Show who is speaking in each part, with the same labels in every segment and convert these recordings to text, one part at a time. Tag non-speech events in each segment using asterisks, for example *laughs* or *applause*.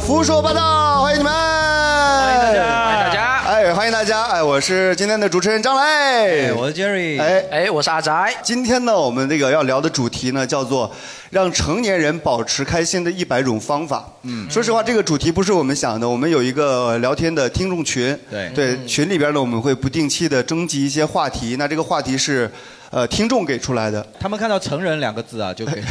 Speaker 1: 胡说八道，欢迎你们！欢迎大家，
Speaker 2: 欢迎大家！
Speaker 1: 哎，欢迎大家！哎，我是今天的主持人张磊，
Speaker 3: 我是 Jerry，
Speaker 1: 哎
Speaker 2: 哎，我是阿宅。
Speaker 1: 今天呢，我们这个要聊的主题呢，叫做让成年人保持开心的一百种方法。嗯，说实话，这个主题不是我们想的，我们有一个聊天的听众群，
Speaker 3: 对
Speaker 1: 对，群里边呢，我们会不定期的征集一些话题，那这个话题是。呃，听众给出来的，
Speaker 3: 他们看到“成人”两个字啊，
Speaker 1: *laughs*
Speaker 3: 就给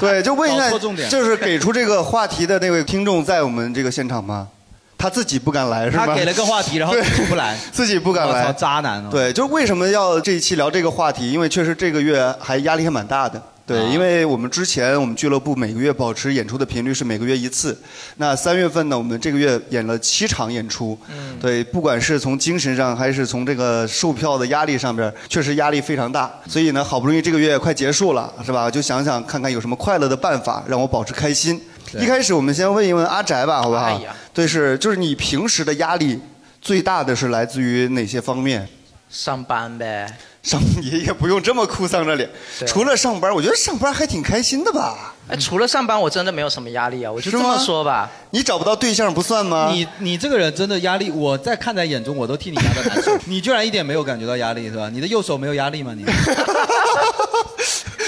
Speaker 1: 对，就问一下
Speaker 3: 搞错重，点
Speaker 1: 就是给出这个话题的那位听众在我们这个现场吗？他自己不敢来是吗？
Speaker 3: 他给了个话题，然后
Speaker 1: 对
Speaker 3: 自己不来，
Speaker 1: *laughs* 自己不敢来
Speaker 3: 我操渣男哦。
Speaker 1: 对，就是为什么要这一期聊这个话题？因为确实这个月还压力还蛮大的。对，因为我们之前我们俱乐部每个月保持演出的频率是每个月一次，那三月份呢，我们这个月演了七场演出，对，不管是从精神上还是从这个售票的压力上边，确实压力非常大。所以呢，好不容易这个月快结束了，是吧？就想想看看有什么快乐的办法让我保持开心。一开始我们先问一问阿宅吧，好不好？对，是就是你平时的压力最大的是来自于哪些方面？
Speaker 2: 上班呗，
Speaker 1: 上也也不用这么哭丧着脸。除了上班，我觉得上班还挺开心的吧？
Speaker 2: 哎，除了上班，我真的没有什么压力啊。我就是这
Speaker 1: 吗
Speaker 2: 么说吧，
Speaker 1: 你找不到对象不算吗？
Speaker 3: 你你这个人真的压力，我在看在眼中，我都替你压得
Speaker 1: *laughs*
Speaker 3: 难受。你居然一点没有感觉到压力是吧？你的右手没有压力吗？你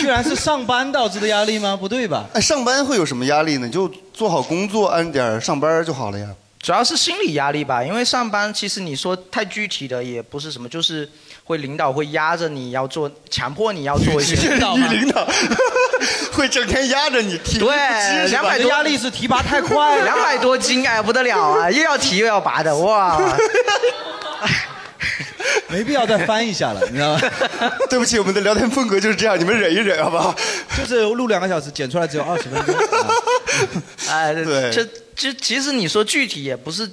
Speaker 3: 居然是上班导致的压力吗？不对吧？
Speaker 1: 哎，上班会有什么压力呢？你就做好工作，按点儿上班就好了呀。
Speaker 2: *laughs* 主要是心理压力吧。因为上班，其实你说太具体的也不是什么，就是会领导会压着你要做，强迫你要做一
Speaker 1: *laughs*
Speaker 2: 些。
Speaker 1: 女领导会整天压着你，提
Speaker 2: 对，两百多
Speaker 3: 压力是提拔太快了
Speaker 2: 两百多斤哎不得了啊，又要提又要拔的哇。
Speaker 3: 没必要再翻一下了，你知
Speaker 1: *laughs*
Speaker 3: 道吗？
Speaker 1: 对不起，我们的聊天风格就是这样，你们
Speaker 2: *laughs*
Speaker 1: 忍一忍好不好？
Speaker 3: 就是录两个小时，剪出来只有二十分钟。
Speaker 2: *laughs* 哎，
Speaker 1: 对
Speaker 2: 这这其实你说具体也不是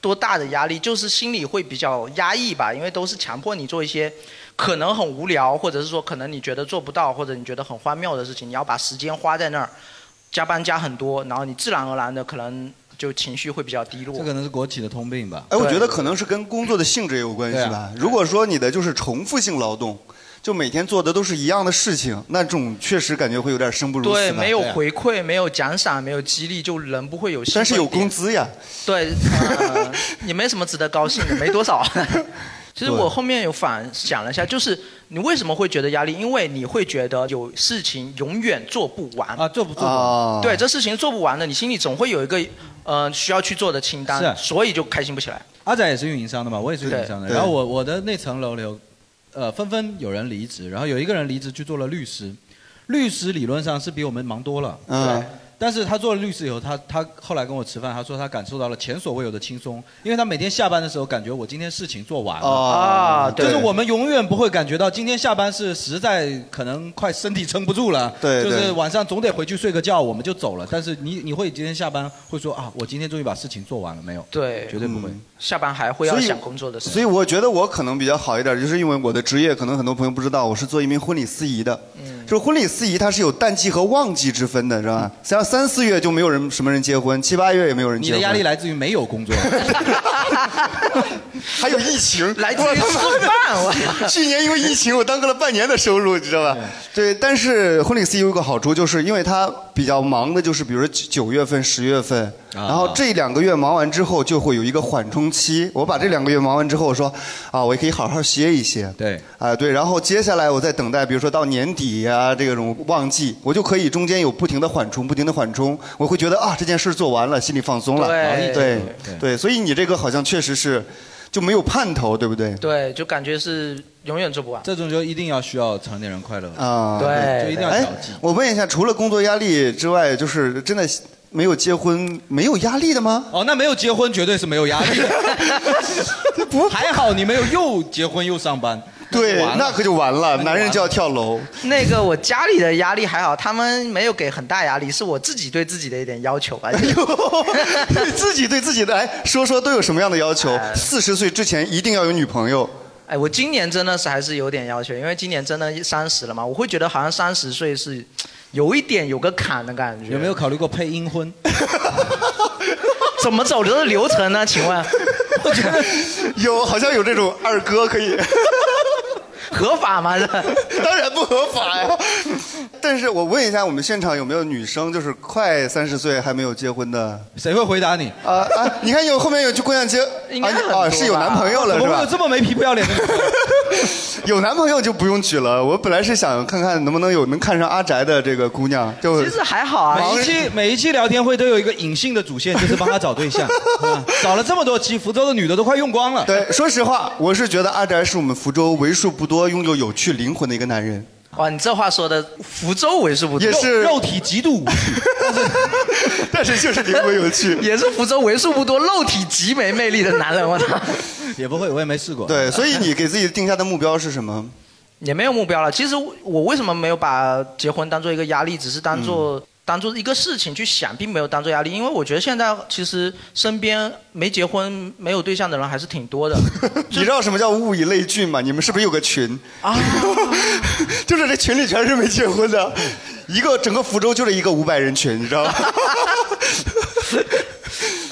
Speaker 2: 多大的压力，就是心里会比较压抑吧，因为都是强迫你做一些可能很无聊，或者是说可能你觉得做不到，或者你觉得很荒谬的事情，你要把时间花在那儿，加班加很多，然后你自然而然的可能就情绪会比较低落。
Speaker 3: 这可能是国企的通病吧。
Speaker 1: 哎，我觉得可能是跟工作的性质也有关系
Speaker 3: 对
Speaker 2: 啊
Speaker 1: 吧。如果说你的就是重复性劳动，就每天做的都是一样的事情，那这种确实感觉会有点生不如死吧。
Speaker 2: 对，没有回馈，没有奖赏，没有激励，就人不会有兴奋
Speaker 1: 啊但是有
Speaker 2: 点
Speaker 1: 工资呀。
Speaker 2: 对，
Speaker 1: *laughs*
Speaker 2: 呃也没什么值得高兴的，没多少。其实我后面有反想了一下，就是你为什么会觉得压力？因为你会觉得有事情永远做不完
Speaker 3: 啊，做不
Speaker 1: 做不完啊
Speaker 2: 对，这事情做不完的，你心里总会有一个呃需要去做的清
Speaker 1: 啊
Speaker 2: 单，
Speaker 3: 是
Speaker 2: 所以就开心不起来。
Speaker 3: 阿仔也是运营商的嘛，我也是运营商的。
Speaker 2: 对
Speaker 3: 然后我我的那层楼里有，呃，纷纷有人离职，然后有一个人离职去做了律师，律师理论上是比我们忙多了。
Speaker 1: 嗯
Speaker 3: 对。但是他做了律师以后，他他后来跟我吃饭，他说他感受到了前所未有的轻松，因为他每天下班的时候感觉我今天事情做完了
Speaker 1: 哦啊
Speaker 3: 就
Speaker 1: 对
Speaker 3: 是我们永远不会感觉到今天下班是实在可能快身体撑不住了，
Speaker 1: 对
Speaker 3: 就是
Speaker 1: 对
Speaker 3: 晚上总得回去睡个觉，我们就走了。但是你你会今天下班会说啊，我今天终于把事情做完了没有？
Speaker 2: 对，
Speaker 3: 绝对不会。
Speaker 1: 嗯
Speaker 2: 下班还会要
Speaker 1: 所以
Speaker 2: 想工作的事。
Speaker 1: 所以我觉得我可能比较好一点，就是因为我的职业，可能很多朋友不知道，我是做一名婚礼司仪的。
Speaker 3: 嗯
Speaker 1: 就是婚礼司仪，它是有淡季和旺季之分的，知道吧？像三四月就没有人什么人结婚，七八月也没有人
Speaker 3: 你
Speaker 1: 结
Speaker 3: 的
Speaker 1: 婚。
Speaker 3: 压力来自于没有工作，
Speaker 1: 还有疫情，
Speaker 2: *laughs* 来自
Speaker 1: 我
Speaker 2: 于
Speaker 1: 他妈
Speaker 3: *laughs*
Speaker 2: 吃饭
Speaker 1: 的 *laughs* 去年因为疫情，我耽搁了半年的收入，你知道吧？对，但是婚礼司仪有一个好处，就是因为他比较忙的，就是比如说九九月份、十月份，
Speaker 3: 啊
Speaker 1: 然后这两个月忙完之后，就会有一个缓冲期。我把这两个月忙完之后，我说啊，我也可以好好歇一歇。
Speaker 3: 对，
Speaker 1: 啊，对，然后接下来我再等待，比如说到年底呀、这种旺季，我就可以中间有不停的缓冲，不停的缓冲，我会觉得啊这件事做完了，心里放松了，
Speaker 2: 对
Speaker 1: 对
Speaker 3: 对
Speaker 1: 对，所以你这个好像确实是就没有盼头，对不对？
Speaker 2: *laughs* 对，就感觉是永远做不完。
Speaker 3: 这种就一定要需要成年人快乐
Speaker 1: 啊，
Speaker 3: 就一定要调剂。
Speaker 1: 我问一下，除了工作压力之外，就是真的没有结婚没有压力的吗？
Speaker 3: *laughs* 哦，那没有结婚绝对是没有压力
Speaker 1: *laughs*
Speaker 3: 的，
Speaker 1: 不
Speaker 3: 还好你没有又结婚又上班，
Speaker 1: *laughs* 对，那可就完了，
Speaker 3: 就
Speaker 1: 男人
Speaker 3: 完
Speaker 1: 就要跳楼。
Speaker 2: 那个我家里的压力还好，他们没有给很大压力，是我自己对自己的一点
Speaker 1: *laughs*
Speaker 2: 要求吧。
Speaker 1: 对自己对自己的，哎，说说都有什么样的要求？
Speaker 3: 哎
Speaker 1: 四十岁之前一定要有女朋友。 *laughs*
Speaker 2: 哎，我今年真的是还是有点要求，因为今年真的三十了嘛，我会觉得好像三十岁是有一点有个坎的感觉。
Speaker 3: 有没有考虑过配阴婚？
Speaker 2: *laughs* 怎么走的流程呢？请问
Speaker 3: 我觉得
Speaker 1: 有，好像有这种二哥可以， *laughs*
Speaker 2: 合法吗？这
Speaker 1: 当然不合法呀。但是我问一下，我们现场有没有女生就是快三十岁还没有结婚的？
Speaker 3: 谁会回答你？
Speaker 1: 啊啊！你看有后面有句姑娘结，
Speaker 2: 应该
Speaker 1: 啊
Speaker 2: 很多
Speaker 1: 啊是有男朋友了
Speaker 3: 怎
Speaker 1: 是
Speaker 3: 么会
Speaker 1: 吧
Speaker 3: 有？这么没皮不
Speaker 1: *laughs*
Speaker 3: 要脸的女生？
Speaker 1: 有男朋友就不用举了。我本来是想看看能不能有能看上阿宅的这个姑娘，就
Speaker 3: 每
Speaker 1: *laughs*
Speaker 3: 一期每一期聊天会都有一个隐性的主线，就是帮他找对象。啊找了这么多期，福州的女的都快用光了。
Speaker 1: 对，说实话，我是觉得阿宅是我们福州为数不多拥有有趣灵魂的一个男人。 *laughs*
Speaker 2: 哇，你这话说的，福州为数不多，
Speaker 1: 也是
Speaker 2: 肉
Speaker 3: 体极度无趣，
Speaker 1: 但是就是灵魂有趣，
Speaker 2: 也是福州为数不多肉体极没魅力的男人，我操！
Speaker 3: *laughs* 也不会，我也没试过。
Speaker 1: 对，所以你给自己定下的目标是什么？
Speaker 2: 也没有目标了。其实我我为什么没有把结婚当做一个压力，只是
Speaker 1: 嗯
Speaker 2: 当做、当做一个事情去想，并没有当做压力。因为我觉得现在其实身边没结婚、没有对象的人还是挺多
Speaker 1: *laughs*
Speaker 2: 的。
Speaker 1: 你知道什么叫物以类聚吗？你们是不是有个群啊？ *laughs* 就是这群里全是没结婚的，一个整个福州就这一个五百人群，你知道吗？ *laughs*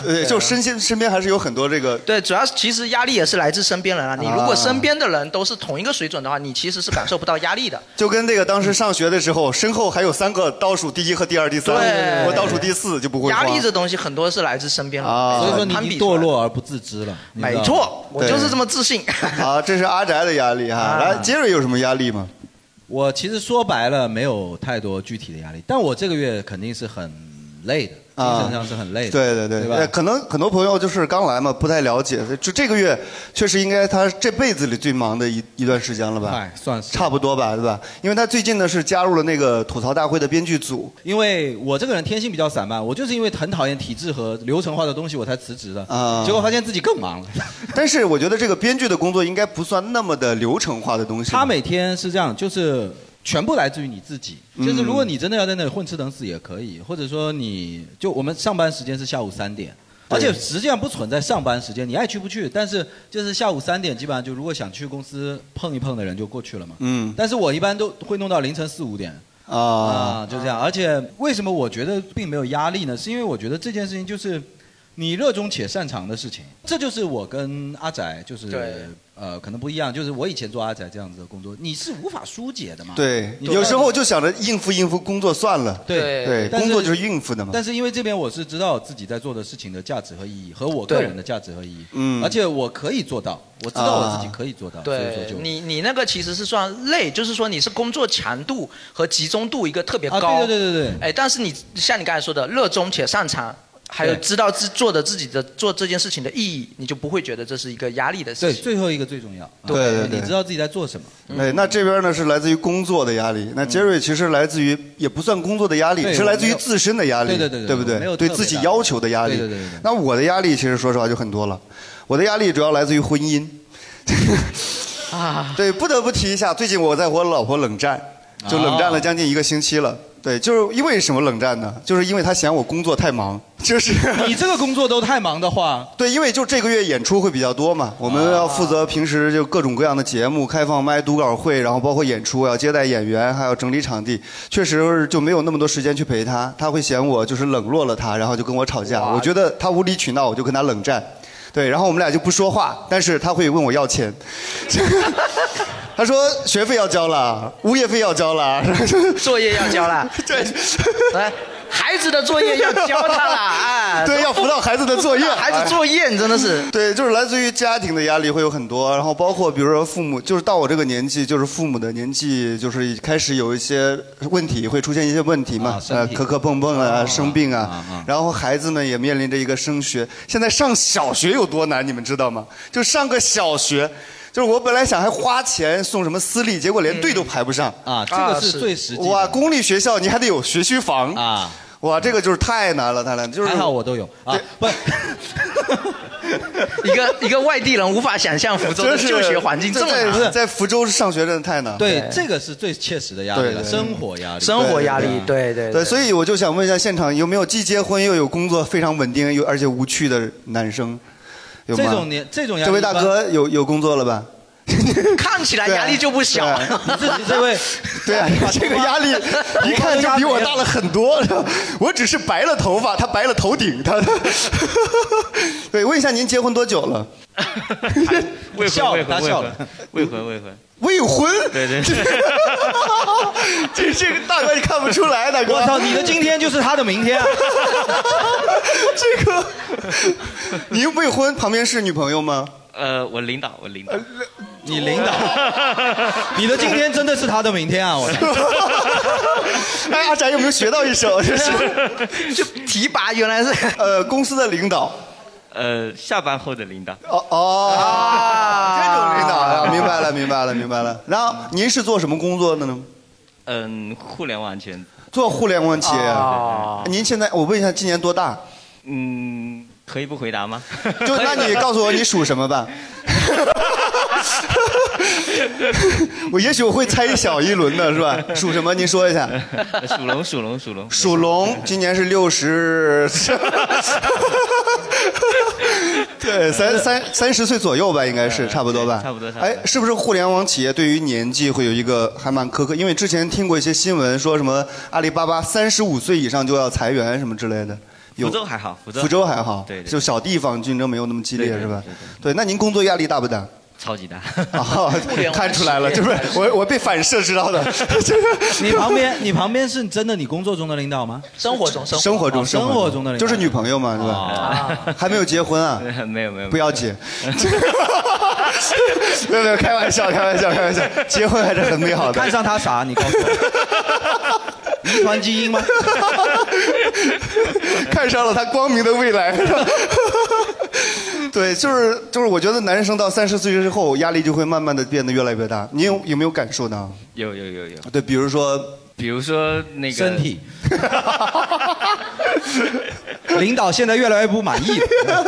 Speaker 1: 对，就身心身边还是有很多这个
Speaker 2: 对，主要是其实压力也是来自身边人啊。你如果
Speaker 1: 啊
Speaker 2: 身边的人都是同一个水准的话，你其实是感受不到压力的。
Speaker 1: 就跟那个当时上学的时候，身后还有三个倒数第一和第二、第三，
Speaker 2: 对
Speaker 1: 我倒数第四就不会
Speaker 2: 压力
Speaker 1: 慌
Speaker 2: 这东西很多是来自身边人，
Speaker 1: 啊
Speaker 3: 所以说你
Speaker 2: 攀
Speaker 3: 已
Speaker 2: 比
Speaker 3: 经
Speaker 2: 出
Speaker 3: 堕
Speaker 2: 来。
Speaker 3: 落而不自知了。你知道
Speaker 2: 没
Speaker 3: 吗
Speaker 2: 错，啊我就是这么自信。
Speaker 1: 啊，这是阿宅的压力哈。来，杰瑞有什么压力吗？
Speaker 3: 我其实说白了没有太多具体的压力，但我这个月肯定是很累的，
Speaker 1: 啊
Speaker 3: 精神上是很累的。
Speaker 1: 对对
Speaker 3: 对
Speaker 1: 对，
Speaker 3: 吧
Speaker 1: 呃可能很多朋友就是刚来嘛，不太了解。就这个月确实应该他这辈子里最忙的一一段时间了吧？
Speaker 3: 哎算是
Speaker 1: 差不多吧，对吧？因为他最近呢是加入了那个吐槽大会的编剧组。
Speaker 3: 因为我这个人天性比较散漫，我就是因为很讨厌体制和流程化的东西，我才辞职的。
Speaker 1: 啊
Speaker 3: 结果发现自己更忙了。
Speaker 1: *laughs* 但是我觉得这个编剧的工作应该不算那么的流程化的东西。
Speaker 3: 他每天是这样，就是全部来自于你自己。
Speaker 1: 嗯
Speaker 3: 就是如果你真的要在那里混吃等死也可以，或者说你就我们上班时间是下午三点。而且实际上不存在上班时间，你爱去不去，但是就是下午三点，基本上就如果想去公司碰一碰的人就过去了嘛。
Speaker 1: 嗯
Speaker 3: 但是我一般都会弄到凌晨四五点，
Speaker 1: 啊
Speaker 3: 啊，就这样。而且为什么我觉得并没有压力呢？是因为我觉得这件事情就是你热衷且擅长的事情，这就是我跟阿宅就是
Speaker 1: 对
Speaker 3: 呃可能不一样，就是我以前做阿宅这样子的工作，你是无法疏解的嘛。
Speaker 1: 对，
Speaker 3: 你
Speaker 1: 有时候就想着应付应付工作算了。
Speaker 3: 对
Speaker 1: 对，
Speaker 3: 但
Speaker 1: 工作就是应付的嘛。
Speaker 3: 但是因为这边我是知道自己在做的事情的价值和意义，和我个
Speaker 2: 对
Speaker 3: 人的价值和意义，
Speaker 1: 嗯啊
Speaker 3: 而且我可以做到，我知道我自己可以做到，所以说
Speaker 2: 对
Speaker 1: *laughs*
Speaker 3: 就
Speaker 2: 你，你那个其实是算累，就是说你是工作强度和集中度一个特别
Speaker 3: 啊
Speaker 2: 高。
Speaker 3: 对对对对对
Speaker 2: 哎，但是你像你刚才说的，热衷且擅长，还有
Speaker 3: 对
Speaker 2: 知道自做的自己的做这件事情的意义，你就不会觉得这是一个压力的事
Speaker 3: 对
Speaker 2: 情。
Speaker 3: 最后一个最重要，
Speaker 1: 对
Speaker 3: 啊
Speaker 1: 对对
Speaker 3: 你知道自己在做什么。
Speaker 1: 哎，那这边呢是来自于工作的压力，那杰瑞其实来自于也不算工作的压力，
Speaker 3: 对
Speaker 1: 是来自于自身的压力，
Speaker 3: 对对对对
Speaker 1: 对不
Speaker 3: 没
Speaker 1: 对？
Speaker 3: 有特
Speaker 1: 对
Speaker 3: 别大
Speaker 1: 自己要求的压力。
Speaker 3: 对对对对对
Speaker 1: 那我的压力其实说实话就很多了，我的压力主要来自于婚
Speaker 3: *laughs*
Speaker 1: 姻。
Speaker 2: 啊，
Speaker 1: 对，不得不提一下，最近我在和我老婆冷战，就冷
Speaker 3: 啊
Speaker 1: 战了将近一个星期了。对，就是因为什么冷战呢？就是因为她嫌我工作太忙，就是
Speaker 3: 你这个工作都太忙的话，
Speaker 1: 对，因为就这个月演出会比较多嘛，我们要负责平时就各种各样的节目、开放麦、读稿会，然后包括演出，要啊接待演员，还要整理场地，确实就没有那么多时间去陪他。他会嫌我就是冷落了他，然后就跟我吵架。我觉得他无理取闹，我就跟他冷战。对，然后我们俩就不说话，但是他会问我要钱。他说学费要交了，物业费要交了，
Speaker 2: *laughs* 作业要
Speaker 1: *laughs*
Speaker 2: 交了，
Speaker 1: 对，
Speaker 2: 来，孩子的作业要交他
Speaker 3: *laughs*
Speaker 2: 了，哎，
Speaker 1: 对，要辅导孩子的作业，
Speaker 2: 孩子作业你真的是。
Speaker 1: 对，就是来自于家庭的压力会有很多，然后包括比如说父母，就是到我这个年纪，就是父母的年纪，就是开始有一些问题，会出现一些问题嘛，
Speaker 3: 啊身
Speaker 1: 呃，
Speaker 3: 体
Speaker 1: 磕磕碰碰啊，生病啊，
Speaker 3: 啊啊
Speaker 1: 然后孩子们也面临着一个升学，现在上小学有多难，你们知道吗？就上个小学。就是我本来想还花钱送什么私立，结果连队都排不上
Speaker 3: 啊这个是最实际的
Speaker 1: 哇，公立学校你还得有学区房
Speaker 3: 啊！
Speaker 1: 哇，这个就是太难了，太难了。就是
Speaker 3: 还好我都有啊，不，
Speaker 2: 一个一个外地人无法想象福州的
Speaker 1: *laughs* 真是
Speaker 2: 就学环境这么
Speaker 1: 在在
Speaker 2: 难，
Speaker 1: 在福州上学真的太难了。
Speaker 3: 对，这个是最切实的压力
Speaker 1: 啊对
Speaker 3: 了，
Speaker 1: 对
Speaker 3: 生活压力，
Speaker 2: 生活压力，对对
Speaker 1: 对，所以我就想问一下现场有没有既结婚又有工作非常稳定又而且无趣的男生？有吗？
Speaker 3: 这种年这种压力 *laughs*
Speaker 1: 这位大哥有有工作了吧？
Speaker 2: 看起来压力就不小。
Speaker 3: 你自己这位，
Speaker 1: 对
Speaker 2: *laughs*
Speaker 1: 啊， *laughs* 这个压力一看就比我大了 *laughs* 很多。我只是白了头发，他白了头顶。他， *laughs* 对，问一下您结婚多久了？
Speaker 4: 未
Speaker 3: 笑
Speaker 4: 婚，
Speaker 3: 了
Speaker 4: 未
Speaker 3: 他
Speaker 4: 婚，
Speaker 3: 笑
Speaker 4: 未婚，未婚，未婚。
Speaker 1: 未婚？
Speaker 4: *laughs*
Speaker 1: *laughs*
Speaker 4: 对对对。
Speaker 1: 这这个大哥你看不出来，大哥。
Speaker 3: 我操，你的今天就是他的明天啊！
Speaker 1: *laughs* 这个，你未婚旁边是女朋友吗？
Speaker 4: 呃，我领导，我领导。
Speaker 3: 你领
Speaker 4: *laughs*
Speaker 3: 导，你的今天真的是他的明天啊！我操，
Speaker 1: *laughs* 哎，阿展有没有学到一
Speaker 3: *laughs*
Speaker 1: 手？这是，
Speaker 2: *laughs* 就提拔原来是
Speaker 1: 呃，公司的领导。
Speaker 4: 呃，下班后的领导，
Speaker 1: 哦哦，这种领导啊，明白了，明白了，明白了。然后您是做什么工作的呢？
Speaker 4: 嗯，互联网圈，
Speaker 1: 做互联网企业。啊
Speaker 2: 哦
Speaker 1: 您现在，我问一下，今年多大？
Speaker 4: 嗯，可以不回答吗？ *laughs*
Speaker 1: 就那你告诉我你属什么吧。 *laughs* 我也许我会猜小一轮的是吧？属什么？您说一下。
Speaker 4: 属龙，属龙，属龙。
Speaker 1: 属龙，今年是六十，对，三三三十岁左右吧，应该是差不多吧，
Speaker 4: 差不多差不多
Speaker 1: 哎，是不是互联网企业对于年纪会有一个还蛮苛刻？因为之前听过一些新闻，说什么阿里巴巴三十五岁以上就要裁员什么之类的。有
Speaker 4: 福州还好，福州
Speaker 1: 福州还好，
Speaker 4: 对对
Speaker 1: 就小地方竞争没有那么激烈，
Speaker 4: 对对
Speaker 1: 是吧
Speaker 4: 对？
Speaker 1: 对，那您工作压力大不大？
Speaker 4: 超级大。
Speaker 1: 啊
Speaker 2: 联，网
Speaker 1: *laughs* 看出来了，
Speaker 2: 企
Speaker 1: 这
Speaker 2: 业
Speaker 1: 不
Speaker 3: *laughs*
Speaker 1: 是我我被反射知道的，这个
Speaker 3: 你旁边，你旁边是真的你工作中的领导吗？
Speaker 2: 生活中生活
Speaker 1: 生活中
Speaker 3: 哦生活中的领
Speaker 1: 就
Speaker 3: 导
Speaker 1: 是 *laughs* 女朋友嘛，是吧？ *laughs* 还没有结婚啊？
Speaker 4: *laughs* 没有没有，
Speaker 1: 不要紧，没有没有，开玩笑，开玩笑，开玩
Speaker 3: *laughs*
Speaker 1: 笑，结婚还是很美好的
Speaker 3: 看。上他啥？你告诉我，
Speaker 1: *laughs*
Speaker 3: 遗传基因吗？
Speaker 1: *laughs* 看上了他光明的未来。 *laughs* 对，就是就是，我觉得男生到三十岁之后，压力就会慢慢的变得越来越大。你有有没有感受呢？
Speaker 4: 有有有有，
Speaker 1: 对，比如说，
Speaker 4: 比如说那个
Speaker 3: 身体。领导现在越来越不满意了。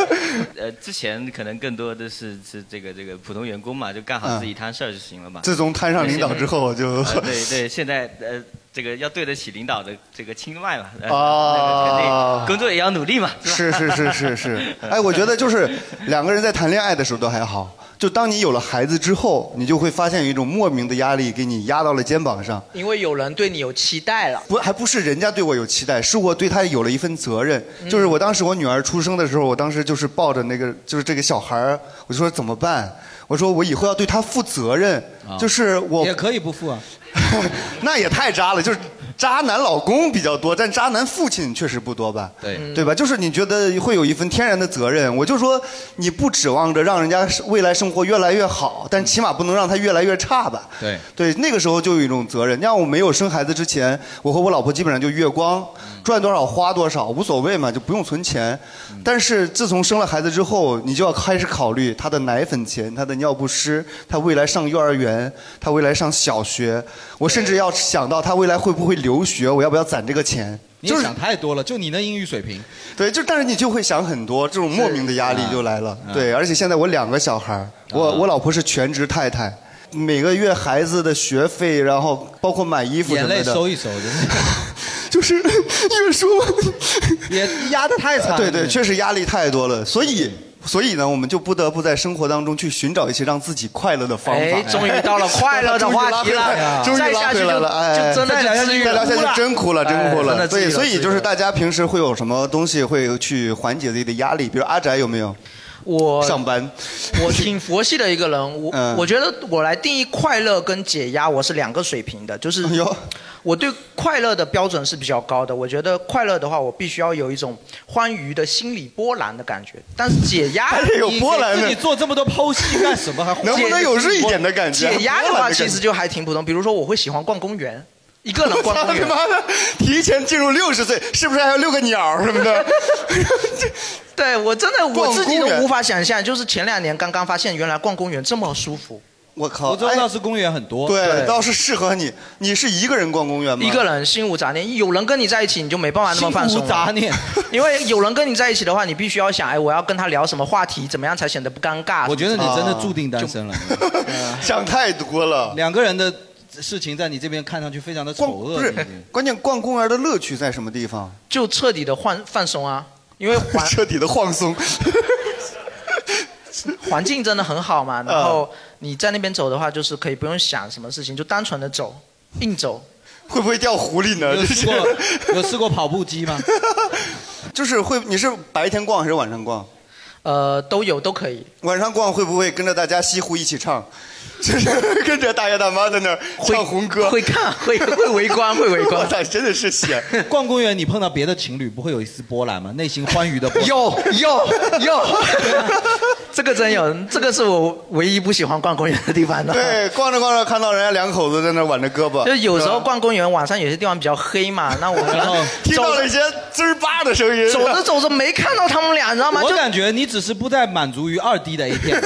Speaker 4: 呃，之前可能更多的是是这个这个普通员工嘛，就干好自己摊事儿就行了嘛。
Speaker 1: 嗯自从摊上领导之后，我就
Speaker 4: 呃对对，现在呃，这个要对得起领导的这个青睐嘛。呃
Speaker 1: 啊
Speaker 4: 那个肯定工作也要努力嘛。是
Speaker 1: *laughs*
Speaker 4: 吧
Speaker 1: 是是是是
Speaker 4: *laughs*
Speaker 1: 是， *laughs* 哎，我觉得就是两个人在谈恋爱的时候都还好，就当你有了孩子之后，你就会发现有一种莫名的压力给你压到了肩膀上。
Speaker 2: 因为有人对你有期待了。
Speaker 1: 不，还不是人家对我有期待，是我对她有了一份责任。就是我当时我女儿出生的时候，我当时就是抱着那个就是这个小孩儿，我就说怎么办？我说我以后要对她负责任，就是我
Speaker 3: 也可以不付啊。
Speaker 1: *laughs* 那也太渣了，就是渣男老公比较多，但渣男父亲确实不多吧？
Speaker 3: 对
Speaker 1: 对吧？就是你觉得会有一份天然的责任。我就说，你不指望着让人家未来生活越来越好，但起码不能让他越来越差吧？
Speaker 3: 对
Speaker 1: 对，那个时候就有一种责任。像我没有生孩子之前，我和我老婆基本上就月光，赚多少花多少，无所谓嘛，就不用存钱。
Speaker 3: 嗯
Speaker 1: 但是自从生了孩子之后，你就要开始考虑她的奶粉钱、她的尿不湿、她未来上幼儿园、她未来上小学，我甚至要想到她未来会不会留学，我要不要攒这个钱。
Speaker 3: 你
Speaker 1: 就是
Speaker 3: 想太多了，就你那英语水平，
Speaker 1: 对，就但是你就会想很多，这种莫名的压力就来
Speaker 3: 嗯
Speaker 1: 了。对，而且现在我两个小孩儿，我我老婆是全职太太，每个月孩子的学费，然后包括买衣服什
Speaker 3: 眼
Speaker 1: 么
Speaker 3: 泪
Speaker 1: 的，
Speaker 3: 收一收，真的
Speaker 1: *laughs* 就是越说，
Speaker 3: *laughs* 也压得太惨了。
Speaker 1: 啊对对，
Speaker 3: 确
Speaker 1: 确实压力太多了，所以。所以呢，我们就不得不在生活当中去寻找一些让自己快乐的方
Speaker 2: 哎，
Speaker 1: 法。
Speaker 2: 终于到了
Speaker 1: *laughs*
Speaker 2: 快乐的话题了，
Speaker 1: 哎终于
Speaker 2: 再
Speaker 1: 拉
Speaker 2: 下去
Speaker 1: 回来
Speaker 2: 就
Speaker 1: 了，哎，
Speaker 2: 就真的就治愈
Speaker 1: 再聊
Speaker 2: 了，
Speaker 1: 下去真哭了，真哭
Speaker 2: 哎真
Speaker 1: 了。
Speaker 2: 的
Speaker 1: 对，
Speaker 2: 治愈了
Speaker 1: 所以就是
Speaker 2: 治愈了
Speaker 1: 大家平时会有什么东西会去缓解自己的压力？比如阿宅有没有
Speaker 2: 我
Speaker 1: 上班？
Speaker 2: 我挺佛系的一个人，我、
Speaker 1: 嗯
Speaker 2: 我觉得我来定义快乐跟解压，我是两个水平的，就是
Speaker 1: 哎呦
Speaker 2: 我对快乐的标准是比较高的。我觉得快乐的话，我必须要有一种欢愉的心理波澜的感觉，但是解压
Speaker 1: 是哎有波澜
Speaker 3: 自己
Speaker 1: 的，
Speaker 3: 做这么多剖析干什么？还
Speaker 1: 能不能有瑞典的感觉？
Speaker 2: 解压的
Speaker 1: 波
Speaker 2: 话
Speaker 1: 澜
Speaker 2: 其
Speaker 1: 感觉
Speaker 2: 实就还挺普通，比如说我会喜欢逛公园，一个人逛
Speaker 1: 他
Speaker 2: 公园
Speaker 1: 他。 *laughs* 妈的，提前进入六十岁，是不是还有六个鸟儿什么的？
Speaker 2: 对我 *laughs* 真的我
Speaker 1: 逛
Speaker 2: 自己都
Speaker 1: 公园
Speaker 2: 无法想象，就是前两年刚刚发现，原来逛公园这么舒服。
Speaker 1: 我靠！
Speaker 3: 福州倒
Speaker 1: 哎，
Speaker 3: 是公园很多。
Speaker 1: 对，倒是适合你。你是一个人逛公园吗？
Speaker 2: 一个。人心无杂念，有人跟你在一起，你就没办法那
Speaker 3: 心
Speaker 2: 么放松
Speaker 3: 无
Speaker 2: 了。
Speaker 3: 杂念。
Speaker 2: *laughs* 因为有人跟你在一起的话，你必须要想，哎，我要跟他聊什么话题，怎么样才显得不尴尬？
Speaker 3: 我觉得你真的注定单身了。
Speaker 1: *laughs* 想太多了。
Speaker 3: 两个人的事情在你这边看上去非常的
Speaker 1: 逛
Speaker 3: 丑恶。
Speaker 1: 不是
Speaker 3: 已经，
Speaker 1: 关键逛公园的乐趣在什么地方？ *laughs*
Speaker 2: 就彻底的放放松啊，因为环
Speaker 1: 彻底的放松。
Speaker 2: *laughs* 环境真的很好嘛。然后
Speaker 1: 嗯
Speaker 2: 你在那边走的话，就是可以不用想什么事情，就单纯的走，硬走。
Speaker 1: 会不会掉湖里呢？
Speaker 3: 有试过有试过跑步机吗？
Speaker 1: *laughs* 就是会，你是白天逛还是晚上逛？
Speaker 2: 呃，都有，都可以。
Speaker 1: 晚上逛会不会跟着大家西湖一起唱？ *laughs* 就是跟着大爷大妈在那儿唱红歌，
Speaker 2: *laughs* 会看，会会围观，会围
Speaker 1: *laughs*
Speaker 2: 观。
Speaker 1: 哇塞，真的是
Speaker 2: *laughs*
Speaker 1: 险！
Speaker 3: 逛公园，你碰到别的情侣，不会有一丝波澜吗？ *laughs* 内心欢愉的波澜。
Speaker 2: 有有有， *laughs* 这个真有，这个是我唯一不喜欢逛公园的地方了。
Speaker 1: 对，逛着逛着看到人家两口子在那儿挽着胳膊，
Speaker 2: *laughs* 就有时候
Speaker 1: 是吧
Speaker 2: 逛公园，晚上有些地方比较黑嘛，那我们
Speaker 1: 听到了一些滋儿吧的声音，
Speaker 2: 走着走着没看到他们俩，你
Speaker 1: *laughs*
Speaker 2: 知道吗？
Speaker 3: 我
Speaker 2: 就
Speaker 3: 感觉你只是不再满足于二 D 的 A
Speaker 2: *laughs*
Speaker 3: 片，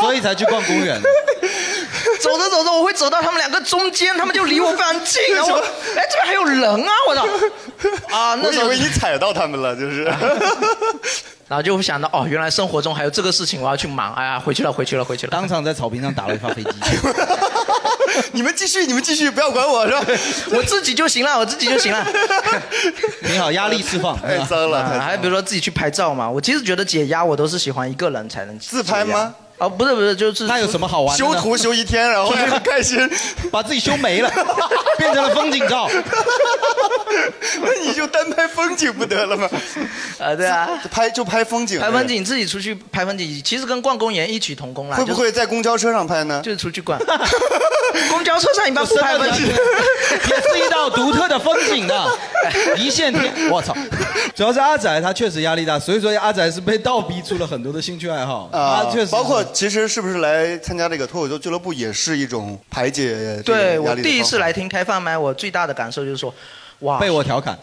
Speaker 3: 所以才去逛公园。
Speaker 2: 走着走着，我会走到他们两个中间，他们就离我非常
Speaker 1: *laughs*
Speaker 2: 近，然后我哎这边还有人啊，我操！啊，那
Speaker 1: 我
Speaker 2: 时
Speaker 1: 以
Speaker 2: 候
Speaker 1: 为你踩到他们了，就是。
Speaker 2: *laughs* 然后就会想到哦，原来生活中还有这个事情我要去忙，哎呀，回去了，回去了，回去了。
Speaker 3: 当场在草坪上打了一发飞机。
Speaker 1: 你们继续，你们继续，不要管我，是吧？
Speaker 2: *laughs* 我自己就行了，我自己就
Speaker 1: *laughs*
Speaker 2: 行了。
Speaker 3: 挺好，压力释放。
Speaker 1: 太脏了，太脏
Speaker 2: 啊，还有比如说自己去拍照嘛，我其实觉得解压，我都是喜欢一个人才能
Speaker 1: 自
Speaker 2: 自
Speaker 1: 拍吗？
Speaker 2: 哦，不是不是，就是
Speaker 3: 那有什么好玩的呢？
Speaker 1: 修图修一天，然后就很开
Speaker 2: *laughs*
Speaker 1: 心，
Speaker 3: 把自己修没
Speaker 1: *laughs*
Speaker 3: 了，变成了风景照。
Speaker 1: 那你就单拍风景不得了吗？
Speaker 2: *laughs* 啊，对啊，
Speaker 1: 拍就拍风景，
Speaker 2: 拍风景自己出去拍风景，其实跟逛公园异曲同工啦。
Speaker 1: 会不
Speaker 2: 就是
Speaker 1: 会在公交车上拍呢？
Speaker 2: 就是出
Speaker 1: *laughs*
Speaker 2: 去逛？公交车上一般不拍风景 *laughs*
Speaker 3: 也。是一道独特的风景的，一线天。我操！主要是阿宅他确实压力大，所以说阿宅是被倒逼出了很多的兴趣爱好。
Speaker 1: 啊
Speaker 3: 他确实
Speaker 1: 包括其实是不是来参加这个脱口秀俱乐部也是一种排解这个
Speaker 2: 对
Speaker 1: 压
Speaker 2: 我
Speaker 1: 力的
Speaker 2: 第一次
Speaker 1: 方法
Speaker 2: 来听开放麦，我最大的感受就是说，哇，
Speaker 3: 被我调侃。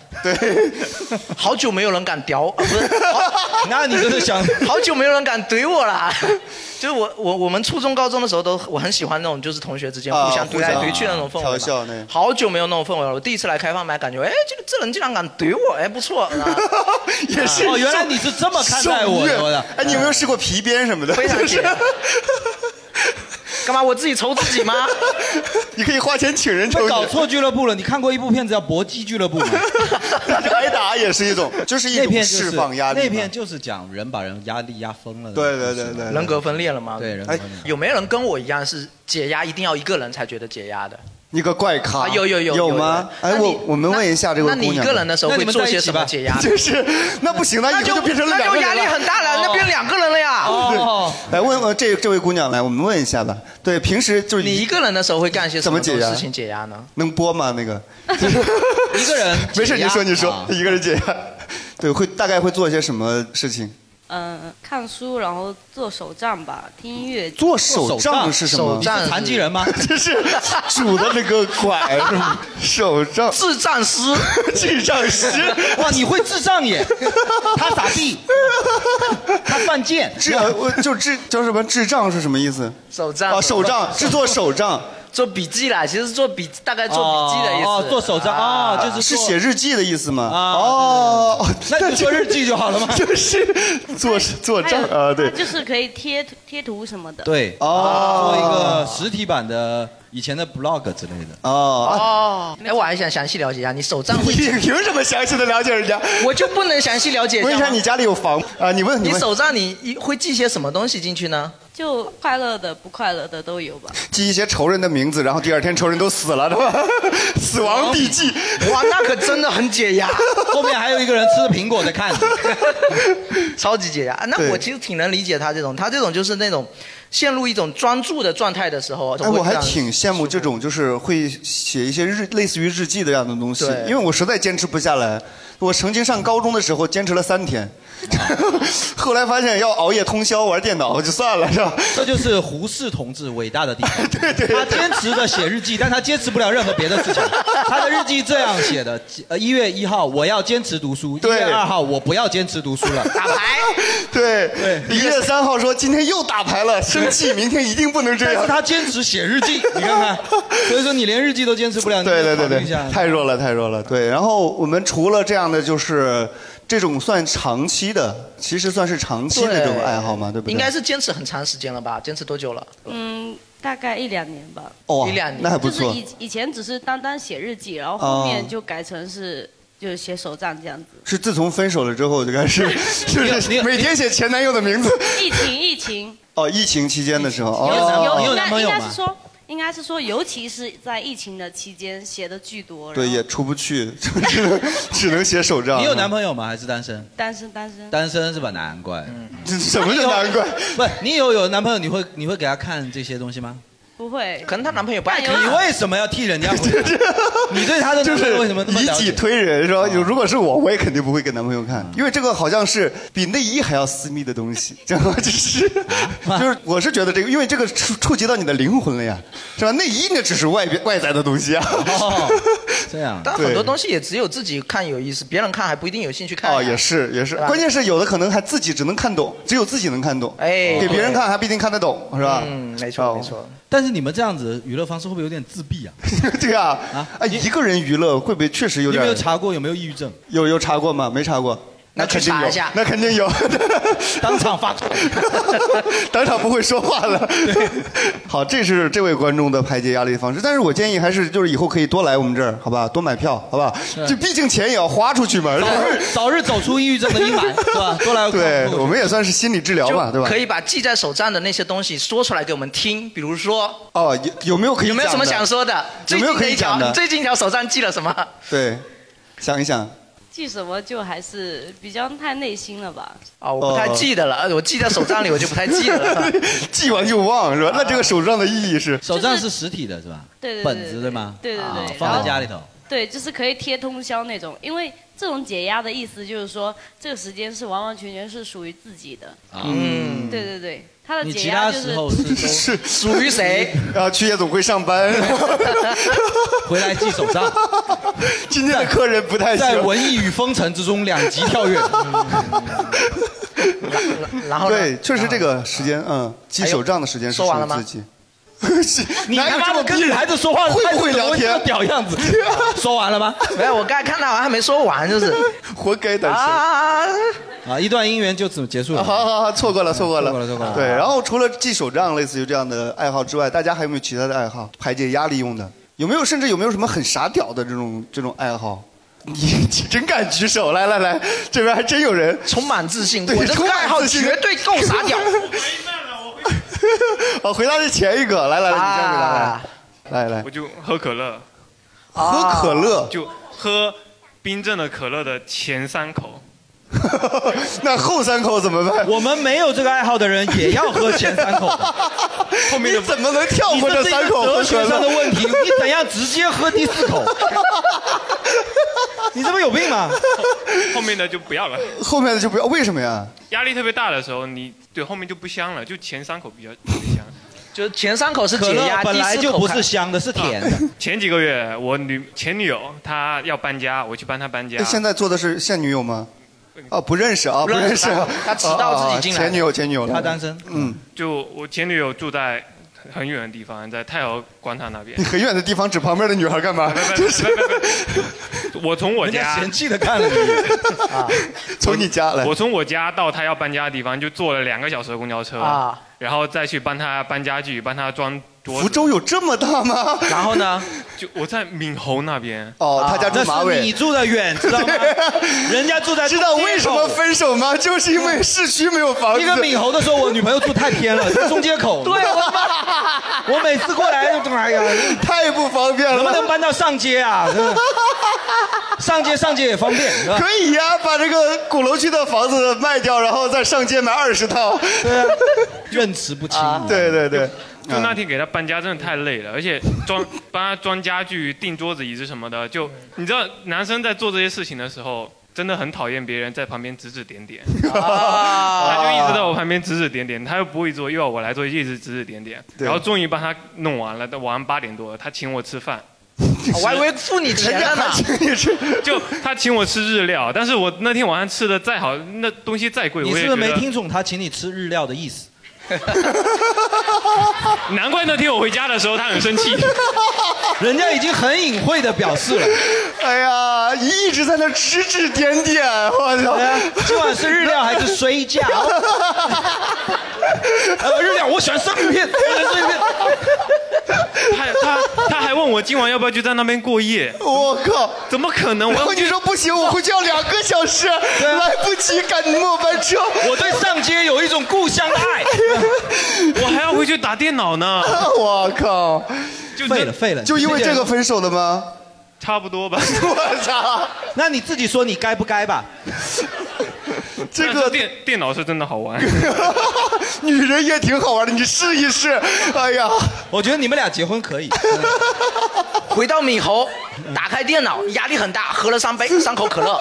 Speaker 2: *laughs* 好久没有人敢屌，啊不
Speaker 3: *laughs*
Speaker 2: 是，好
Speaker 3: 那你真的想，
Speaker 2: *laughs* 好久没有人敢怼我啦。 *laughs* 就是我我我们初中高中的时候都我很喜欢那种就是同学之间
Speaker 1: 啊
Speaker 2: 互相怼来
Speaker 1: 互相
Speaker 2: 怼去的那种氛围嘛
Speaker 1: 调笑那
Speaker 2: *laughs*
Speaker 1: 个
Speaker 2: 好久没有那种氛围了。我第一次来开放麦，感觉哎这个这人竟然敢怼我，哎不错。啊
Speaker 1: *laughs* 也是
Speaker 3: 哦，原来你是这么看待我
Speaker 1: 受
Speaker 3: 的
Speaker 1: 虐
Speaker 3: 我的。
Speaker 1: 哎，你有没有试过皮鞭什么的？
Speaker 2: 非常
Speaker 1: 就
Speaker 2: 解
Speaker 1: 是
Speaker 2: 压干嘛我自己愁自己吗？
Speaker 1: 你可以花钱请人抽
Speaker 3: 被
Speaker 1: 你，
Speaker 3: 搞错俱乐部了。你看过一部片子叫《搏击俱乐部》吗？
Speaker 1: 挨打也是一种， *laughs* 就是一
Speaker 3: 那
Speaker 1: 种
Speaker 3: 片就是
Speaker 1: 释放压力嘛。
Speaker 3: 那片就是讲人把人压力压疯了的故
Speaker 1: 对
Speaker 3: 事。
Speaker 1: 对对对，
Speaker 2: 人格分裂了吗？
Speaker 3: 对人格
Speaker 1: 哎
Speaker 3: 分裂
Speaker 2: 有没有人跟我一样是解压一定要一个人才觉得解压的？
Speaker 1: 你个怪咖，
Speaker 2: 啊，有有有
Speaker 1: 有吗？
Speaker 2: 有
Speaker 1: 哎，
Speaker 2: 那
Speaker 1: 我
Speaker 2: 你
Speaker 1: 我们问一下这位
Speaker 2: 那
Speaker 1: 姑
Speaker 2: 那你一
Speaker 1: 娘吧，
Speaker 2: 个人的时候
Speaker 3: 那
Speaker 2: 会
Speaker 3: 你们
Speaker 2: 做
Speaker 3: 在一
Speaker 2: 些
Speaker 3: 起
Speaker 2: 什么
Speaker 3: 吧
Speaker 2: 解压？
Speaker 1: 就是那不行，那以后就变成了两个
Speaker 2: 那就压
Speaker 1: 人
Speaker 2: 力
Speaker 1: 了。
Speaker 2: 很大了，那变两个人了呀。
Speaker 3: 哦，
Speaker 1: 啊来问问这这位姑娘，来我们问一下吧。对，平时就是
Speaker 2: 你一个人的时候会干些什么
Speaker 1: 怎么解压
Speaker 2: 事情解压呢？
Speaker 1: 能播吗？那个
Speaker 3: *laughs* 一个人
Speaker 1: 没事，
Speaker 3: 解
Speaker 1: 你
Speaker 3: 压
Speaker 1: 说你说
Speaker 3: 啊，
Speaker 1: 一个人解压。对，会大概会做些什么事情？
Speaker 5: *laughs* 嗯，看书，然后做手账吧，听音乐。
Speaker 1: 做手杖是什么
Speaker 2: 手
Speaker 3: 你？
Speaker 2: 杖
Speaker 3: 是残疾
Speaker 1: *laughs*
Speaker 3: 人吗？
Speaker 1: 就是拄的那个拐，是吗手杖
Speaker 2: 智障师，
Speaker 1: *laughs* 智障师。
Speaker 3: *laughs* 哇，你会智障耶！他傻
Speaker 1: *laughs*
Speaker 3: 逼，他犯贱。
Speaker 1: 智，我就智叫什么智障是什么意思？
Speaker 2: 手账
Speaker 1: 啊，手杖制作手杖
Speaker 2: 做笔记啦，其实做笔大概 *laughs* 做笔记的意思。啊
Speaker 3: 哦，做手账哦，就是
Speaker 1: 是
Speaker 3: 做
Speaker 1: 写。日记的意思吗？
Speaker 3: 啊
Speaker 1: 哦，？
Speaker 3: 那你就做日记就好了吗
Speaker 1: *laughs* 就是做做
Speaker 5: 还
Speaker 1: 账
Speaker 5: 有
Speaker 1: 啊，对
Speaker 5: 它。就是可以贴图贴图什么的。，
Speaker 3: 对，
Speaker 1: 哦
Speaker 3: 做一个实体版的以前的 blog 之类的。
Speaker 1: 哦，
Speaker 3: 啊
Speaker 2: 哦，哎，我还想详细了解一下你手账
Speaker 1: 你
Speaker 2: 会，
Speaker 1: *laughs* 凭什么详细的了解人家？
Speaker 2: 我就不能详细了解一
Speaker 1: 问一
Speaker 2: 下
Speaker 1: 下
Speaker 2: 吗
Speaker 1: 你。家里有房啊？你问
Speaker 2: 你
Speaker 1: 问，
Speaker 2: 手账你一会记些什么东西进去呢？
Speaker 5: 就快乐的、不快乐的都有
Speaker 1: *laughs*
Speaker 5: 吧。
Speaker 1: 记一些仇人的名字，然后第二天仇人都死了，是吧？ *laughs* 死亡笔记。
Speaker 2: *laughs*
Speaker 1: 哎
Speaker 2: 哇，那可真的很
Speaker 1: *laughs*
Speaker 2: 解压，
Speaker 3: 后面还有一个人吃着苹果在看你，
Speaker 2: *laughs* 超级解压。啊那
Speaker 1: 对
Speaker 2: 我其实挺能理解他这种，他这种就是那种陷入一种专注的状态的时候，
Speaker 1: 哎，
Speaker 2: 会
Speaker 1: 我还
Speaker 2: 这样
Speaker 1: 挺羡慕这种，就是会写一些日类似于日记的这样的东西
Speaker 2: 对，
Speaker 1: 因为我实在坚持不下来。我曾经上高中的时候坚持了三天，
Speaker 2: 啊
Speaker 1: *laughs* 后来发现要熬夜通宵玩电脑就算了，是吧？
Speaker 3: 这就是胡适同志伟大的地
Speaker 1: *laughs*
Speaker 3: 方。他坚持的写日记，但他坚持不了任何别的事
Speaker 1: *laughs*
Speaker 3: 情。他的日记这样写的：呃，一月一号我要坚持读书，一
Speaker 1: 对
Speaker 3: 月二号我不要坚持读书了。
Speaker 2: 打牌。
Speaker 1: 对
Speaker 3: 对，
Speaker 1: 一月三号说今天又打牌了，生气，明天一定不能这
Speaker 3: 但
Speaker 1: 样
Speaker 3: 是。他坚持写日记，你看
Speaker 1: *laughs*
Speaker 3: 看，所以说你连日记都坚持不了，你
Speaker 1: 对对对
Speaker 3: 就考虑一
Speaker 1: 对
Speaker 3: 下，
Speaker 1: 太弱了，太弱了。对，然后我们除了这样的，就是这种算长期的，其实算是长期的这种爱好嘛，对不对？
Speaker 2: 应该是坚持很长时间了吧？坚持多久了？
Speaker 5: 嗯，大概一两年吧。
Speaker 1: 哦
Speaker 2: 一两年
Speaker 1: 那还不
Speaker 5: 就是
Speaker 1: 错。
Speaker 5: 以以前只是单单写日记，然后后面
Speaker 1: 哦
Speaker 5: 就改成是就是写手账这样
Speaker 1: *laughs*
Speaker 5: 子。
Speaker 1: 是自从分手了之后就开
Speaker 3: *laughs*
Speaker 1: 始，就是每天写前男友的名字。
Speaker 5: 疫情，疫情，
Speaker 1: 哦，疫情期间的时候，
Speaker 5: 尤
Speaker 1: 哦，
Speaker 5: 尤应该应该是说，应该是说，尤其是在疫情的期间写的巨多。
Speaker 1: 对，也出不去， *laughs* 只能只能写手账。
Speaker 3: 你有男朋友吗？还是单身？
Speaker 5: 单身，单身。
Speaker 3: 单身是吧？难怪。
Speaker 1: 嗯什么是难怪？
Speaker 3: 不，你有有男朋友，你会你会给他看这些东西吗？哎
Speaker 5: 不会，
Speaker 2: 可能她男朋友不爱
Speaker 3: 你为什么要替人
Speaker 1: *laughs*
Speaker 3: 家回答？ *laughs* 你对他的
Speaker 1: 就
Speaker 3: 男朋
Speaker 1: 是
Speaker 3: 友为什么那么
Speaker 1: 以
Speaker 3: 了
Speaker 1: 己
Speaker 3: 解？啊
Speaker 1: 推人是吧？如果是我，我也肯定不会给男朋友看，因为这个好像是比内衣还要私密的东西， *laughs* 知道吗？就是
Speaker 3: 啊
Speaker 1: 就是，我是觉得这个，因为这个触触及到你的灵魂了呀，是吧？内衣那只是外边外在的东西啊。
Speaker 3: 哦这样
Speaker 2: 但很
Speaker 1: *laughs*
Speaker 2: 多
Speaker 1: 对
Speaker 2: 东西也只有自己看有意思，别人看还不一定有兴趣看呀。
Speaker 1: 哦，也是也是
Speaker 2: 对，吧
Speaker 1: 关键是有的可能还自己只能看懂，只有自己能看懂，
Speaker 2: 哎
Speaker 1: 给别人
Speaker 2: 对
Speaker 1: 看还不一定看得懂，是吧？哦
Speaker 2: 嗯，没错没错。
Speaker 3: 但是你们这样子娱乐方式会不会有点自闭啊？
Speaker 1: *laughs* 对啊，啊，一个人娱乐会不会确实有
Speaker 3: 你
Speaker 1: 点
Speaker 3: 有没有查过有没有抑郁症？
Speaker 1: 有有查过吗？没查过。
Speaker 3: 那
Speaker 1: 肯
Speaker 3: 去
Speaker 1: 定
Speaker 3: 查
Speaker 1: 有
Speaker 3: 一下，
Speaker 1: 那肯定有，
Speaker 3: 当场发作，
Speaker 1: 当场不会说话了。好，这是这位观众的排解压力方式，但是我建议还是就是以后可以多来我们这儿，好吧？多买票，好吧？就毕竟钱也要花出去嘛。*laughs*
Speaker 3: 早日 *laughs* 早日走出抑郁症的阴霾，是吧？多来
Speaker 1: 对，我们也算是心理治疗吧，对吧？
Speaker 2: 可以把记在手账的那些东西说出来给我们听，比如说
Speaker 1: 哦，有有没有可以
Speaker 2: 有没有
Speaker 1: 讲
Speaker 2: 什么
Speaker 1: 的
Speaker 2: 想说的？
Speaker 1: 有
Speaker 2: 最
Speaker 1: 没有
Speaker 2: 近
Speaker 1: 可
Speaker 2: 的
Speaker 1: 以
Speaker 2: 一条，
Speaker 1: 讲的
Speaker 2: 你？最近一条手账记了
Speaker 1: *laughs*
Speaker 2: 什么？
Speaker 1: 对，想一想。
Speaker 5: 记什么就还是比较太内心了吧。
Speaker 2: 啊，我不太记得了，我记在手账里，我就不太
Speaker 1: *laughs*
Speaker 2: 记了。
Speaker 1: 哦记完
Speaker 3: *laughs*
Speaker 1: 就 *laughs* 忘是吧？那这个手账的意义是？
Speaker 3: 手账是实体的是吧？
Speaker 5: 对对对
Speaker 3: 本子对吗？
Speaker 5: 对对对
Speaker 3: 啊
Speaker 5: 然后
Speaker 3: 放在家里头。
Speaker 5: 对，就是可以贴通宵那种，因为这种解压的意思就是说，这个时间是完完全全是属于自己的。
Speaker 3: 嗯
Speaker 5: 对对对，他的
Speaker 3: 你
Speaker 5: 解
Speaker 3: 其
Speaker 5: 压
Speaker 3: 他
Speaker 5: 就
Speaker 3: 时
Speaker 5: 是
Speaker 3: 候是都
Speaker 1: *laughs*
Speaker 5: *laughs*
Speaker 1: 是
Speaker 2: 属于谁？
Speaker 1: 啊，去夜总会上班，
Speaker 3: 回来记手账，
Speaker 1: *laughs* 今天的客人不太
Speaker 3: 在
Speaker 1: 行。
Speaker 3: 文艺与风尘之中两级跳跃。
Speaker 2: *laughs* 然后呢
Speaker 1: 对，确实这个时间，嗯，记手账的时间是
Speaker 2: 说完
Speaker 1: 属
Speaker 2: 了
Speaker 1: 于
Speaker 2: 吗
Speaker 1: 自己。
Speaker 3: 你
Speaker 1: 哪有这
Speaker 3: 他妈
Speaker 1: 么
Speaker 3: 的
Speaker 1: 逼
Speaker 3: 跟女
Speaker 1: 人
Speaker 3: 孩子说话
Speaker 1: 会不会聊天
Speaker 3: 这屌样
Speaker 1: *laughs*
Speaker 3: 子？说完了吗？
Speaker 2: 没有，我刚才看到还没说完，就是
Speaker 1: 活该单身。
Speaker 2: 啊，
Speaker 3: 啊， *laughs* 一段姻缘就此结束
Speaker 1: 啊 *laughs*
Speaker 3: 了。
Speaker 1: 好好好，错过了，错过了，
Speaker 3: 嗯错过了错过了
Speaker 1: 对，然后除了记手账类似于这样的爱好之外，大家还有没有其他的爱好排解压力用的？有没有甚至有没有什么很傻屌的这种这种爱好？ *laughs* 你你真敢举手！来来来，这边还真有人。
Speaker 2: 充满自信，
Speaker 1: 对
Speaker 2: 我这
Speaker 1: 充
Speaker 2: 个
Speaker 1: 满
Speaker 2: 爱好
Speaker 1: 自信
Speaker 2: 绝对够
Speaker 1: *laughs*
Speaker 2: 傻屌。
Speaker 1: 哦，回答是前一个，来来来，你先回答来
Speaker 2: 啊。
Speaker 1: 来来
Speaker 6: 我，就喝可乐，
Speaker 1: 哎
Speaker 6: 啊
Speaker 1: 喝可乐，
Speaker 6: 就喝冰镇的可乐的前
Speaker 1: *laughs*
Speaker 6: 三口。
Speaker 1: 哦那后三口怎么办？
Speaker 3: 我们没有这个爱好的人也要喝前三口的。
Speaker 1: 后面怎么能 *laughs* 跳
Speaker 3: 你
Speaker 1: 过
Speaker 3: 这是一
Speaker 1: 三
Speaker 3: 个
Speaker 1: 口
Speaker 3: 哲
Speaker 1: 喝可
Speaker 3: 学上的
Speaker 1: 乐？
Speaker 3: 问
Speaker 1: *laughs*
Speaker 3: 题，你怎样直接喝第四口？你这不有病吗？
Speaker 6: 后面的就不要了。
Speaker 1: 后面的就不要，为什么呀？
Speaker 6: 压力特别大的时候，你对后面就不香了，就前三口比较特别香。
Speaker 2: 就前三口是
Speaker 3: 可
Speaker 2: 解
Speaker 3: 乐
Speaker 2: 压，
Speaker 3: 本来
Speaker 2: 第四
Speaker 3: 就
Speaker 2: 口
Speaker 3: 不
Speaker 2: 看
Speaker 3: 是香的，是甜的。
Speaker 6: 啊前几个月，我女前女友她要搬家，我去帮她搬家
Speaker 1: 那。哎现在做的是现女友吗？啊，不认识啊，不
Speaker 2: 不认
Speaker 1: 认
Speaker 2: 识
Speaker 1: 识啊。
Speaker 2: 他迟到自己进
Speaker 1: 啊啊
Speaker 2: 来
Speaker 1: 前女友，前女友，
Speaker 3: 他单身，
Speaker 1: 嗯，
Speaker 6: 就我前女友住在很远的地方，在太和广场那边
Speaker 1: 你。很远的地方指旁边的女孩干嘛？就是
Speaker 6: 我从我
Speaker 3: 人家
Speaker 6: 家，
Speaker 3: 嫌弃的看了你。
Speaker 1: 从你家来
Speaker 6: 我。从我家到她要搬家的地方，就坐了两个小时的公交车，
Speaker 2: 啊。
Speaker 6: 然后再去帮她搬家具，帮她装桌
Speaker 1: 福
Speaker 6: 子。
Speaker 1: 州有这么大吗？
Speaker 2: 然后呢？
Speaker 6: *laughs*
Speaker 2: 啊
Speaker 6: 就我在闽侯那边。
Speaker 1: 哦，他家住马
Speaker 3: 啊那是你
Speaker 1: 尾。
Speaker 3: 住的远，知道吗？人家住在
Speaker 1: 知道为什么分手吗？就是因为市区没有房
Speaker 3: 嗯一个
Speaker 1: 子。
Speaker 3: 闽侯的
Speaker 1: *laughs*
Speaker 3: 说，我女朋友住太偏了，在中街口。对， *laughs* 我每次过来，哎呀，
Speaker 1: 太不方便
Speaker 3: 能不能
Speaker 1: 了。
Speaker 3: 搬到上街
Speaker 1: *laughs*
Speaker 3: 啊？真的上街上街也方便，是吧？
Speaker 1: 可以呀、把这个鼓楼区的房子卖掉，然后再上街买二十套。啊 *laughs*
Speaker 3: 对啊，认识不清。
Speaker 1: 对对对，
Speaker 6: 就那天给他搬家真的太累了，而且装
Speaker 1: *laughs*
Speaker 6: 帮他装家具、订桌子、椅子什么的，就你知道，男生在做这些事情的时候，真的很讨厌别人在旁边指指
Speaker 1: *laughs*
Speaker 6: 点点。
Speaker 1: 啊
Speaker 6: 他就一直在我旁边指指点点，他又不会做，又要我来做，一直指指点点。
Speaker 1: 对
Speaker 6: 然后终于帮他弄完了，到晚上八点多了，他请我吃饭，
Speaker 2: 我还以为付你钱了呢。
Speaker 6: 就 *laughs* 他请我吃日料，但是我那天晚上吃的再好，那东西再贵，
Speaker 3: 你
Speaker 6: 我也
Speaker 3: 是
Speaker 6: 觉
Speaker 3: 不
Speaker 6: 得
Speaker 3: 是没听懂他请你吃日料的意思？ *laughs*
Speaker 6: 难怪那天我回家的时候他很生气。
Speaker 3: 人家已经很隐晦的表示了，
Speaker 1: *laughs* 哎呀，一直在那指指点点，我操
Speaker 3: 对！啊，今晚是日料还是水
Speaker 1: *laughs*
Speaker 3: 饺？呃，日料，我喜欢生鱼片，我喜欢生鱼片。
Speaker 6: 他他他还问我今晚要不要去在那边过夜。
Speaker 1: 我靠，
Speaker 6: 怎么可能？我
Speaker 1: 然后
Speaker 6: 要
Speaker 1: 你
Speaker 6: 去
Speaker 1: 说不行，我回去要两个小时，来不及赶末班车。
Speaker 3: 啊我对上街有一种故乡的
Speaker 1: *laughs*
Speaker 3: 爱。
Speaker 6: 我还要回去打电脑呢。
Speaker 1: 我靠，
Speaker 6: 就
Speaker 3: 废了废了，
Speaker 1: 就因为这个分手的吗？
Speaker 6: 差不多吧。
Speaker 1: *laughs* 我操，
Speaker 3: 那你自己说你该不该吧？
Speaker 1: 这
Speaker 6: 但是
Speaker 1: 个
Speaker 6: 电电脑是真的好玩。
Speaker 1: *laughs* 女人也挺好玩的，你试一试。哎呀，
Speaker 3: *laughs* 我觉得你们俩结婚可以。
Speaker 2: 回到闽侯，打开电脑，压力很大，喝了
Speaker 1: *laughs*
Speaker 2: 三杯三口可乐。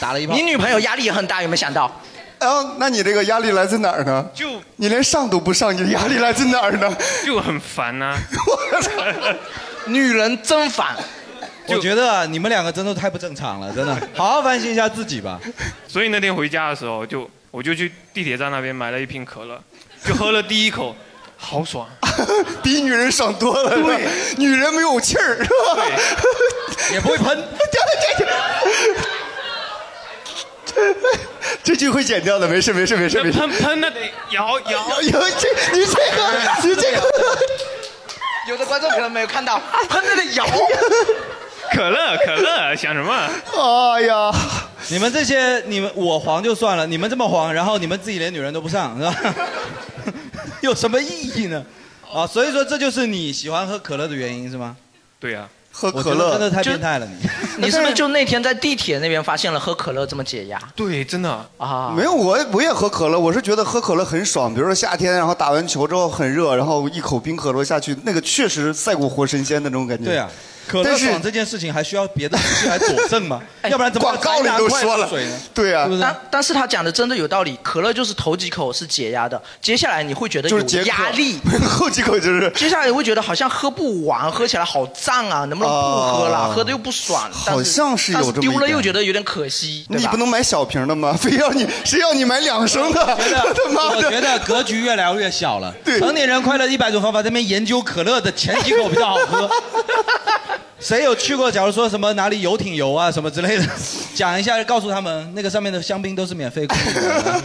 Speaker 3: 打了一炮
Speaker 2: 你，女朋友压力也很大，有没有想到？
Speaker 1: 然后哎那你这个压力来自哪儿呢？
Speaker 6: 就
Speaker 1: 你连上都不上，你的压力来自哪儿呢？
Speaker 6: 就很烦啊呐、
Speaker 2: 女人真烦。
Speaker 3: 我觉得啊你们两个真的太不正常了，真的，好好反省一下自己吧。
Speaker 6: *laughs* 所以那天回家的时候，就我就去地铁站那边买了一瓶可乐，就喝了第一口，好爽。
Speaker 1: *laughs* 比女人爽多了。对，女人没有气儿，是吧？
Speaker 3: 也不会
Speaker 1: *laughs*
Speaker 3: 喷。
Speaker 1: 这句会剪掉的，没事没事没事
Speaker 6: 那
Speaker 1: 没事。
Speaker 6: 喷喷那得摇摇。
Speaker 1: 有有这你这个你这个，
Speaker 2: 有的观众可能没有
Speaker 1: *laughs*
Speaker 2: 看到，喷的摇。
Speaker 6: 可乐，可乐，想什么？
Speaker 1: 哎呀，
Speaker 3: 你们这些，你们我黄就算了，你们这么黄，然后你们自己连女人都不上，是吧？ *laughs* 有什么意义呢？啊，所以说这就是你喜欢喝可乐的原因是吗？
Speaker 6: 对啊呀、
Speaker 1: 喝
Speaker 3: 我
Speaker 1: 可
Speaker 3: 觉得真
Speaker 1: 乐，
Speaker 3: 的太变态了你。
Speaker 6: *laughs*
Speaker 2: 你是不是就那天在地铁那边发现了喝可乐这么解压
Speaker 6: 对，真的。
Speaker 2: 啊？
Speaker 1: 没有我我也喝可乐，我是觉得喝可乐很爽。比如说夏天，然后打完球之后很热，然后一口冰可乐下去，那个确实赛过活神仙的那种感觉。
Speaker 3: 对啊，，可
Speaker 1: 嗯
Speaker 3: 乐
Speaker 1: 但是哎
Speaker 3: 爽这件事情还需要别的东西来佐证
Speaker 1: *laughs*
Speaker 3: 吗？要不然怎么
Speaker 1: 广告里都说了
Speaker 3: 还拿快乐水呢？，
Speaker 1: 对啊
Speaker 3: 是不，是？
Speaker 2: 但但是他讲的真的有道理，可乐就是头几口是解压的，接下来你会觉得
Speaker 1: 就
Speaker 2: 有
Speaker 1: 是解渴
Speaker 2: 压力，，
Speaker 1: *laughs* 后几口就是
Speaker 2: 接下来你会觉得好像喝不完，喝起来好胀啊，能不能不喝了？
Speaker 1: 哦
Speaker 2: 喝的又不爽，但
Speaker 1: 好像是有这么一
Speaker 2: 但丢了
Speaker 1: 点
Speaker 2: 又觉得有点可惜，对
Speaker 1: 你
Speaker 2: 吧
Speaker 1: 不能买小瓶的吗？非要你 *laughs* 谁要你买两升的？我啊 *laughs* 他妈
Speaker 3: 我
Speaker 1: 的！
Speaker 3: 觉得格局 *laughs* 越来越小了。
Speaker 1: 对
Speaker 3: 成年人快乐一百种方法，这边研究可乐的前几口比较好
Speaker 1: *laughs*
Speaker 3: 喝。谁有去过？假如说什么哪里游艇游啊什么之类的， *laughs* 讲一下，告诉他们那个上面的香槟都是免费供应的。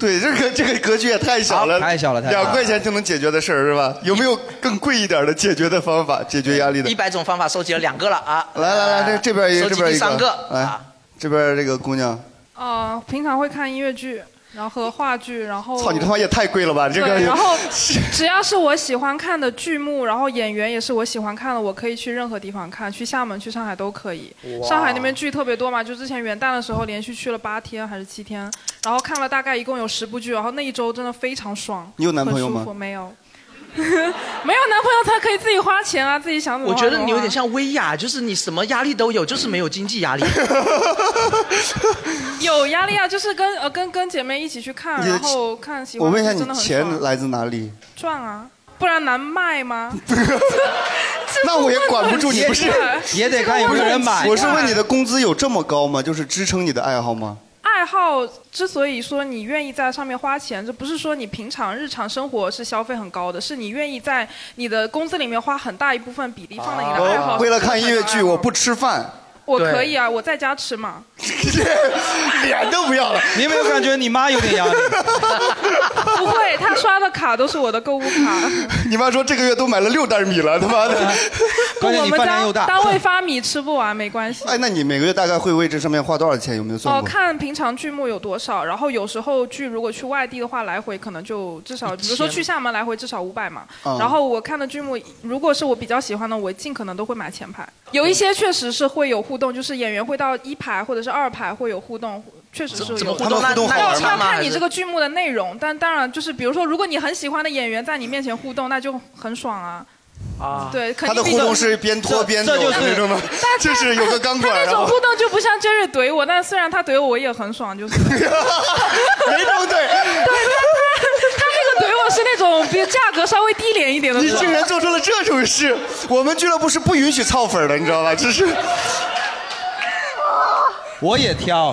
Speaker 1: 对，这个这个格局也太小了，
Speaker 3: 好啊太小了太小了
Speaker 1: 两块钱就能解决的事儿是吧？有没有更贵一点的解决的方法解决压力的
Speaker 2: 一？百种方法收集了两个了啊！
Speaker 1: 来来来，这这边一个，
Speaker 2: 收集
Speaker 1: 这边
Speaker 2: 第
Speaker 1: 一
Speaker 2: 三个
Speaker 1: 来
Speaker 2: 啊，，
Speaker 1: 这边这个姑娘，
Speaker 7: 呃，平常会看音乐剧，然后和话剧，然后
Speaker 1: 操你他妈也太贵了吧！这个
Speaker 7: 对，然后只要是我喜欢看的剧目，然后演员也是我喜欢看的，我可以去任何地方看，去厦门、去上海都可以。上海那边剧特别多嘛，就之前元旦的时候连续去了八天还是七天，然后看了大概一共有十部剧，然后那一周真的非常爽。
Speaker 1: 你有男朋友
Speaker 7: 很
Speaker 1: 吗
Speaker 7: 舒服没有， *laughs* 没有男朋友才可以自己花钱啊，自己想怎么
Speaker 2: 我
Speaker 7: 花
Speaker 2: 觉
Speaker 7: 怎么花。
Speaker 2: 得你有点像薇娅，就是你什么压力都有，就是没有经济
Speaker 1: *laughs*
Speaker 2: 压力。
Speaker 7: 有压力啊，就是跟呃跟跟姐妹一起去看，
Speaker 1: 你的
Speaker 7: 然后看喜
Speaker 1: *laughs*
Speaker 7: 欢
Speaker 1: 我问一下
Speaker 7: 的剧
Speaker 1: 你
Speaker 7: 真的很爽
Speaker 1: 钱来自哪里？
Speaker 7: 赚啊，不然难卖
Speaker 3: *laughs*
Speaker 7: 吗？
Speaker 1: 那我也管不住你，不是？
Speaker 3: 也得看有没有
Speaker 7: *laughs*
Speaker 3: 人买
Speaker 1: 我。是问你的工资有这么高吗？就是支撑你的爱好吗？
Speaker 7: 爱好之所以说你愿意在上面花钱，这不是说你平常日常生活是消费很高的，是你愿意在你的工资里面花很大一部分比例放在你的
Speaker 3: 哦
Speaker 7: 爱好。
Speaker 1: 哦我为了看音乐剧，我不，吃饭，
Speaker 7: 我
Speaker 2: 对
Speaker 7: 可以啊，我在家吃
Speaker 3: *laughs*
Speaker 7: 嘛。
Speaker 1: *laughs* 脸都不要了。
Speaker 3: 你有没有感觉你妈有点
Speaker 1: *laughs*
Speaker 3: 压力？
Speaker 7: 不会，他刷的卡都是我的购物卡。
Speaker 1: *laughs* 你妈说这个月都买了六袋米了，他妈的！
Speaker 3: 关键
Speaker 7: *laughs* 我
Speaker 3: 你
Speaker 7: 们
Speaker 3: 饭量又
Speaker 7: 家
Speaker 3: 大。
Speaker 7: 单位发米吃不完没关系。
Speaker 1: 哎，那你每个月大概会为这上面花多少钱？有没有算
Speaker 7: 哦，
Speaker 1: 过？
Speaker 7: 看平常剧目有多少，然后有时候剧如果去外地的话，来回可能就至少，比如说去厦门来回至少五百嘛。
Speaker 1: 嗯
Speaker 7: 然后我看的剧目，如果是我比较喜欢的，我尽可能都会买前排。有
Speaker 1: 嗯
Speaker 7: 一些确实是会有互动，就是演员会到一排或者是二排会有互动，确实是
Speaker 2: 怎么
Speaker 7: 有
Speaker 2: 互
Speaker 1: 他们
Speaker 2: 动？那
Speaker 1: 互动好
Speaker 2: 那
Speaker 7: 要
Speaker 1: 玩
Speaker 2: 有
Speaker 1: 吗
Speaker 2: 差
Speaker 7: 要
Speaker 2: 吗？
Speaker 7: 看
Speaker 2: 还
Speaker 7: 你
Speaker 2: 是
Speaker 7: 这个剧目的内容，但当然就是，比如说，如果你很喜欢的演员在你面前互动，那就很爽啊。
Speaker 2: 啊，
Speaker 7: 对，肯
Speaker 1: 他
Speaker 7: 定
Speaker 1: 的
Speaker 7: 比
Speaker 1: 互动
Speaker 7: 较
Speaker 1: 是边拖
Speaker 3: 这
Speaker 1: 边扭
Speaker 3: 这
Speaker 1: 的
Speaker 3: 就是
Speaker 1: 那种吗？ *laughs* 就是有个钢
Speaker 7: 他
Speaker 1: 管，
Speaker 7: 那
Speaker 1: 然
Speaker 7: 种
Speaker 1: 后
Speaker 7: 互动就不像 Jerry 怼我，但虽然他怼我，我也很爽，
Speaker 1: *laughs*
Speaker 7: 就是。
Speaker 1: 没弄对，
Speaker 7: 他那个怼我是那种比价格稍微低廉一点的
Speaker 1: 你
Speaker 7: 那种
Speaker 1: 竟。然做出了这种事！我们俱乐部是不允许操粉的，你知道吧？只是
Speaker 7: *laughs*
Speaker 3: 我也挑，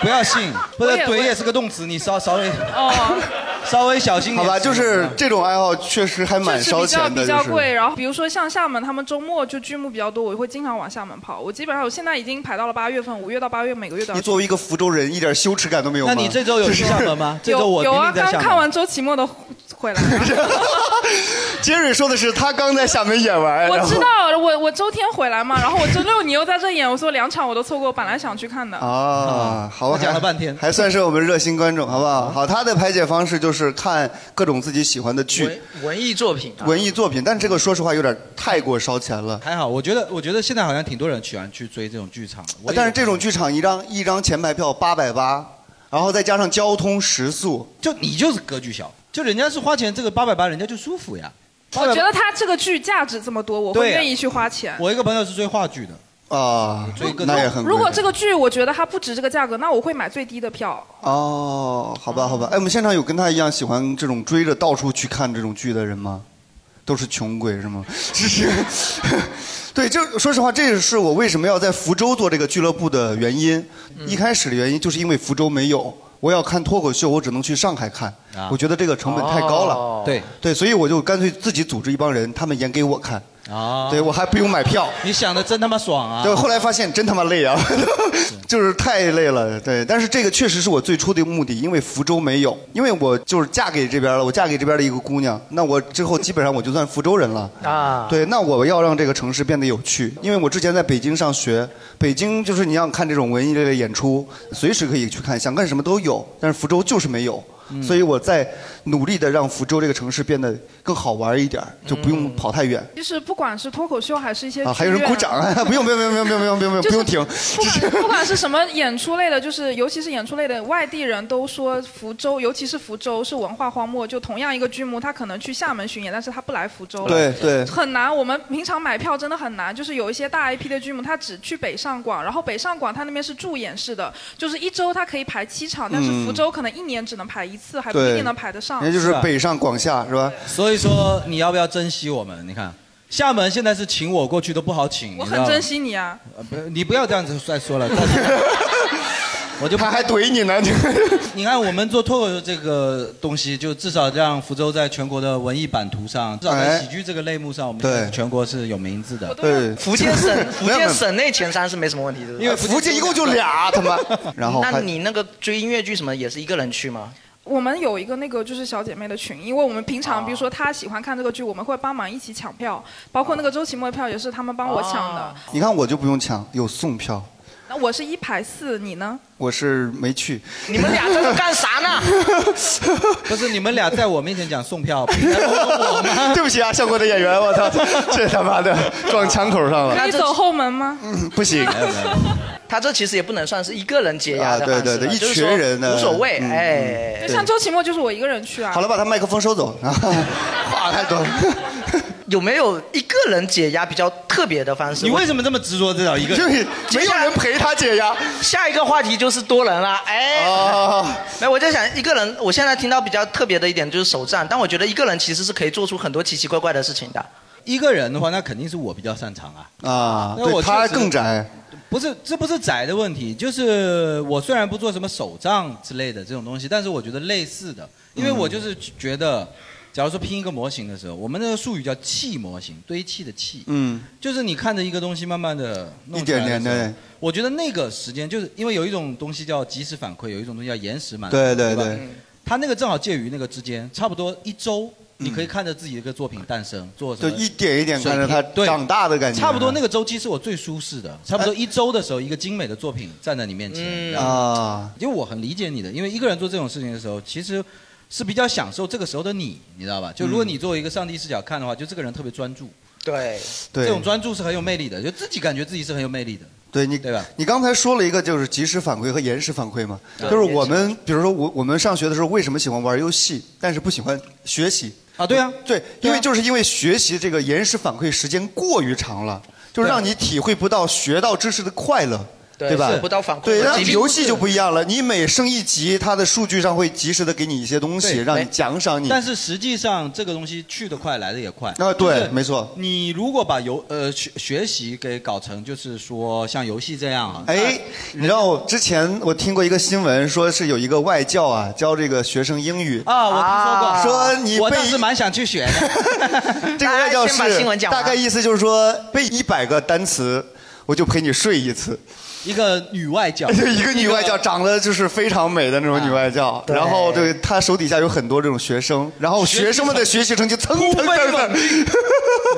Speaker 3: 不要信，不是
Speaker 7: 我也
Speaker 3: 怼也是个动词，你稍稍微
Speaker 1: *laughs*
Speaker 7: 哦，
Speaker 3: 稍微小心点。嗯
Speaker 1: 好吧，就是这种爱好确实还蛮
Speaker 7: 就是
Speaker 1: 烧
Speaker 7: 比较
Speaker 1: 钱的，
Speaker 7: 比
Speaker 1: 就
Speaker 7: 较
Speaker 1: 是。
Speaker 7: 贵，然后比如说像厦门，他们周末就剧目比较多，我会经常往厦门跑。我基本上我现在已经排到了八月份，五月到八月每个月都要
Speaker 1: 你
Speaker 7: 去。
Speaker 1: 作为一个福州人，一点羞耻感都没有吗？
Speaker 3: 那你这周有去厦门吗？这周
Speaker 7: *laughs* 有
Speaker 3: 我
Speaker 7: 有
Speaker 3: 明
Speaker 7: 啊，
Speaker 3: 明在
Speaker 7: 刚
Speaker 3: 厦门。
Speaker 7: 看完周奇墨的回来。
Speaker 1: 杰瑞说的是他刚在厦门演完，
Speaker 7: 我
Speaker 1: 然后
Speaker 7: 知道，我我周天回来嘛，然后我周六你又在这演，我说两场我都错过，本来想去看的。
Speaker 1: 啊，好吧，
Speaker 3: 他讲了
Speaker 1: 半天，还算是我们热心观众，好不好？好，他的排解方式就是看各种自己喜欢的剧、
Speaker 2: 文艺作品啊，
Speaker 1: 文艺作品，但这个说实话有点太过烧钱了。
Speaker 3: 还好，我觉得我觉得现在好像挺多人喜欢去追这种剧场。我也
Speaker 1: 但是这种剧场一张一张前排票八百八，然后再加上交通食宿，
Speaker 3: 就你就是格局小，就人家是花钱这个八百八，人家就舒服呀。
Speaker 7: 我觉得他这个剧价值这么多，我会
Speaker 3: 对啊
Speaker 7: 愿意去花钱。
Speaker 3: 我一个朋友是追话剧的，
Speaker 1: 啊，那也很贵。
Speaker 7: 如果这个剧我觉得它不值这个价格，那我会买最低的票。
Speaker 1: 哦，好吧，好
Speaker 3: 嗯
Speaker 1: 吧，哎，我们现场有跟他一样喜欢这种追着到处去看这种剧的人吗？都是穷鬼是吗？这是， *laughs* 对，就说实话，这也是我为什么要在福州做这个俱乐部的原因。
Speaker 3: 嗯
Speaker 1: 一开始的原因就是因为福州没有，我要看脱口秀，我只能去上海看，
Speaker 3: 啊
Speaker 1: 我觉得这个成本太高了。
Speaker 3: 哦对
Speaker 1: 对，所以我就干脆自己组织一帮人，他们演给我看。
Speaker 3: 啊，
Speaker 1: 对我还不用买票。
Speaker 3: 你想的真他妈爽啊！
Speaker 1: 对，后来发现真他妈累啊，就是太累了。对，但是这个确实是我最初的目的，因为福州没有，因为我就是嫁给这边了，我嫁给这边的一个姑娘，那我之后基本上我就算福州人了。
Speaker 2: 啊，
Speaker 1: 对，那我要让这个城市变得有趣，因为我之前在北京上学，北京就是你要看这种文艺类的演出，随时可以去看，想干什么都有，但是福州就是没有，所以我在努力的让福州这个城市变得更好玩一点儿，就不用跑太远。
Speaker 7: 其实不管是脱口秀还是一些
Speaker 1: 啊，还有人
Speaker 7: 剧院
Speaker 1: 鼓掌啊！ *laughs*
Speaker 7: *laughs*
Speaker 1: 不用，不用，不用，不用，不用，不用，不用，不用停。
Speaker 7: 不管 *laughs* 不管是什么演出类的，就是尤其是演出类的，外地人都说福州，尤其是福州是文化荒漠。就同样一个剧目，他可能去厦门巡演，但是他不来福州了。
Speaker 1: 对对
Speaker 7: 很难。我们平常买票真的很难，就是有一些大 IP 的剧目，他只去北上广，然后北上广他那边是驻演式的，就是一周他可以排七场，但是
Speaker 1: 嗯
Speaker 7: 福州可能一年只能排一次，还不
Speaker 1: 对，
Speaker 7: 一定能排得上。
Speaker 1: 那就是北上广下是吧？
Speaker 3: 所以说你要不要珍惜我们？你看，厦门现在是请我过去都不好请，
Speaker 7: 我
Speaker 3: 你知
Speaker 7: 很
Speaker 3: 道吗
Speaker 7: 珍。惜你啊。
Speaker 3: 呃不，你不要这样子再
Speaker 1: *laughs*
Speaker 3: 说了。到时候我就
Speaker 1: 他还怼你呢，你
Speaker 3: *laughs* 你看我们做脱口秀这个东西，就至少让福州在全国的文艺版图上，至少在
Speaker 2: 哎
Speaker 3: 喜剧这个类目上，我们
Speaker 2: 对
Speaker 3: 在全国是有名字的。
Speaker 1: 对，
Speaker 2: 福
Speaker 1: *laughs*
Speaker 2: 建省福建省内前三是没什么问题的，
Speaker 3: 因为福建一共就俩
Speaker 1: 他妈。
Speaker 2: *laughs*
Speaker 1: 然后
Speaker 2: 那
Speaker 1: 还
Speaker 2: 你那个追音乐剧什么也是一个人去吗？
Speaker 7: 我们有一个那个就是小姐妹的群，因为我们平常比如说她喜欢看这个剧，我们会帮忙一起抢票，包括那个周奇墨的票也是他们帮我抢的。
Speaker 1: 你看我就不用抢，有送票，
Speaker 7: 那我是一排四，你呢？
Speaker 1: 我是没去。 *laughs*
Speaker 2: 你们俩在这干啥呢？
Speaker 7: *laughs*
Speaker 3: 不是你们俩在我面前讲
Speaker 1: *laughs*
Speaker 3: 送票，
Speaker 1: 对不起啊，效果的演员，我操，这他妈的撞枪口上了。
Speaker 7: 可以走后门吗？
Speaker 1: 不行，
Speaker 2: *laughs* 他这其实也不能算是一个人解压的
Speaker 1: 啊对
Speaker 2: 方式了，
Speaker 1: 对对
Speaker 2: 就是
Speaker 1: 一群
Speaker 2: 说
Speaker 1: 人呢
Speaker 2: 无所谓，
Speaker 1: 嗯
Speaker 2: 哎，
Speaker 1: 对
Speaker 7: 像周奇墨就是我一个人去啊。
Speaker 1: 好了，把他麦
Speaker 2: *laughs*
Speaker 1: 克风收走。啊话太多了。
Speaker 2: 有没有一个人解压比较特别的方式？
Speaker 3: 你为什么这么执着这找一个人？
Speaker 2: 没有人
Speaker 1: 陪他解压。
Speaker 2: 下一个话题就是多人了，哎，
Speaker 1: 啊
Speaker 2: 没有，我在想一个人，我现在听到比较特别的一点就是手账，但我觉得一个人其实是可以做出很多奇奇怪怪的事情的。
Speaker 3: 一个人的话，那肯定是我比较擅长啊。
Speaker 1: 啊，
Speaker 3: 那
Speaker 1: 对
Speaker 3: 我
Speaker 1: 他
Speaker 3: 确实
Speaker 1: 更宅。
Speaker 3: 不是，这不是宅的问题，就是我虽然不做什么手账之类的这种东西，但是我觉得类似的，因为我就是觉得，假如说拼一个模型的时候，我们那个术语叫砌模型，堆砌的砌，
Speaker 1: 嗯，
Speaker 3: 就是你看着一个东西慢慢的
Speaker 1: 一点点对。
Speaker 3: 我觉得那个时间，就是因为有一种东西叫及时反馈，有一种东西叫延时满足，
Speaker 1: 对对
Speaker 3: 对吧
Speaker 1: 对
Speaker 3: 嗯它那个正好介于那个之间，差不多一周，你可以看着自己的一个作品诞生，做什
Speaker 1: 嗯就
Speaker 3: 么
Speaker 1: 一点一点
Speaker 3: 水
Speaker 1: 看着
Speaker 3: 平
Speaker 1: 他长大的感觉。
Speaker 3: 差不多那个周期是我最舒适的，差不多一周的时候，一个精美的作品站在你面前
Speaker 1: 呃嗯
Speaker 3: 啊，因为我很理解你的，因为一个人做这种事情的时候，其实是比较享受这个时候的你，你知道
Speaker 1: 嗯
Speaker 3: 吧？就如果你作为一个上帝视角看的话，就这个人特别专注，
Speaker 2: 对，
Speaker 1: 对
Speaker 3: 这种专注是很有魅力的，就自己感觉自己是很有魅力的。
Speaker 1: 对你
Speaker 3: 对吧？
Speaker 1: 你刚才说了一个就是及时反馈和延时反馈嘛，
Speaker 3: 对
Speaker 1: 就是我们比如说我我们上学的时候为什么喜欢玩游戏，但是不喜欢学习
Speaker 3: 啊？对啊，
Speaker 1: 对，因为就是因为学习这个延时反馈时间过于长了，就是让你体会不到学到知识的快乐。
Speaker 2: 对
Speaker 1: 吧
Speaker 2: 是？不到反馈
Speaker 1: 对，
Speaker 2: 的
Speaker 1: 那
Speaker 2: 激励
Speaker 1: 游戏就不一样了。你每升一级，它的数据上会及时的给你一些东西，
Speaker 3: 对
Speaker 1: 让你
Speaker 3: 哎
Speaker 1: 奖赏你。
Speaker 3: 但是实际上这个东西去得快，来得也快。
Speaker 1: 啊对
Speaker 3: 就是
Speaker 1: 没错
Speaker 3: 你如果把游呃学学习给搞成就是说像游戏这样啊，
Speaker 1: 哎，你知道我之前我听过一个新闻，说是有一个外教啊教这个学生英语
Speaker 3: 啊，我听说过，
Speaker 1: 说你
Speaker 3: 我
Speaker 1: 被
Speaker 3: 倒是蛮想去学的。
Speaker 1: *laughs* 这个外教
Speaker 2: 大家先把
Speaker 1: 是
Speaker 2: 新闻讲完啊
Speaker 1: 大概意思就是说背一百个单词，我就陪你睡一次。
Speaker 3: 一个女外教，
Speaker 1: 就 *laughs* 一个女
Speaker 3: *laughs*
Speaker 1: 外教长得就是非常美的那
Speaker 3: 啊
Speaker 1: 种女外教，然后对她手底下有很多这种学生，然后哦学生们的学习成绩蹭蹭蹭 *laughs* 蹭，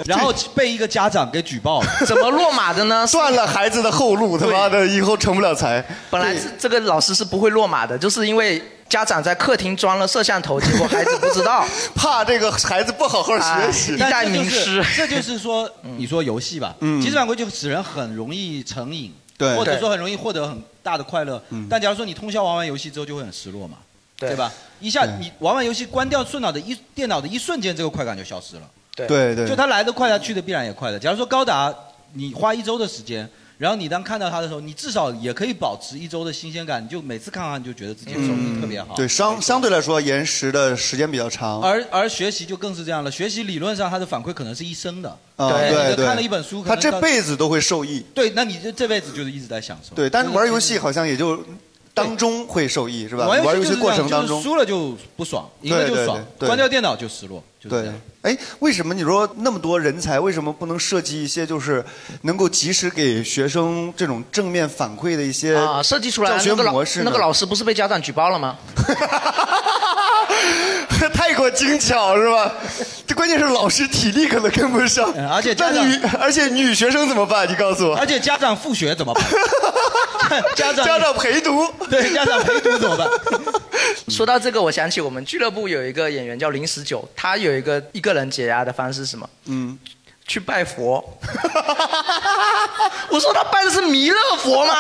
Speaker 3: 然后被一个家长给举报了，
Speaker 2: 怎么落马的呢？
Speaker 1: *laughs* 断了孩子的后路，他妈的以后成不了才。
Speaker 2: 本来是这个老师是不会落马的，就是因为家长在客厅装了摄像头，结果孩子不知道，
Speaker 1: *laughs*
Speaker 2: 啊
Speaker 1: 怕这个孩子不好好学习，
Speaker 2: 一代名师。
Speaker 3: 哎这就是说，你说游戏吧，
Speaker 1: 嗯
Speaker 3: 其实反馈就使人很容易成瘾，
Speaker 1: 对
Speaker 3: 或者说很容易获得很大的快乐
Speaker 1: 嗯。
Speaker 3: 但假如说你通宵玩完游戏之后，就会很失落嘛，
Speaker 2: 对
Speaker 3: 吧？一下
Speaker 1: 对
Speaker 3: 你玩完游戏，关掉顺脑的一电脑的一瞬间，这个快感就消失了。
Speaker 2: 对
Speaker 1: 对对
Speaker 3: 就它来的快，它去的必然也快的。假如说高达，你花一周的时间。然后你当看到它的时候，你至少也可以保持一周的新鲜感，你就每次看完你就觉得自己的手
Speaker 1: 嗯
Speaker 3: 艺特别好。
Speaker 1: 对，相相对来说延时的时间比较长。
Speaker 3: 而而学习就更是这样了，学习理论上它的反馈可能是一生的，
Speaker 1: 啊，
Speaker 3: 你
Speaker 1: 对
Speaker 3: 就
Speaker 1: 对，
Speaker 3: 看了一本书，可
Speaker 1: 他
Speaker 3: 能
Speaker 1: 这
Speaker 3: 到
Speaker 1: 辈子都会受益。
Speaker 3: 对，那你这这辈子就是一直在享受。
Speaker 1: 对，但是玩游戏好像也就当中会受益，是吧？
Speaker 3: 玩
Speaker 1: 玩游
Speaker 3: 游戏
Speaker 1: 戏
Speaker 3: 就是
Speaker 1: 过
Speaker 3: 这样
Speaker 1: 程当
Speaker 3: 就
Speaker 1: 中
Speaker 3: 是，输了就不爽，赢了就
Speaker 1: 对对
Speaker 3: 爽
Speaker 1: 对，对
Speaker 3: 关掉电脑就失落，就是这
Speaker 1: 对
Speaker 3: 样。。
Speaker 1: 哎，为什么你说那么多人才，为什么不能设计一些就是能够及时给学生这种正面反馈的一些
Speaker 2: 啊，设计出来
Speaker 1: 教学
Speaker 2: 那个老
Speaker 1: 模式呢？
Speaker 2: 那个老师不是被家长举报了吗？
Speaker 1: *laughs* 太过精巧是吧？这关键是老师体力可能跟不上，
Speaker 3: 而且
Speaker 1: 那
Speaker 3: 家长
Speaker 1: 女嗯而且女学生怎么办？你告诉我
Speaker 3: 而，且家长复学怎
Speaker 1: *laughs*
Speaker 3: 么办？家长
Speaker 1: 家长陪读。
Speaker 3: *laughs* 对家长陪读怎么办？
Speaker 2: 说到这个，我想起我们俱乐部有一个演员叫林十九，他有一个一个人解压的方式是什么？
Speaker 4: *laughs*
Speaker 1: 嗯，
Speaker 2: 去拜佛。 *laughs* 我说他拜的是弥勒佛吗？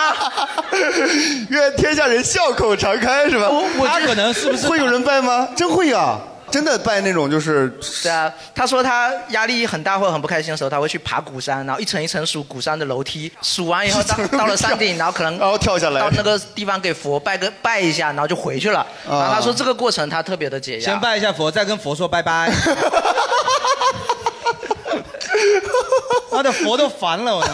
Speaker 1: *laughs* 愿天下人笑口常开是吧？
Speaker 3: 他可能是不是
Speaker 1: 会有人拜吗？真会啊！真的拜那种就是
Speaker 2: 对啊，他说他压力很大或者很不开心的时候，他会去爬鼓山，然后一层一层数鼓山的楼梯，数完以后到到了山顶，然后可能
Speaker 1: 然后跳下来啊
Speaker 2: 到那个地方给佛拜个拜一下，然后就回去了。然后他说这个过程他特别的解压。
Speaker 3: 先拜一下佛，再跟佛说
Speaker 1: *laughs*
Speaker 3: 拜拜。妈的，佛都烦了，我操！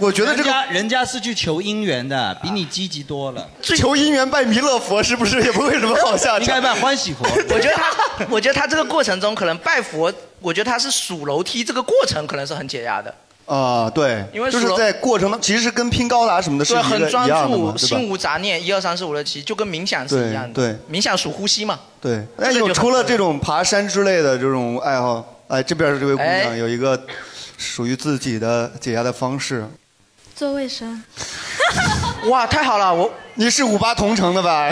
Speaker 1: 我觉得这
Speaker 3: 人
Speaker 1: 个
Speaker 3: 家人家是去求姻缘的，比你积极多了。
Speaker 1: 求姻缘拜弥勒佛是不是也不会有什么好下
Speaker 2: *laughs*
Speaker 3: 应该
Speaker 1: 场？
Speaker 3: 拜欢喜佛。
Speaker 2: 我觉得他，我觉得他这个过程中可能拜佛，我觉得他是数楼梯这个过程可能是很解压的，
Speaker 1: 啊，对，
Speaker 2: 因为
Speaker 1: 就是
Speaker 2: 说
Speaker 1: 在过程当，其实是跟拼高达什么的是
Speaker 2: 对，
Speaker 1: 一
Speaker 2: 很
Speaker 1: 个
Speaker 2: 专
Speaker 1: 一样的嘛
Speaker 2: 注，，
Speaker 1: 对吧
Speaker 2: 心？无杂念，一二三四五六七，就跟冥想是一样的。
Speaker 1: 对
Speaker 2: 冥想数呼吸嘛。
Speaker 1: 对，那
Speaker 2: 这个
Speaker 1: 有
Speaker 2: 就
Speaker 1: 除了
Speaker 2: 很
Speaker 1: 这种爬山之类的这种爱好，哎，这边这位姑娘
Speaker 2: 哎
Speaker 1: 有一个属于自己的解压的方式。
Speaker 8: *laughs* 做卫生，
Speaker 2: 哇，太好了，我
Speaker 1: 你是五八同城的
Speaker 3: *laughs*
Speaker 1: 吧？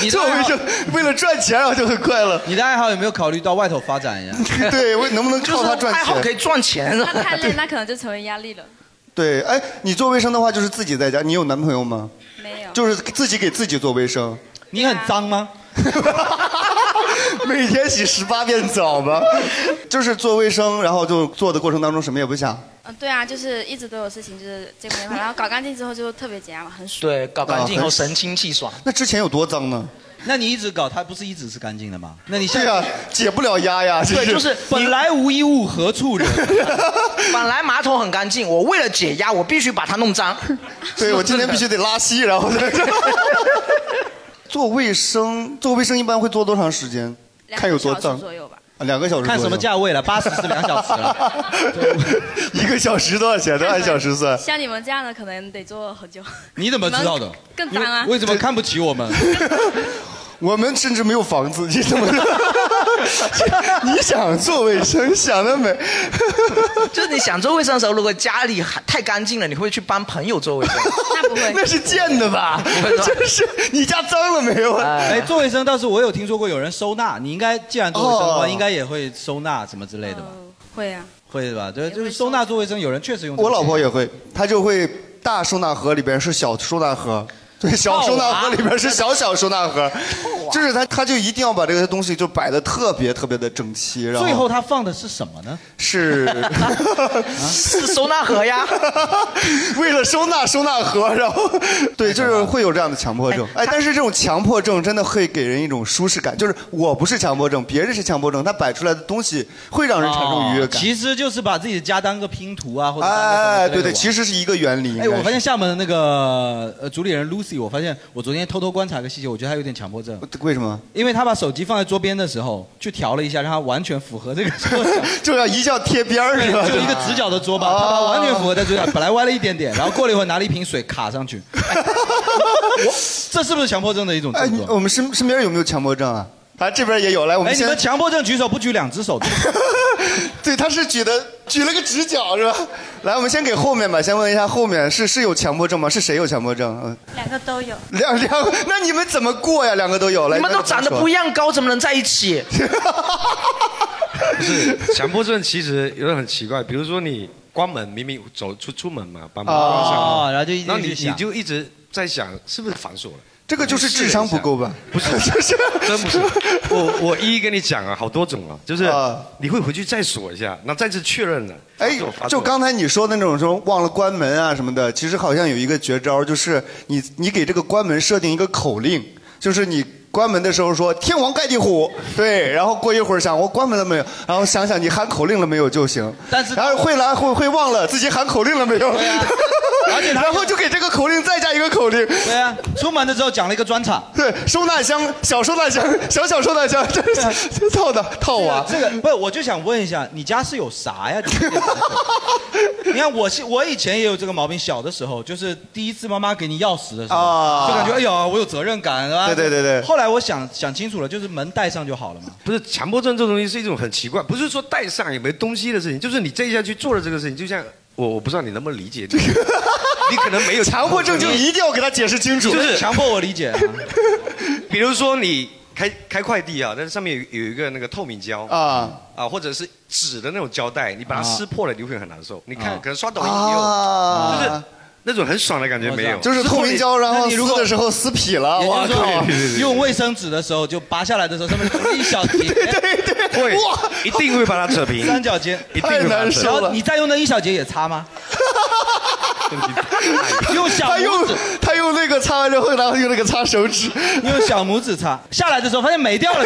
Speaker 3: 你
Speaker 1: 这
Speaker 3: 的
Speaker 1: 为
Speaker 3: 爱好
Speaker 1: 什么为了赚钱然后就很快乐？
Speaker 3: 你的爱好有没有考虑到外头发展呀？ *laughs*
Speaker 1: 对，我能不能
Speaker 2: 就
Speaker 1: 靠它
Speaker 2: 是
Speaker 1: 赚
Speaker 2: 爱好可
Speaker 1: 钱？
Speaker 2: 以赚钱啊 *laughs* 是吧
Speaker 8: 那太累，那可能就成为压力了。
Speaker 1: 对，哎，你做卫生的话就是自己在家，你有男朋友吗？
Speaker 8: 没有，
Speaker 1: 就是自己给自己做卫生，
Speaker 3: 你很脏吗？
Speaker 1: *laughs* 每天洗十八遍澡吧。就是做卫生，然后就做的过程当中什么也不想。
Speaker 8: 嗯，对啊，就是一直都有事情，就是结果没法，然后搞干净之后就特别解压嘛，很爽。
Speaker 2: 对，搞干净以
Speaker 1: 啊
Speaker 2: 后
Speaker 1: 很
Speaker 2: 神清气爽。
Speaker 1: 那之前有多脏呢？
Speaker 3: 那你一直搞，它不是一直是干净的吗？那你现
Speaker 1: 对
Speaker 3: 在
Speaker 1: 呀，解不了压呀。这
Speaker 2: 对，就是
Speaker 3: 本来无一物，何处惹？
Speaker 2: *laughs* 本来马桶很干净，我为了解压，我必须把它弄脏。
Speaker 1: 对我今天必须得拉稀，然后
Speaker 2: *laughs*
Speaker 1: 再 *laughs* 做卫生。做卫生一般会做多长时间？
Speaker 8: 两个
Speaker 1: 看有多
Speaker 8: 小时
Speaker 1: 脏。
Speaker 8: 左右
Speaker 1: *laughs*
Speaker 8: 吧。
Speaker 1: 啊两个小时。
Speaker 3: 看什么？价位了？八十是两小时了。
Speaker 1: *laughs* 一个小时多少钱？都按小时算。
Speaker 8: 像你们这样的，可能得做很久。
Speaker 3: 你怎么知道
Speaker 8: 你
Speaker 3: 的
Speaker 8: 们？更脏啊
Speaker 3: 你为什么看不起我们？
Speaker 1: *laughs* 我们甚至没有房子，你怎么？ *laughs* 你想做卫生，想得美。
Speaker 2: *laughs* 就是你想做卫生的时候，如果家里还太干净了，你会去帮朋友做卫生。
Speaker 8: 那不会
Speaker 1: 那是贱的吧？
Speaker 2: 会吧
Speaker 1: 真 *laughs* 是你家脏了 *laughs* 没有？啊？
Speaker 3: 哎，做卫生倒是我有听说过有人收纳，你应该既然做卫生的
Speaker 1: 哦
Speaker 3: 话，应该也会收纳什么之类的吧？
Speaker 8: 嗯，会啊，
Speaker 3: 会的吧？对，就是收纳做卫生，有人确实用这个。
Speaker 1: 我老婆也会，她就会大收纳盒里边是小收纳盒，对，小收纳盒里边是小小收纳盒，就是她她就一定要把这个东西就摆的特别特别的整齐，然后
Speaker 3: 最后他放的是什么呢？
Speaker 1: 是哎
Speaker 2: 是收纳盒呀。
Speaker 1: *laughs* 为了收纳收纳盒，然后对，就是会有这样的强迫症。哎，但是这种强迫症真的会给人一种舒适感，就是我不是强迫症，别人是强迫症，他摆出来的东西会让人产生愉悦感。
Speaker 3: 哦其实就是把自己的家当个拼图啊，或者当个什么之类
Speaker 1: 哎，
Speaker 3: 的
Speaker 1: 对对，
Speaker 3: 玩
Speaker 1: 其实是一个原理。应该
Speaker 3: 哎，
Speaker 1: 是
Speaker 3: 我发现厦门的那个呃主理人 Lucy，我发现我昨天偷偷观察个细节，我觉得她有点强迫症。
Speaker 1: 为什么？
Speaker 3: 因为他把手机放在桌边的时候，去调了一下，让它完全符合这个桌角，
Speaker 1: 就要啊一下贴边儿是吧啊
Speaker 3: 就一个直角的桌吧，他把完全符合在桌角，本来歪了一点点，然后过了一会儿拿了一瓶水卡上去，哎 *laughs* 我这是不是强迫症的一种
Speaker 1: 哎，
Speaker 3: 症
Speaker 1: 你
Speaker 3: 状？
Speaker 1: 我们身身边有没有强迫症啊？他这边也有，来，我
Speaker 3: 哎，
Speaker 1: 们
Speaker 3: 你
Speaker 1: 先
Speaker 3: 们强迫症举手不举两只手的？
Speaker 1: *laughs* 对，他是举的举了个直角是吧？来，我们先给后面吧，先问一下后面是是有强迫症吗？是谁有强迫症？嗯，
Speaker 9: 两个都有。
Speaker 1: 两两 *laughs* 个，那你们怎么过呀？两个都有，来，
Speaker 2: 你们都
Speaker 1: 那怎么
Speaker 2: 长得
Speaker 1: 说
Speaker 2: 不一样高，怎么能在一起？
Speaker 10: 不是强迫症，其实有的很奇怪，比如说你关门，明明走出出门嘛，把门关上了，
Speaker 3: 哦然后就一直
Speaker 10: 那你
Speaker 3: 去想
Speaker 10: 你就一直在想，是不是反锁了？
Speaker 1: *laughs* 这个就是智商不够吧？
Speaker 10: 不是， *laughs* 真不是。我我一一跟你讲啊，好多种啊，就是你会回去再锁一下，那再次确认了。
Speaker 1: 哎
Speaker 10: 反锁反，锁
Speaker 1: 就刚才你说的那种说忘了关门啊什么的，其实好像有一个绝招，就是你你给这个关门设定一个口令，就是你关门的时候说“天王盖地虎”，对，然后过一会儿想我关门了没有，然后想想你喊口令了没有就行。但是然后会 *laughs*
Speaker 4: *laughs*
Speaker 1: 来会会忘了自己喊口令了没有，
Speaker 3: 啊而且
Speaker 1: *laughs* 然后就给这个口令再加一个口令。
Speaker 3: 对啊，出门的时候讲了一个专场。
Speaker 1: *laughs* 对，收纳箱小收纳箱小小收纳箱，这这套的套娃。
Speaker 3: 这个不是，我就想问一下，你家是有啥呀？ *laughs* 你看，我是我以前也有这个毛病，小的时候就是第一次妈妈给你钥匙的时候，
Speaker 1: 啊
Speaker 3: 就感觉哎呀，我有责任感啊。
Speaker 10: 对对对对
Speaker 3: 后来我想想清楚了，就是门带上就好了嘛。
Speaker 10: 不是强迫症这种东西是一种很奇怪，不是说带上也没东西的事情，就是你这一下去做了这个事情，就像我我不知道你能不能理解
Speaker 3: *laughs*
Speaker 10: 这个，你可能没有
Speaker 1: 强迫症就一定要给他解释清楚
Speaker 10: 就是
Speaker 1: 强
Speaker 3: 迫我理解、啊
Speaker 10: *laughs* 比如说你开开快递啊，但是上面有有一个那个透明胶
Speaker 1: 啊
Speaker 10: 啊，或者是纸的那种胶带，你把它
Speaker 1: 啊
Speaker 10: 撕破了，你会很难受。你看，
Speaker 1: 啊
Speaker 10: 可能刷抖音也有，
Speaker 1: 啊
Speaker 10: 就是那种很爽的感觉没有，
Speaker 1: 就是透明胶，然后撕的时候撕劈了，
Speaker 3: 也
Speaker 1: 哇
Speaker 3: 就是说
Speaker 1: 靠！
Speaker 3: 哦用卫生纸的时候，就拔下来的时候，上面
Speaker 1: *laughs*
Speaker 3: 留一小节，对
Speaker 1: 对
Speaker 10: 会一定会把它扯平
Speaker 3: 三角尖，
Speaker 10: 一定会把它扯平太难受了
Speaker 3: 然后你再用那一小节也
Speaker 1: *laughs*
Speaker 3: 擦吗？用小
Speaker 1: 他用
Speaker 3: 拇指，
Speaker 1: 他用那个擦完之后，然后用那个擦手指，
Speaker 3: 用小拇指擦，下来的时候发现没掉
Speaker 1: *laughs*
Speaker 3: 了。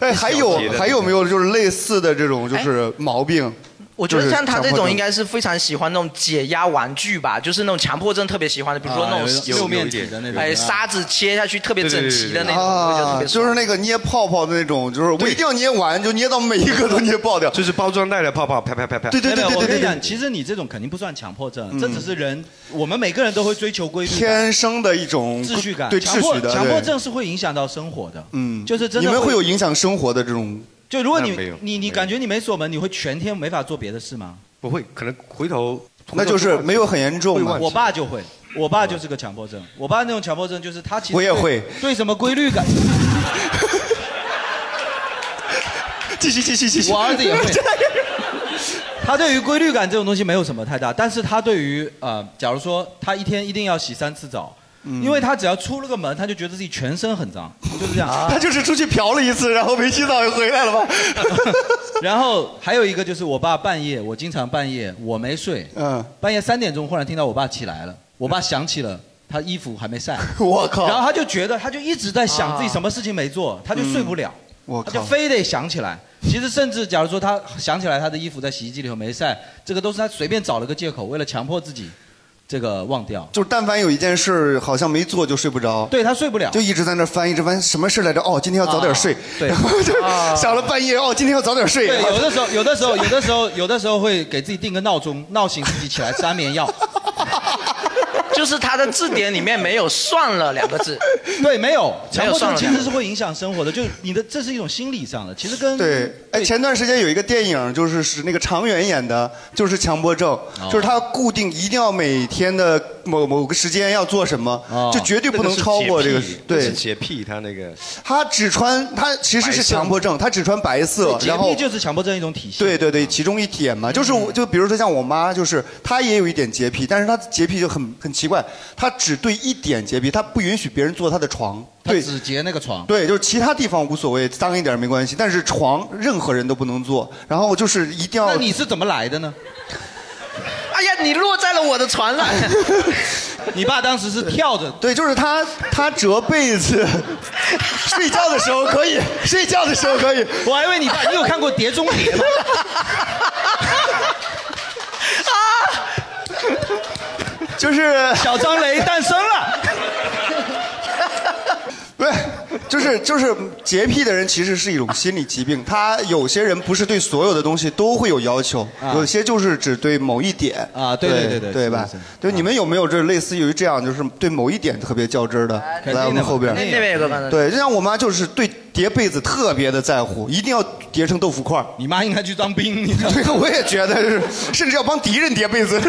Speaker 1: 哎，还有
Speaker 3: 小节的
Speaker 1: 还有没有就是类似的这种就是毛病？
Speaker 2: 哎我觉得像他这
Speaker 1: 就是强迫
Speaker 2: 种
Speaker 1: 症
Speaker 2: 应该是非常喜欢那种解压玩具吧，就是那种强迫症特别喜欢的，比如说那
Speaker 1: 啊
Speaker 2: 种
Speaker 1: 有有六面体的那种
Speaker 2: 哎，
Speaker 1: 啊
Speaker 2: 沙子切下去特别整齐的那种，我觉得特
Speaker 1: 啊，
Speaker 2: 别
Speaker 1: 就是那个捏泡泡的那种，就是我一定要捏完，就捏到每一个都捏爆掉。
Speaker 10: 就是包装袋的泡泡，啪啪啪啪。
Speaker 1: 对对对
Speaker 3: 没有
Speaker 1: 对
Speaker 3: 我
Speaker 1: 对
Speaker 3: 跟你
Speaker 1: 对
Speaker 3: 讲，。其实你这种肯定不算强迫症，
Speaker 1: 嗯
Speaker 3: 这只是人，我们每个人都会追求规律感、
Speaker 1: 天生的一种
Speaker 3: 秩序感。
Speaker 1: 对
Speaker 3: 强
Speaker 1: 秩
Speaker 3: 迫
Speaker 1: 序的
Speaker 3: 强迫
Speaker 1: 对
Speaker 3: 症是会影响到生活的。
Speaker 1: 嗯
Speaker 3: 就是真的
Speaker 1: 你们
Speaker 3: 会
Speaker 1: 会有影响生活的这种，
Speaker 3: 就如果你
Speaker 1: 那没有
Speaker 3: 你
Speaker 1: 没
Speaker 3: 你
Speaker 1: 有
Speaker 3: 感觉你没锁门，你会全天没法做别的事吗？
Speaker 10: 不会，可能回头
Speaker 1: 那就是没有很啊严重嘛。
Speaker 3: 我
Speaker 1: *laughs*
Speaker 3: 爸就会，我爸就是个强迫症。我爸那种强迫症就是他其实
Speaker 1: 我也
Speaker 3: 对
Speaker 1: 会
Speaker 3: 对什么规律感。
Speaker 1: *laughs* 继续继续继续
Speaker 3: 我儿子也会。他对于规律感这种东西没有什么太大，但是他对于呃，假如说他一天一定要洗三次澡，
Speaker 1: 嗯
Speaker 3: 因为他只要出了个门，他就觉得自己全身很脏，就是这样。
Speaker 1: *laughs* 他就是出去嫖了一次，然后没洗澡就回来了吧？
Speaker 3: 然后还有一个就是我爸半夜，我经常半夜我没睡，
Speaker 1: 嗯，
Speaker 3: 半夜三点钟忽然听到我爸起来了，我爸想起了。他衣服还没晒，
Speaker 1: *laughs* 我靠啊
Speaker 3: 然后他就觉得，他就一直在想自己什么事情没做，他就睡不了，
Speaker 1: 嗯我
Speaker 3: 他就
Speaker 1: 靠！
Speaker 3: 非得想起来。其实，甚至假如说他想起来他的衣服在洗衣机里头没晒，这个都是他随便找了个借口，为了强迫自己这个忘掉。
Speaker 1: 就是但凡有一件事儿好像没做就睡不着，
Speaker 3: 对他睡不了，
Speaker 1: 就一直在那翻，一直翻什么事来着？哦，今天要早点睡
Speaker 3: 啊，
Speaker 1: *laughs*
Speaker 3: 对
Speaker 1: 然后就
Speaker 3: 啊
Speaker 1: 想了半夜，哦，今天要早点睡。
Speaker 3: 对，
Speaker 1: 然后
Speaker 3: 有
Speaker 1: *laughs*
Speaker 3: 的时候，有的时候，有的时候，有的时候会给自己定个闹钟，闹醒自己起来吃安眠药。
Speaker 2: 就是他的字典里面没有“算了”两个字。
Speaker 3: *laughs* 对，没有
Speaker 2: 没
Speaker 3: 强
Speaker 2: 有
Speaker 3: 迫
Speaker 2: 算
Speaker 3: 症
Speaker 2: 了
Speaker 3: 其
Speaker 2: 两个
Speaker 3: 实
Speaker 2: 字
Speaker 3: 是会影响生活的，就是你的这是一种心理上的，其实跟
Speaker 1: 对，哎，前段时间有一个电影，就是是那个常远演的，就是强迫症，
Speaker 3: 哦
Speaker 1: 就是他固定一定要每天的某某个时间要做什么，
Speaker 3: 哦
Speaker 2: 啊
Speaker 1: 就绝对不能超过这个时。
Speaker 10: 对，
Speaker 1: 对
Speaker 10: 那是，洁癖，他那个
Speaker 1: 他只穿，他其实是强迫症，他只穿白色
Speaker 3: 对，洁
Speaker 1: 然后
Speaker 3: 癖就是强迫症一种体现。嗯
Speaker 1: 对对对，其中一点嘛，就是我就比如说像我妈，就是她也有一点洁癖，但是她洁癖就很很奇怪，她只对一点洁癖，她不允许别人坐她的床。
Speaker 3: 他
Speaker 1: 对
Speaker 3: 只洁那个床。
Speaker 1: 对，就是其他地方无所谓，脏一点没关系，但是床任何人都不能坐。然后就是一定要。那
Speaker 3: 你是怎么来的呢？
Speaker 2: 哎呀，你落在了我的
Speaker 1: *laughs*
Speaker 2: 床上。
Speaker 3: 你爸当时是跳着，
Speaker 1: 对，就是他他折被
Speaker 3: *laughs*
Speaker 1: 子，睡觉的时候可以，睡觉的时候可以。
Speaker 3: 我还以为你爸，你有看过《碟中谍》吗？ *laughs*
Speaker 1: 就是
Speaker 3: 小张雷诞生了。
Speaker 1: *laughs* 就是就是洁癖的人其实是一种心理疾病，他有些人不是对所有的东西都会有要求，
Speaker 3: 啊
Speaker 1: 有些就是只对某一点
Speaker 3: 啊对对对对
Speaker 1: 对
Speaker 3: 是
Speaker 1: 吧
Speaker 3: 是是？啊
Speaker 1: 对，你们有没有这类似于这样，就是对某一点特别较真儿的？
Speaker 2: 肯定的
Speaker 1: 来，我们后边
Speaker 2: 那那边有个嘛
Speaker 1: 对，就像我妈就是对叠被子特别的在乎，一定要叠成豆腐块
Speaker 3: 你妈应该去当兵，你
Speaker 1: *laughs* 对，我也觉得是，甚至要帮敌人叠被
Speaker 3: *laughs*
Speaker 1: 子。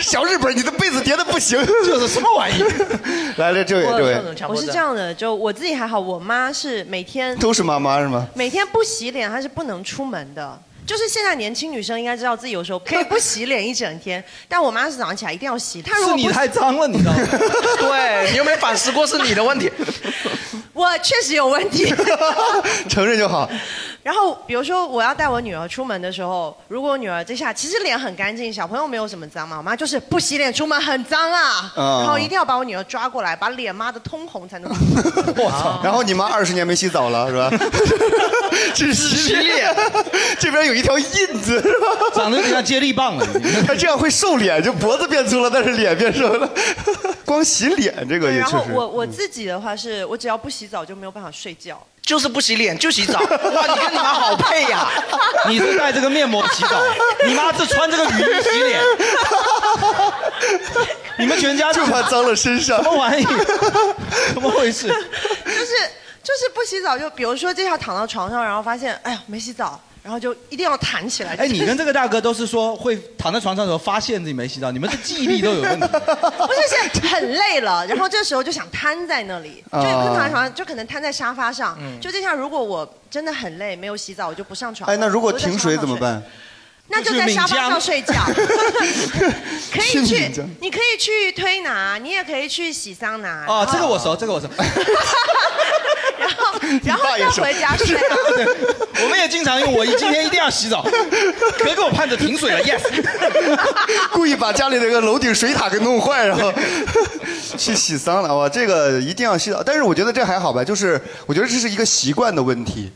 Speaker 1: 小日本，你的被子叠的不行，
Speaker 3: 这是什么玩意？
Speaker 1: *laughs* 来来，这位这位，
Speaker 9: 我我是这样的，就我自己还好，我妈是每天
Speaker 1: 都是妈妈是吗？
Speaker 9: 每天不洗脸，她是不能出门的。就是现在年轻女生应该知道自己有
Speaker 2: *laughs*
Speaker 9: 时候可以不洗脸一整天，但我妈是早上起来一定要洗。她如
Speaker 2: *laughs* 是
Speaker 9: 果
Speaker 2: 你
Speaker 9: 不洗
Speaker 2: 太
Speaker 3: 脏了，你知道吗？
Speaker 2: 对你有没有反思过是你的问题？
Speaker 9: 我确实有
Speaker 1: *laughs*
Speaker 9: 问题。
Speaker 1: 承认就
Speaker 3: *laughs*
Speaker 1: 好。
Speaker 9: 然后比如说我要带我女儿出门的时候，如果我女儿这下其实脸很干净，小朋友没有什么脏嘛，我妈就是不洗脸出门很脏啊，
Speaker 1: 嗯
Speaker 9: 然后一定要把我女儿抓过来，把脸抹得通红才能出门。
Speaker 1: 然后你妈二十年没洗澡了是
Speaker 3: *laughs*
Speaker 1: 吧？这是洗脸，这边有一条印子是吧？
Speaker 3: 长得有点像接力棒了。
Speaker 1: *laughs* 这样会瘦脸，就脖子变粗了，但是脸变瘦了。 *laughs* 光洗脸这个也
Speaker 9: 然
Speaker 1: 确
Speaker 9: 后
Speaker 1: 实。嗯
Speaker 9: 我我自己的话是，我只要不洗澡就没有办法
Speaker 1: *laughs*
Speaker 9: 睡觉。
Speaker 2: *laughs* 就是不洗脸就洗澡，哇，你跟你妈好配
Speaker 9: *laughs*
Speaker 2: 呀、
Speaker 1: *laughs*
Speaker 3: 你是戴这个面膜洗澡，你妈是穿这个雨衣洗脸，你们全家
Speaker 1: 就怕脏了身上。
Speaker 3: 什么玩意？怎么回事？
Speaker 9: 就是就是不洗澡，就比如说这下躺到床上，然后发现哎呀没洗澡，然后就一定要弹起来。
Speaker 3: 哎，你
Speaker 9: *laughs*
Speaker 3: 跟这个大哥都是说会躺在床上的时候发现自己没洗澡，你们这记忆力都有问题。
Speaker 9: 不是是很累了，然后这时候就想瘫在那
Speaker 1: *laughs*
Speaker 9: 里，就
Speaker 3: 啊
Speaker 9: 可能躺在床上，就可能瘫在沙发上。
Speaker 1: 嗯
Speaker 9: 就这下如果我真的很累，没有洗澡，我就不上床了。
Speaker 1: 哎，那如果
Speaker 9: 我就在
Speaker 1: 停
Speaker 9: 沙发
Speaker 1: 水
Speaker 9: 上
Speaker 1: 怎么
Speaker 9: 睡？
Speaker 1: 办？
Speaker 9: 那就在沙发上睡觉，可以
Speaker 1: 是
Speaker 9: 去
Speaker 1: 闽江，
Speaker 9: *laughs* 你可以去推拿，你也可以去洗桑拿。
Speaker 3: 哦，这个我熟，这个我熟。
Speaker 9: 然后然后再回家睡啊。
Speaker 3: *laughs* 我们也经常用，我今天一定要
Speaker 1: *laughs*
Speaker 3: 洗澡，可给我盼着停水了，yes。
Speaker 1: 故意把家里那个楼顶水塔给弄坏，然
Speaker 3: *laughs*
Speaker 1: 后去洗桑拿哇，这个一定要洗澡。但是我觉得这还好吧，就是我觉得这是一个习惯的问题。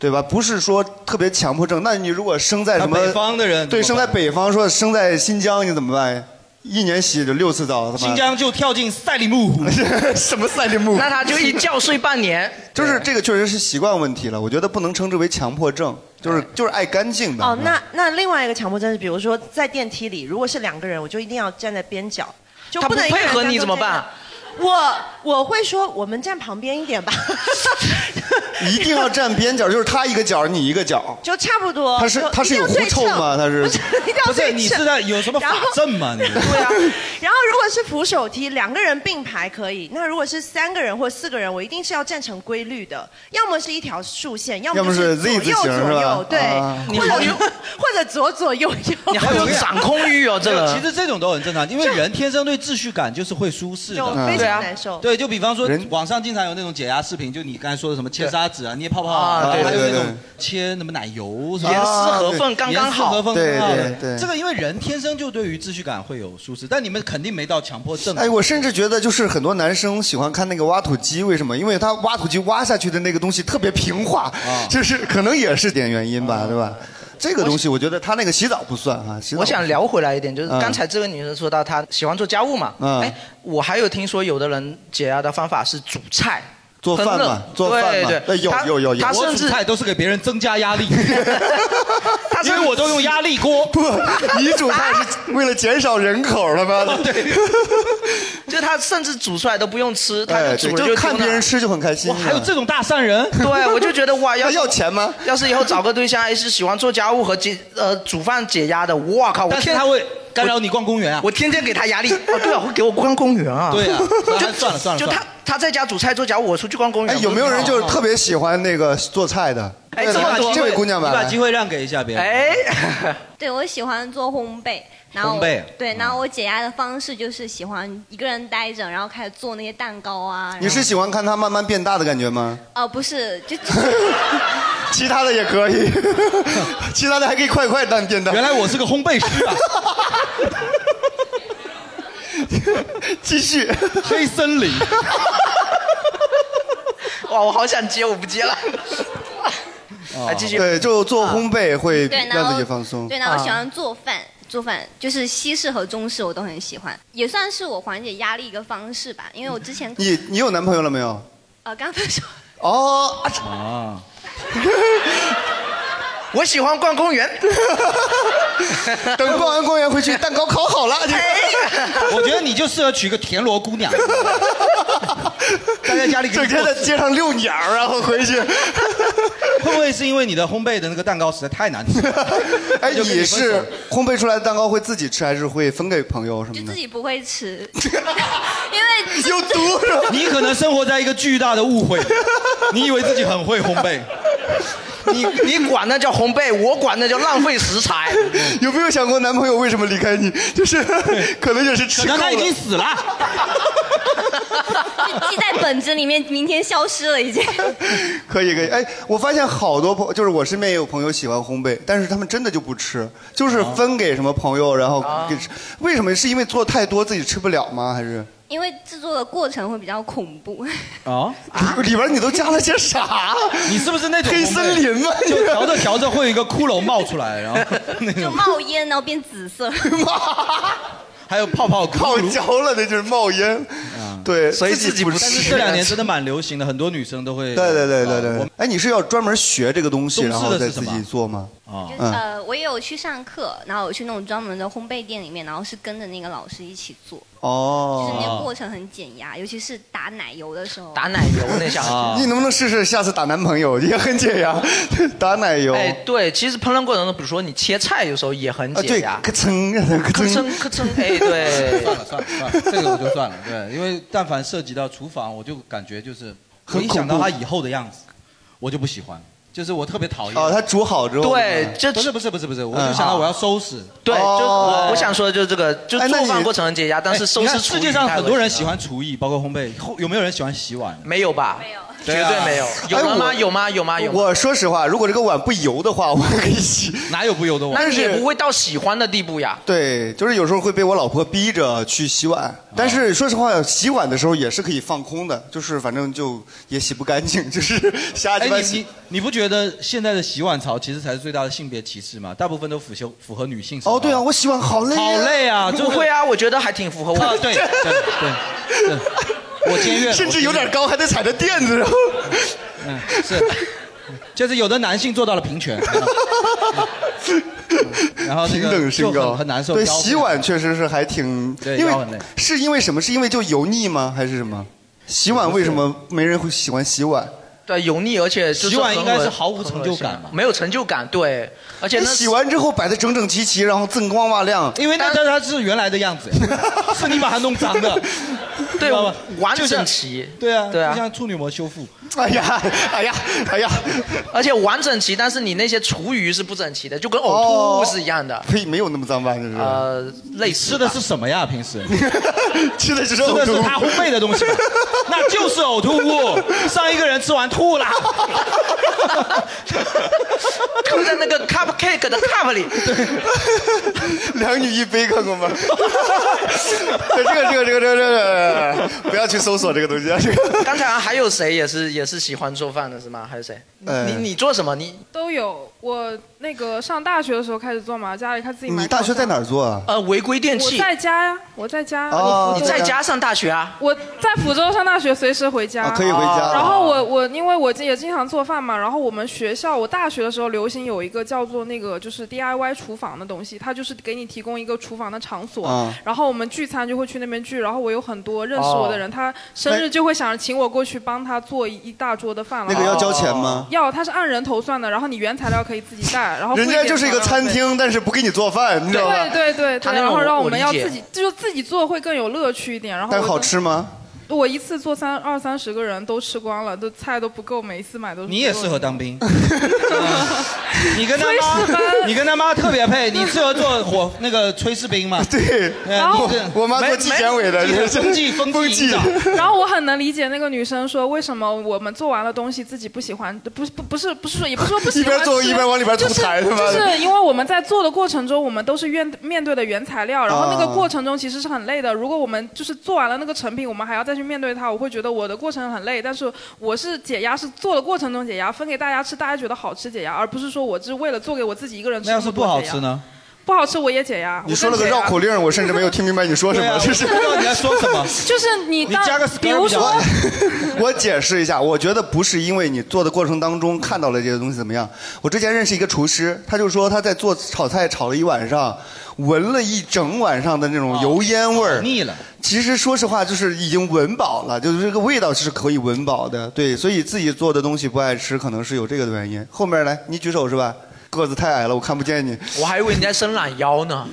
Speaker 1: 对吧？不是说特别强迫症。那你如果生在什么
Speaker 3: 那北方的人
Speaker 1: 对，
Speaker 3: 怎
Speaker 1: 生
Speaker 3: 么
Speaker 1: 在
Speaker 3: 办
Speaker 1: 北方，说生在新疆，你怎么办？一年洗就六次澡，他妈
Speaker 3: *laughs* 新疆就跳进赛里木湖，
Speaker 1: *laughs* 什么赛里木
Speaker 2: 那他就一觉睡半年。
Speaker 1: 就是这个确实是习惯问题了。我觉得不能称之为强迫症，就是就是爱干净的。嗯
Speaker 9: 哦，那那另外一个强迫症是，比如说在电梯里，如果是两个人，我就一定要站在边角，就
Speaker 2: 他不
Speaker 9: 能一个人
Speaker 2: 配合
Speaker 9: 站
Speaker 2: 你
Speaker 9: 中
Speaker 2: 怎么
Speaker 9: 间
Speaker 2: 办？
Speaker 9: 我我会说，我们站旁边一点吧， *laughs*
Speaker 1: 一定要站边角，就是他一个角，你一个角。
Speaker 9: 就差不多。
Speaker 1: 他是
Speaker 9: 就
Speaker 1: 他是
Speaker 9: 一定
Speaker 1: 有
Speaker 9: 要
Speaker 1: 狐
Speaker 9: 对
Speaker 1: 臭
Speaker 9: 称
Speaker 1: 吗？他是
Speaker 9: 不是 *laughs* 一定要
Speaker 3: 不是
Speaker 9: 对
Speaker 3: 你
Speaker 9: 称
Speaker 3: 是在有什么
Speaker 9: 然
Speaker 3: 法
Speaker 9: 后
Speaker 3: 证吗？你
Speaker 9: 啊然后如果是扶手梯，两个人并排可以。那如果是三个人或四个人，我一定是要站成规律的，要么是一条竖线，要
Speaker 1: 要么是
Speaker 9: 是
Speaker 1: Z
Speaker 9: 左右
Speaker 1: 型是
Speaker 9: 左
Speaker 1: 吧
Speaker 9: 右，对
Speaker 1: 啊，
Speaker 9: 或者或者左左右右。
Speaker 2: *laughs* 你还有掌控欲哦，这个
Speaker 3: 其实这种都很正常，因为人天生对秩序感就是会舒适
Speaker 9: 就
Speaker 3: 的，
Speaker 9: 非常难受
Speaker 3: 对，就比方说网上经常有那种解压视频，就你刚才说的什么切沙子啊、捏泡泡啊，
Speaker 2: 啊对
Speaker 3: 还有
Speaker 2: 对
Speaker 3: 那
Speaker 2: 对
Speaker 3: 种切什么奶油什么的，
Speaker 2: 严丝合缝
Speaker 3: 啊
Speaker 2: 刚刚好
Speaker 3: 严丝合缝刚刚好
Speaker 1: 对对对
Speaker 3: 这个因为人天生就对于秩序感会有舒适，但你们肯定没到强迫症。
Speaker 1: 哎，我甚至觉得就是很多男生喜欢看那个挖土机，为什么？因为他挖土机挖下去的那个东西特别平滑， *laughs* 就是可能也是点原因吧，对吧？这个东西我觉得他那个洗澡不算啊，洗澡
Speaker 2: 我想聊回来一点，就是
Speaker 1: 嗯
Speaker 2: 刚才这个女生说到她喜欢做家务嘛，
Speaker 1: 嗯
Speaker 2: 哎，我还有听说有的人解压的方法是煮菜。
Speaker 1: 做饭嘛
Speaker 2: 烹饪
Speaker 1: 做饭嘛
Speaker 2: 对
Speaker 1: 哎
Speaker 2: 对，
Speaker 1: 有
Speaker 2: 她
Speaker 1: 有有有
Speaker 2: 她
Speaker 3: 我
Speaker 2: 甚
Speaker 3: 煮
Speaker 2: 至
Speaker 3: 菜都是给别人增加压力，因为我都用压力
Speaker 2: *laughs*
Speaker 3: 锅。
Speaker 1: 不，你煮菜是为了减少人口了吗？对，
Speaker 2: 就她甚至煮出来都不用吃，她
Speaker 1: *laughs* 哎，
Speaker 2: 就
Speaker 1: 对
Speaker 2: 煮了
Speaker 1: 就
Speaker 2: 就
Speaker 1: 看
Speaker 2: 丢那
Speaker 1: 别人吃就很开心。啊
Speaker 3: 哇，还有这种大善人，
Speaker 2: *laughs* 对，我就觉得哇，
Speaker 1: *laughs*
Speaker 2: 要
Speaker 1: 那要钱吗？
Speaker 2: 要是以后找个对象，哎，是喜欢做家务和解呃煮饭解压的，哇靠！我
Speaker 3: 但是
Speaker 2: 天
Speaker 3: 他会干扰你逛公园啊。
Speaker 2: 我天天给他压
Speaker 1: *laughs*
Speaker 2: 力。哦，对啊，会给我逛公园啊。
Speaker 3: 对啊，
Speaker 2: 就
Speaker 3: 算了算了，
Speaker 2: 就
Speaker 3: 算
Speaker 2: 他
Speaker 3: 了
Speaker 2: 他在家煮菜做家务，我出去逛公园。
Speaker 1: 哎，有没有人就是特
Speaker 2: 别？
Speaker 1: 别喜欢那个做菜的？
Speaker 2: 哎
Speaker 1: 对
Speaker 2: 这么多
Speaker 1: 这位姑娘吧，
Speaker 3: 你把
Speaker 1: 来
Speaker 3: 机会让给一下别人。
Speaker 2: 哎，
Speaker 11: 对，我喜欢做烘焙，然后
Speaker 3: 烘焙嗯
Speaker 11: 对，然后我解压的方式就是喜欢一个人待着，然后开始做那些蛋糕啊。然后
Speaker 1: 你是喜欢看它慢慢变大的感觉吗？
Speaker 11: 哦、不是，
Speaker 1: *laughs*
Speaker 11: 就就
Speaker 1: 其他的也可
Speaker 3: *laughs*
Speaker 1: 以，其他的还可以快快当电的。
Speaker 3: 原来我是个烘焙
Speaker 11: *laughs*
Speaker 3: 师啊！
Speaker 1: 继续，
Speaker 3: *laughs* 黑森林。
Speaker 2: *laughs* 哇，我好想接，我不接了。哎，继续。
Speaker 1: 对，就做烘焙会
Speaker 11: 啊对，然
Speaker 1: 让
Speaker 11: 后
Speaker 1: 自己放松。啊
Speaker 11: 对，然后喜
Speaker 3: 啊
Speaker 11: 欢做饭，做饭就是西式和中式我都很喜欢，也算是我缓解压力一个方式吧。因为我之前
Speaker 1: 你你有男朋友了没有？
Speaker 8: 呃，刚分手，
Speaker 1: 哦
Speaker 3: 啊！
Speaker 2: 我喜欢逛公园。
Speaker 1: 等逛完公园回去，蛋糕烤好了。
Speaker 2: 哎
Speaker 3: 我觉得你就适合娶个田螺姑娘，待在家里
Speaker 1: 整天在街上遛鸟，然后回去。
Speaker 3: 会不会是因为你的烘焙的那个蛋糕实在太难吃了？
Speaker 1: *laughs* 哎，
Speaker 3: 就跟你
Speaker 1: 你
Speaker 3: 分手
Speaker 1: 是烘焙出来的蛋糕会自己吃，还是会分给朋友什么
Speaker 11: 自
Speaker 1: 的？
Speaker 11: 己不会
Speaker 1: *laughs*
Speaker 11: 吃， *laughs* 因为
Speaker 1: 有毒是吧
Speaker 3: *laughs* 你可能生活在一个巨大的误
Speaker 2: *laughs*
Speaker 3: 会里，你以为自己很会烘焙，
Speaker 2: 你你管那叫烘焙，我管那叫浪费食材。
Speaker 1: 有没有想过男朋友为什么离开你？就是 *laughs* 可能也是吃
Speaker 11: 可
Speaker 1: 够
Speaker 11: 能
Speaker 1: 了。
Speaker 11: 他已经
Speaker 3: 死了。
Speaker 11: *laughs* 记在本子里面，明天消失了已经。
Speaker 1: 可以可以，哎，我发现好多朋友，就是我身边也有朋友喜欢烘焙，但是他们真的就不吃，就是分给什么朋友，然后
Speaker 3: 啊
Speaker 1: 给吃。为什么？是因为做太多自己吃不了吗？还是
Speaker 11: 因为制作的过程会比较恐怖，
Speaker 3: 啊？
Speaker 1: 里边你都加了些啥？
Speaker 3: 你是不是那种
Speaker 1: 黑
Speaker 3: 烘焙
Speaker 1: 森林吗？
Speaker 3: 就调着调着会有一个骷髅冒出来，然后那
Speaker 11: 就
Speaker 3: 种
Speaker 11: 冒烟，然后变紫色。
Speaker 3: 还有泡泡
Speaker 1: 泡焦了，那就是冒烟。
Speaker 3: 啊
Speaker 1: 对，
Speaker 3: 所以
Speaker 1: 自己不
Speaker 3: 但
Speaker 1: 吃
Speaker 3: 是这两年真的蛮流行的，很多女生都会。
Speaker 1: 对对对对对
Speaker 3: 啊我。
Speaker 1: 哎，你是要专门学这个东西，
Speaker 3: 中式
Speaker 1: 然
Speaker 3: 的
Speaker 1: 后再
Speaker 3: 是
Speaker 1: 自
Speaker 3: 什么
Speaker 1: 己做吗？
Speaker 3: 啊
Speaker 1: 嗯
Speaker 11: 就是呃，我也有去上课，然后有去那种专门的烘焙店里面，然后是跟着那个老师一起做，就是那个
Speaker 1: 嗯哦。
Speaker 11: 过程很减压，尤其是打奶油的时候。
Speaker 2: 打奶油那下
Speaker 1: 啊你能不能试试下次打男朋友也很解压，打奶油。
Speaker 2: 哎，对，其实烹饪过程中，比如说你切菜，有时候也很
Speaker 1: 啊，
Speaker 2: 解
Speaker 1: 对，
Speaker 2: 压。
Speaker 1: 咯噌咯
Speaker 2: 咯
Speaker 1: 噌
Speaker 2: 噌咯噌，哎，对，
Speaker 3: 算了算了算了，这个我就算了。对，因为但凡涉及到厨房，我就感觉就是，我
Speaker 1: 很
Speaker 3: 一
Speaker 1: 恐
Speaker 3: 想到
Speaker 1: 怖
Speaker 3: 他以后的样子，我就不喜欢，就是我特别讨厌。
Speaker 1: 哦，它煮好之后。
Speaker 3: 不是不是不是不是，
Speaker 1: 嗯
Speaker 3: 我就想到我要收拾。
Speaker 2: 对，就
Speaker 3: 哦
Speaker 2: 我我想说的就是这个，就
Speaker 3: 哎那
Speaker 2: 做饭
Speaker 3: 你
Speaker 2: 过程很解压，但是收
Speaker 3: 哎你
Speaker 2: 拾
Speaker 3: 看
Speaker 2: 厨
Speaker 3: 世
Speaker 2: 艺
Speaker 3: 界上
Speaker 2: 太
Speaker 3: 很多
Speaker 2: 危
Speaker 3: 人
Speaker 2: 险
Speaker 3: 喜欢厨艺，包括烘焙，后有没有人喜欢洗碗？
Speaker 2: 没有吧？没有，绝
Speaker 3: 对
Speaker 2: 对
Speaker 3: 啊
Speaker 2: 没有。有
Speaker 1: 哎
Speaker 2: 了
Speaker 1: 我
Speaker 2: 吗？有吗？有吗？有吗。
Speaker 1: 我说实话，如果这个碗不油的话，我可以洗。
Speaker 3: *laughs* 哪有不油的
Speaker 2: 那你也不会到喜欢的地步呀。
Speaker 1: 对，就是有时候会被我老婆逼着去洗
Speaker 3: 啊
Speaker 1: 碗，但是说实话，洗碗的时候也是可以放空的，就是反正就也洗不干净， *laughs* 就是瞎鸡
Speaker 3: 哎，
Speaker 1: 巴
Speaker 3: 你
Speaker 1: 洗
Speaker 3: 你。你不觉得现在的洗碗潮其实才是最大的性别歧视吗？大部分都符合符合女性。
Speaker 1: 哦，对啊，我洗碗好累、
Speaker 3: 好累啊！
Speaker 2: 不会啊，我觉得还挺符合我
Speaker 3: 啊，对对对对，我
Speaker 1: *laughs*
Speaker 3: 僭越了，
Speaker 1: 甚至有点
Speaker 3: 我
Speaker 1: 高，还得踩着垫子。然后
Speaker 3: 僭越了。嗯，是，就是有的男性做到了平权，然后那
Speaker 1: 平
Speaker 3: 个
Speaker 1: 等身
Speaker 3: 就
Speaker 1: 高
Speaker 3: 很很难受。
Speaker 1: 对，
Speaker 3: 腰很
Speaker 1: 洗碗确实是还挺，
Speaker 3: 对
Speaker 1: 因为
Speaker 3: 腰很累
Speaker 1: 是因为什么？是因为就油腻吗？还是什么？洗碗为什么没人会喜欢洗碗？
Speaker 2: 对，油腻，而且就是
Speaker 1: 洗碗应该
Speaker 2: 很恶
Speaker 1: 是毫无成就感
Speaker 2: 很恶心没有成就感，哎对，而且
Speaker 1: 你
Speaker 2: 那
Speaker 1: 哎洗完之后摆的整整齐齐，然后锃光瓦亮。
Speaker 3: 因为那它它是原来的样子，是你把它弄脏
Speaker 1: *laughs*
Speaker 3: 的，
Speaker 2: 对
Speaker 3: 知道吗
Speaker 2: 完
Speaker 3: 就像
Speaker 2: 整齐
Speaker 3: 对啊，
Speaker 2: 对啊
Speaker 3: 就像处女膜修复。
Speaker 1: 哎呀，哎呀，哎呀！
Speaker 2: 而且完整齐，但是你那些厨余是不整齐的，就跟呕吐物是一样的。
Speaker 1: 呸，没有那么脏吧？就是
Speaker 2: 呃，类似
Speaker 3: 吃的是什么呀？平时
Speaker 7: *laughs*
Speaker 1: 吃的是
Speaker 3: 吃的
Speaker 1: 呕吐
Speaker 3: 是
Speaker 1: 物
Speaker 3: 他烘焙的东西吧，那就是呕吐物。上一个人吃完吐了，
Speaker 2: 吐在那个 cupcake 的 cup 里。
Speaker 1: 两女一杯看过吗？对，这个这个这个这个这个，不要去搜索这个东西啊！这个
Speaker 2: 刚才好像还有谁也是也是喜欢做饭的是吗？还有谁？
Speaker 1: 呃
Speaker 2: 你你做什么？你
Speaker 7: 都有。我那个上大学的时候开始做嘛，家里开始自己买。
Speaker 1: 你大学在哪儿做啊？
Speaker 2: 呃，违规电
Speaker 7: 我
Speaker 2: 器。
Speaker 7: 在家呀，我在家。
Speaker 1: 哦
Speaker 2: 你在家上大学啊？
Speaker 7: 我在福州上大学，随时回家。
Speaker 1: 啊可以回家
Speaker 7: 然后我我因为我也经常做饭嘛，然后我们学校我大学的时候流行有一个叫做那个就是 DIY 厨房的东西，它就是给你提供一个厨房的场所，
Speaker 1: 啊
Speaker 7: 然后我们聚餐就会去那边聚。然后我有很多认识我的人，
Speaker 1: 哦
Speaker 7: 他生日就会想着请我过去帮他做一一大桌的饭了。
Speaker 1: 那个要交钱吗嗯
Speaker 7: 要，它是按人头算的，然后你原材料可以自己带，然后付一
Speaker 1: 人
Speaker 7: 点
Speaker 1: 家就是一个
Speaker 7: 材料
Speaker 1: 餐
Speaker 7: 费
Speaker 1: 厅，但是不给你做饭，你知道吧？
Speaker 7: 对对对
Speaker 1: 他
Speaker 7: 对，
Speaker 1: 那种
Speaker 7: 然后让
Speaker 1: 我
Speaker 7: 我们要
Speaker 1: 理解
Speaker 7: 自己，就自己做会更有乐趣一点。然
Speaker 1: *laughs*
Speaker 7: 后
Speaker 1: 但
Speaker 7: 我
Speaker 1: 是好
Speaker 7: 就
Speaker 1: 吃吗？
Speaker 7: 我一次做三二三十个人都吃光了，都菜都不够，每一次买都是。
Speaker 3: 你也适合。
Speaker 7: *laughs*
Speaker 3: 当兵。嗯你跟他
Speaker 7: 炊事
Speaker 3: 妈，
Speaker 7: 班
Speaker 3: 你跟他妈特别配，你适合做火那个炊事兵嘛？嗯
Speaker 1: 对，
Speaker 7: 然后我我妈做纪
Speaker 3: 纪
Speaker 7: 检委的
Speaker 3: 风纪风纪营长。
Speaker 7: *laughs* 然后我很能理解那个女生说为什么我们做完了东西自己不喜欢，不是不不是不是说也不是说不喜
Speaker 1: *laughs*
Speaker 7: 欢
Speaker 1: 一边做
Speaker 7: 吃
Speaker 1: 一边往里边吐痰
Speaker 7: 就是
Speaker 1: 是吧
Speaker 7: 就是因为我们在做的过程中，我们都是面面对的原材料，然后那
Speaker 1: 啊
Speaker 7: 个过程中其实是很累的。如果我们就是做完了那个成品，我们还要再去面对它，我会觉得我的过程很累。但是我是解压，是做的过程中解压，分给大家吃，大家觉得好吃解压，而不是说我是为了做给我自己一个人吃。
Speaker 3: 那要是不好吃？呢？
Speaker 7: 不好吃我也解压。
Speaker 1: 你说了个
Speaker 7: 我更啊解
Speaker 1: 绕
Speaker 7: 压
Speaker 1: 口令，我甚至没有听明白你说什么，这是
Speaker 3: 啊不知道你在说什么。
Speaker 7: *laughs* 就是你当，比如说，
Speaker 1: *laughs* 我解释一下，我觉得不是因为你做的过程当中看到了这些东西怎么样。我之前认识一个厨师，他就说他在做炒菜炒了一晚上，闻了一整晚上的那种油烟味儿、
Speaker 3: 哦腻了。
Speaker 1: 其实说实话，就是已经闻饱了，就是这个味道是可以闻饱的。对，所以自己做的东西不爱吃，可能是有这个原因。后面来，你举手是吧？个子太矮了，我看不见你。
Speaker 2: 我还以为你在伸懒腰呢。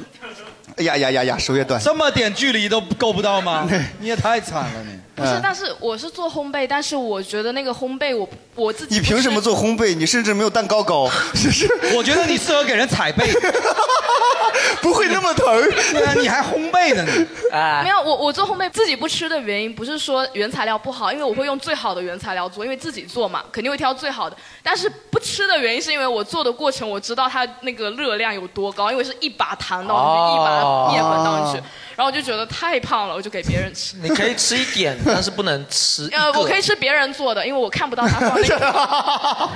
Speaker 1: 哎呀呀呀呀，手也短。
Speaker 3: 这么点距离都够不到吗？你也太惨了你。
Speaker 12: 不
Speaker 1: 嗯
Speaker 2: 嗯
Speaker 12: 是，但是我是做烘焙，但是我觉得那个烘焙我我自己
Speaker 1: 你凭什么做烘焙？你甚至没有蛋糕高， *laughs* 是是。
Speaker 3: 我觉得你适合给人踩背，
Speaker 1: *laughs* 不会那么疼。
Speaker 3: 对啊，你还烘焙呢你。
Speaker 12: 没有，我我做烘焙自己不吃的原因不是说原材料不好，因为我会用最好的原材料做，因为自己做嘛，肯定会挑最好的。但是不吃的原因是因为我做的过程我知道它那个热量有多高，因为是一把糖倒进去，
Speaker 2: 哦
Speaker 12: 一把面粉倒进去，然后我就觉得太胖了，我就给别人吃。
Speaker 2: 你可以吃一点，但是不能吃一个。
Speaker 12: 呃，我可以吃别人做的，因为我看不到他放那
Speaker 2: *laughs*
Speaker 12: 个。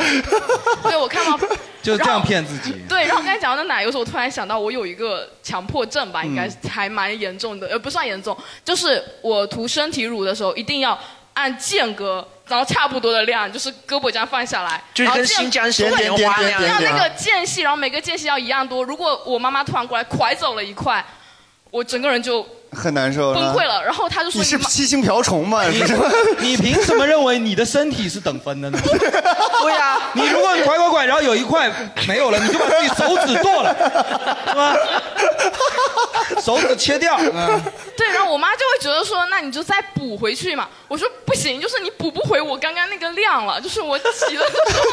Speaker 12: 对，我看到。
Speaker 3: 就这样骗自
Speaker 7: *laughs*
Speaker 3: 己。
Speaker 12: 对，然后刚才讲到那奶油的时候，我突然想到，我有一个强迫症
Speaker 2: 嗯
Speaker 12: 吧，应该是还蛮严重的，呃，不算严重，就是我涂身体乳的时候，一定要按间隔，然后差不多的量，就是胳膊这样放下来，
Speaker 2: 就是
Speaker 12: 然后
Speaker 2: 跟
Speaker 12: 间隔
Speaker 2: 新疆松
Speaker 1: 点
Speaker 2: 油
Speaker 1: 点
Speaker 2: 花那
Speaker 1: 点
Speaker 2: 样
Speaker 1: 点
Speaker 12: 要
Speaker 1: 点
Speaker 12: 那个间隙，然后每个间隙要一样多。如果我妈妈突然过来拐走了一块，我整个人就
Speaker 1: 很难受，
Speaker 12: 崩溃了。。然后她就说
Speaker 1: 你是
Speaker 12: 妈
Speaker 1: 七星瓢虫吗？你是
Speaker 3: 你凭什么认为你的身体是等分的呢？
Speaker 2: 对呀、
Speaker 3: 你如果拐拐拐，然后有一块没有了，你就把自己手指剁了，是吧？手指切掉。嗯
Speaker 12: 对，然后我妈就会觉得说，那你就再补回去嘛。我说不行，就是你补不回我刚刚那个量了，就是我挤了之后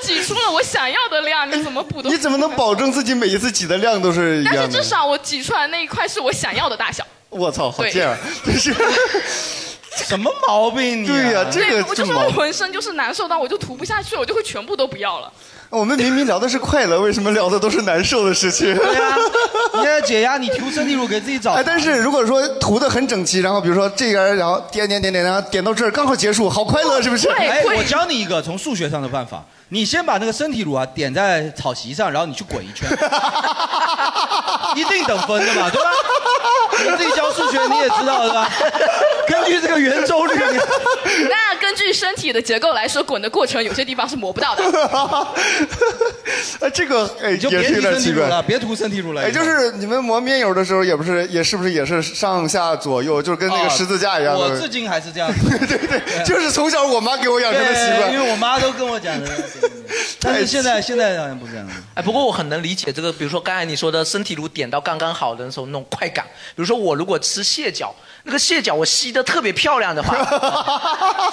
Speaker 12: 是挤出了我想要的量，你怎么补
Speaker 1: *laughs*
Speaker 12: 都
Speaker 1: 你怎么能保证自己每一次挤的量都是一样的？
Speaker 12: 但是至少我挤出来那一块是我想要的大小。
Speaker 1: 我操，好
Speaker 12: 对
Speaker 1: 贱啊！这是
Speaker 3: 什么毛病你、
Speaker 1: *laughs*
Speaker 3: 啊
Speaker 1: 对呀、这
Speaker 12: 对
Speaker 1: 个
Speaker 12: 我
Speaker 1: 这
Speaker 12: 就是
Speaker 1: 毛
Speaker 12: 会浑身就是难受到我就涂不下去了，我就会全部都不要了。
Speaker 1: 我们明明聊的是快乐，为什么聊的都是难受的事情？
Speaker 3: 对呀、你要解压，你涂身体乳给自己找。
Speaker 1: 哎，但是如果说涂的很整齐，然后比如说这边，然后点点点点，然后点到这儿刚好结束，好快乐，是不是？
Speaker 3: 哎，我教你一个从数学上的办法，你先把那个身体乳啊点在草席上，然后你去滚一圈，一定等分的嘛，对吧？你自己教数学你也知道的吧？ *laughs* 根据这个圆周率，你
Speaker 12: 那根据身体的结构来说，滚的过程有些地方是磨不到
Speaker 1: *laughs*
Speaker 12: 的。
Speaker 1: 哎，这个哎
Speaker 3: 就
Speaker 1: 也
Speaker 3: 别
Speaker 1: 是有
Speaker 3: 涂
Speaker 1: 点
Speaker 3: 身体
Speaker 1: 奇
Speaker 3: 乳
Speaker 1: 怪
Speaker 3: 了，。别涂身体乳了。
Speaker 1: 哎，就是你们磨面油的时候，也不是，也是不是也是上下左右，就是跟那个十字架一样的。
Speaker 3: 哦我至今还是这样。
Speaker 1: *laughs* 就是从小我妈给我养成的习惯。哎
Speaker 3: 对因为我妈都跟我讲的。但是现在现在当然不这样了。
Speaker 2: 哎，不过我很能理解这个，比如说刚才你说的身体乳点到刚刚好的时候那种快感，比如说我如果吃蟹脚，那个蟹脚我吸的特别漂亮的
Speaker 1: *laughs*
Speaker 2: 话，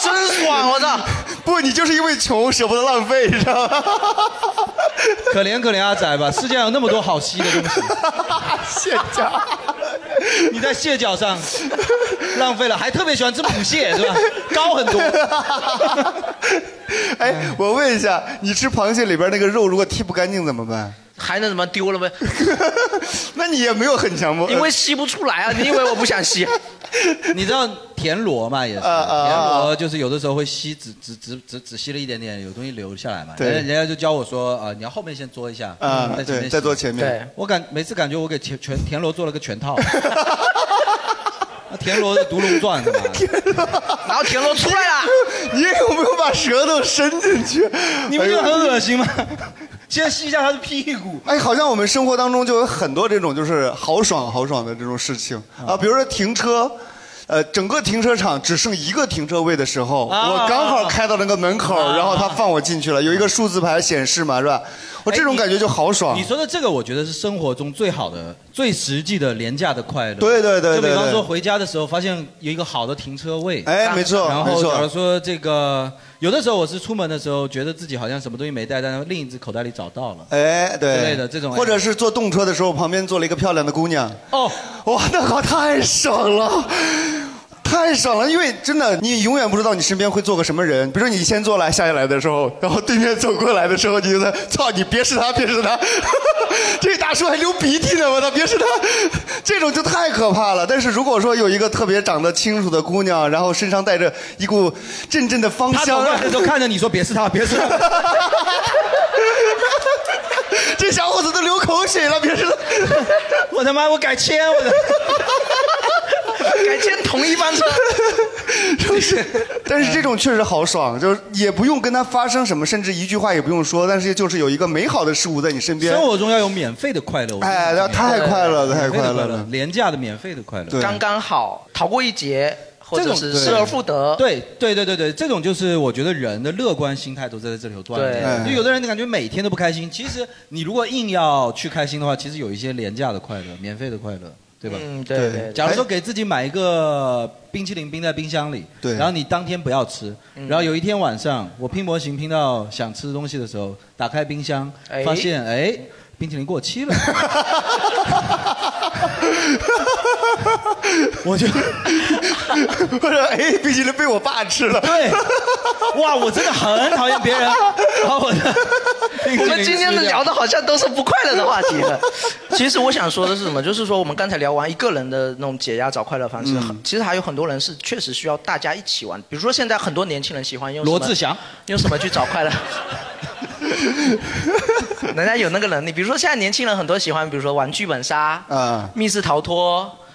Speaker 2: 真爽，我操！
Speaker 1: 不，你就是因为穷舍不得浪费，你知道吗？
Speaker 3: 可怜可怜阿仔吧，世界上有那么多好吸的东
Speaker 1: *laughs*
Speaker 3: 西，
Speaker 1: 蟹脚，
Speaker 3: 你在蟹脚上浪费了，还特别喜欢吃母蟹是吧？高很多。
Speaker 1: 哎，我问一下，你吃螃蟹里边那个肉如果剔不干净怎么办？
Speaker 2: 还能怎么丢了呗？
Speaker 1: 那你也没有 *laughs* 很强迫，
Speaker 2: 因为吸不出来啊！你以为我不想吸？
Speaker 3: *laughs* 你知道田螺嘛？也
Speaker 1: 啊
Speaker 3: 是，田螺就是有的时候会吸，只只只只只吸了一点点，有东西流下来嘛。
Speaker 1: 对
Speaker 3: 人家人家就教我说啊，你要后面先嘬一下，嗯
Speaker 1: 啊
Speaker 3: 在前面
Speaker 1: 对
Speaker 3: 吸
Speaker 1: 再嘬前面对
Speaker 3: 我感每次感觉我给全全田螺做了个
Speaker 1: *laughs*
Speaker 3: 全套。那田螺的独龙传是吧？
Speaker 2: 然后田螺出来
Speaker 1: *laughs*
Speaker 2: 了，
Speaker 1: 你有没有把舌头伸进去？
Speaker 3: 你不觉得很恶心吗？ *laughs* 先吸一下他的屁股。
Speaker 1: 哎，好像我们生活当中就有很多这种就是豪爽豪爽的这种事情啊，比如说停车。呃，整个停车场只剩一个停车位的时候，
Speaker 2: 啊
Speaker 1: 我刚好开到那个门
Speaker 3: 啊
Speaker 1: 口，然后他放我进去了，有一个数字牌显示嘛，是吧？我这种感觉就好爽
Speaker 3: 你。说的这个，我觉得是生活中最好的、最实际的廉价的快乐。
Speaker 1: 对对对对
Speaker 3: 就比方
Speaker 1: 对
Speaker 3: 说回家的时候，发现有一个好的停车位。
Speaker 1: 哎没错
Speaker 3: 然
Speaker 1: 没
Speaker 3: 后
Speaker 1: 错
Speaker 3: 假如说这个，有的时候我是出门的时候，觉得自己好像什么东西没带，但是另一只口袋里找到了。
Speaker 1: 哎，对，
Speaker 3: 之类的这种
Speaker 1: 或者 *laughs* 是坐动车的时
Speaker 2: 哦
Speaker 1: 候，旁边坐了一个漂亮的姑娘，
Speaker 3: 哦，
Speaker 1: 哇，那好，太爽了，太爽了，因为真的你永远不知道你身边会坐个什么人，比如说你先坐来下下来的时候，然后对面走过来的时候，你就在操你别是他，别是他， *laughs* 这大叔还流鼻涕呢，我操，别是他，这种就太可怕了。但是如果说有一个特别长得清楚的姑娘，然后身上带着一股阵阵的芳
Speaker 3: 他走
Speaker 1: 香，啊
Speaker 3: 过来的时候看着你说别是他，别是他。
Speaker 1: 这小伙子都流口水了，别是他，
Speaker 3: *laughs* 我他妈我改签，我的。
Speaker 2: *laughs* 改签同
Speaker 3: *laughs*
Speaker 2: 一班车，
Speaker 1: 就是，但是这种确实好爽，就是也不用跟他发生什么，甚至一句话也不用说，但是就是有一个美好的事物在你 *laughs* 身边。
Speaker 3: 生活中要有免费的快乐。我觉得
Speaker 1: 哎
Speaker 3: 是
Speaker 1: 那太快乐了
Speaker 3: 免费的
Speaker 1: 太快乐
Speaker 3: 快
Speaker 1: 了
Speaker 3: 廉价的免费的快乐。
Speaker 2: 刚刚好，逃过一劫，或者是失而复得。得。
Speaker 3: 对对对对对，这种就是我觉得人的乐观心态都在这里头锻炼。
Speaker 2: 对
Speaker 3: 就有的人感觉每天都不开心，其实你如果硬要去开心的话，其实有一些廉价的快乐、免费的快乐，对吧？
Speaker 2: 嗯对对对
Speaker 3: 假如说给自己买一个冰淇淋冰在冰箱里，
Speaker 1: 对
Speaker 3: 然后你当天不要吃，
Speaker 2: 嗯
Speaker 3: 然后有一天晚上我拼模型拼到想吃东西的时候，打开冰箱
Speaker 2: 哎，
Speaker 3: 发现哎冰淇淋过
Speaker 2: *laughs*
Speaker 3: 期了。 *laughs* 我就
Speaker 1: *laughs* 我说哎，冰淇淋被我爸吃了。
Speaker 3: 对，哇，我真的很讨厌别人
Speaker 1: *laughs*
Speaker 3: 把我的
Speaker 2: 我们今天的聊的好像都是不快乐的话题了。 *laughs* 其实我想说的是什么？就是说我们刚才聊完一个人的那种解压找快乐方式，
Speaker 3: 嗯
Speaker 2: 很其实还有很多人是确实需要大家一起玩。比如说现在很多年轻人喜欢用什么
Speaker 3: 罗志祥，
Speaker 2: 用什么去找
Speaker 3: *laughs*
Speaker 2: 快乐？人家有那个能力。比如说现在年轻人很多喜欢，比如说玩剧本杀、
Speaker 1: 啊，
Speaker 2: 密室逃脱。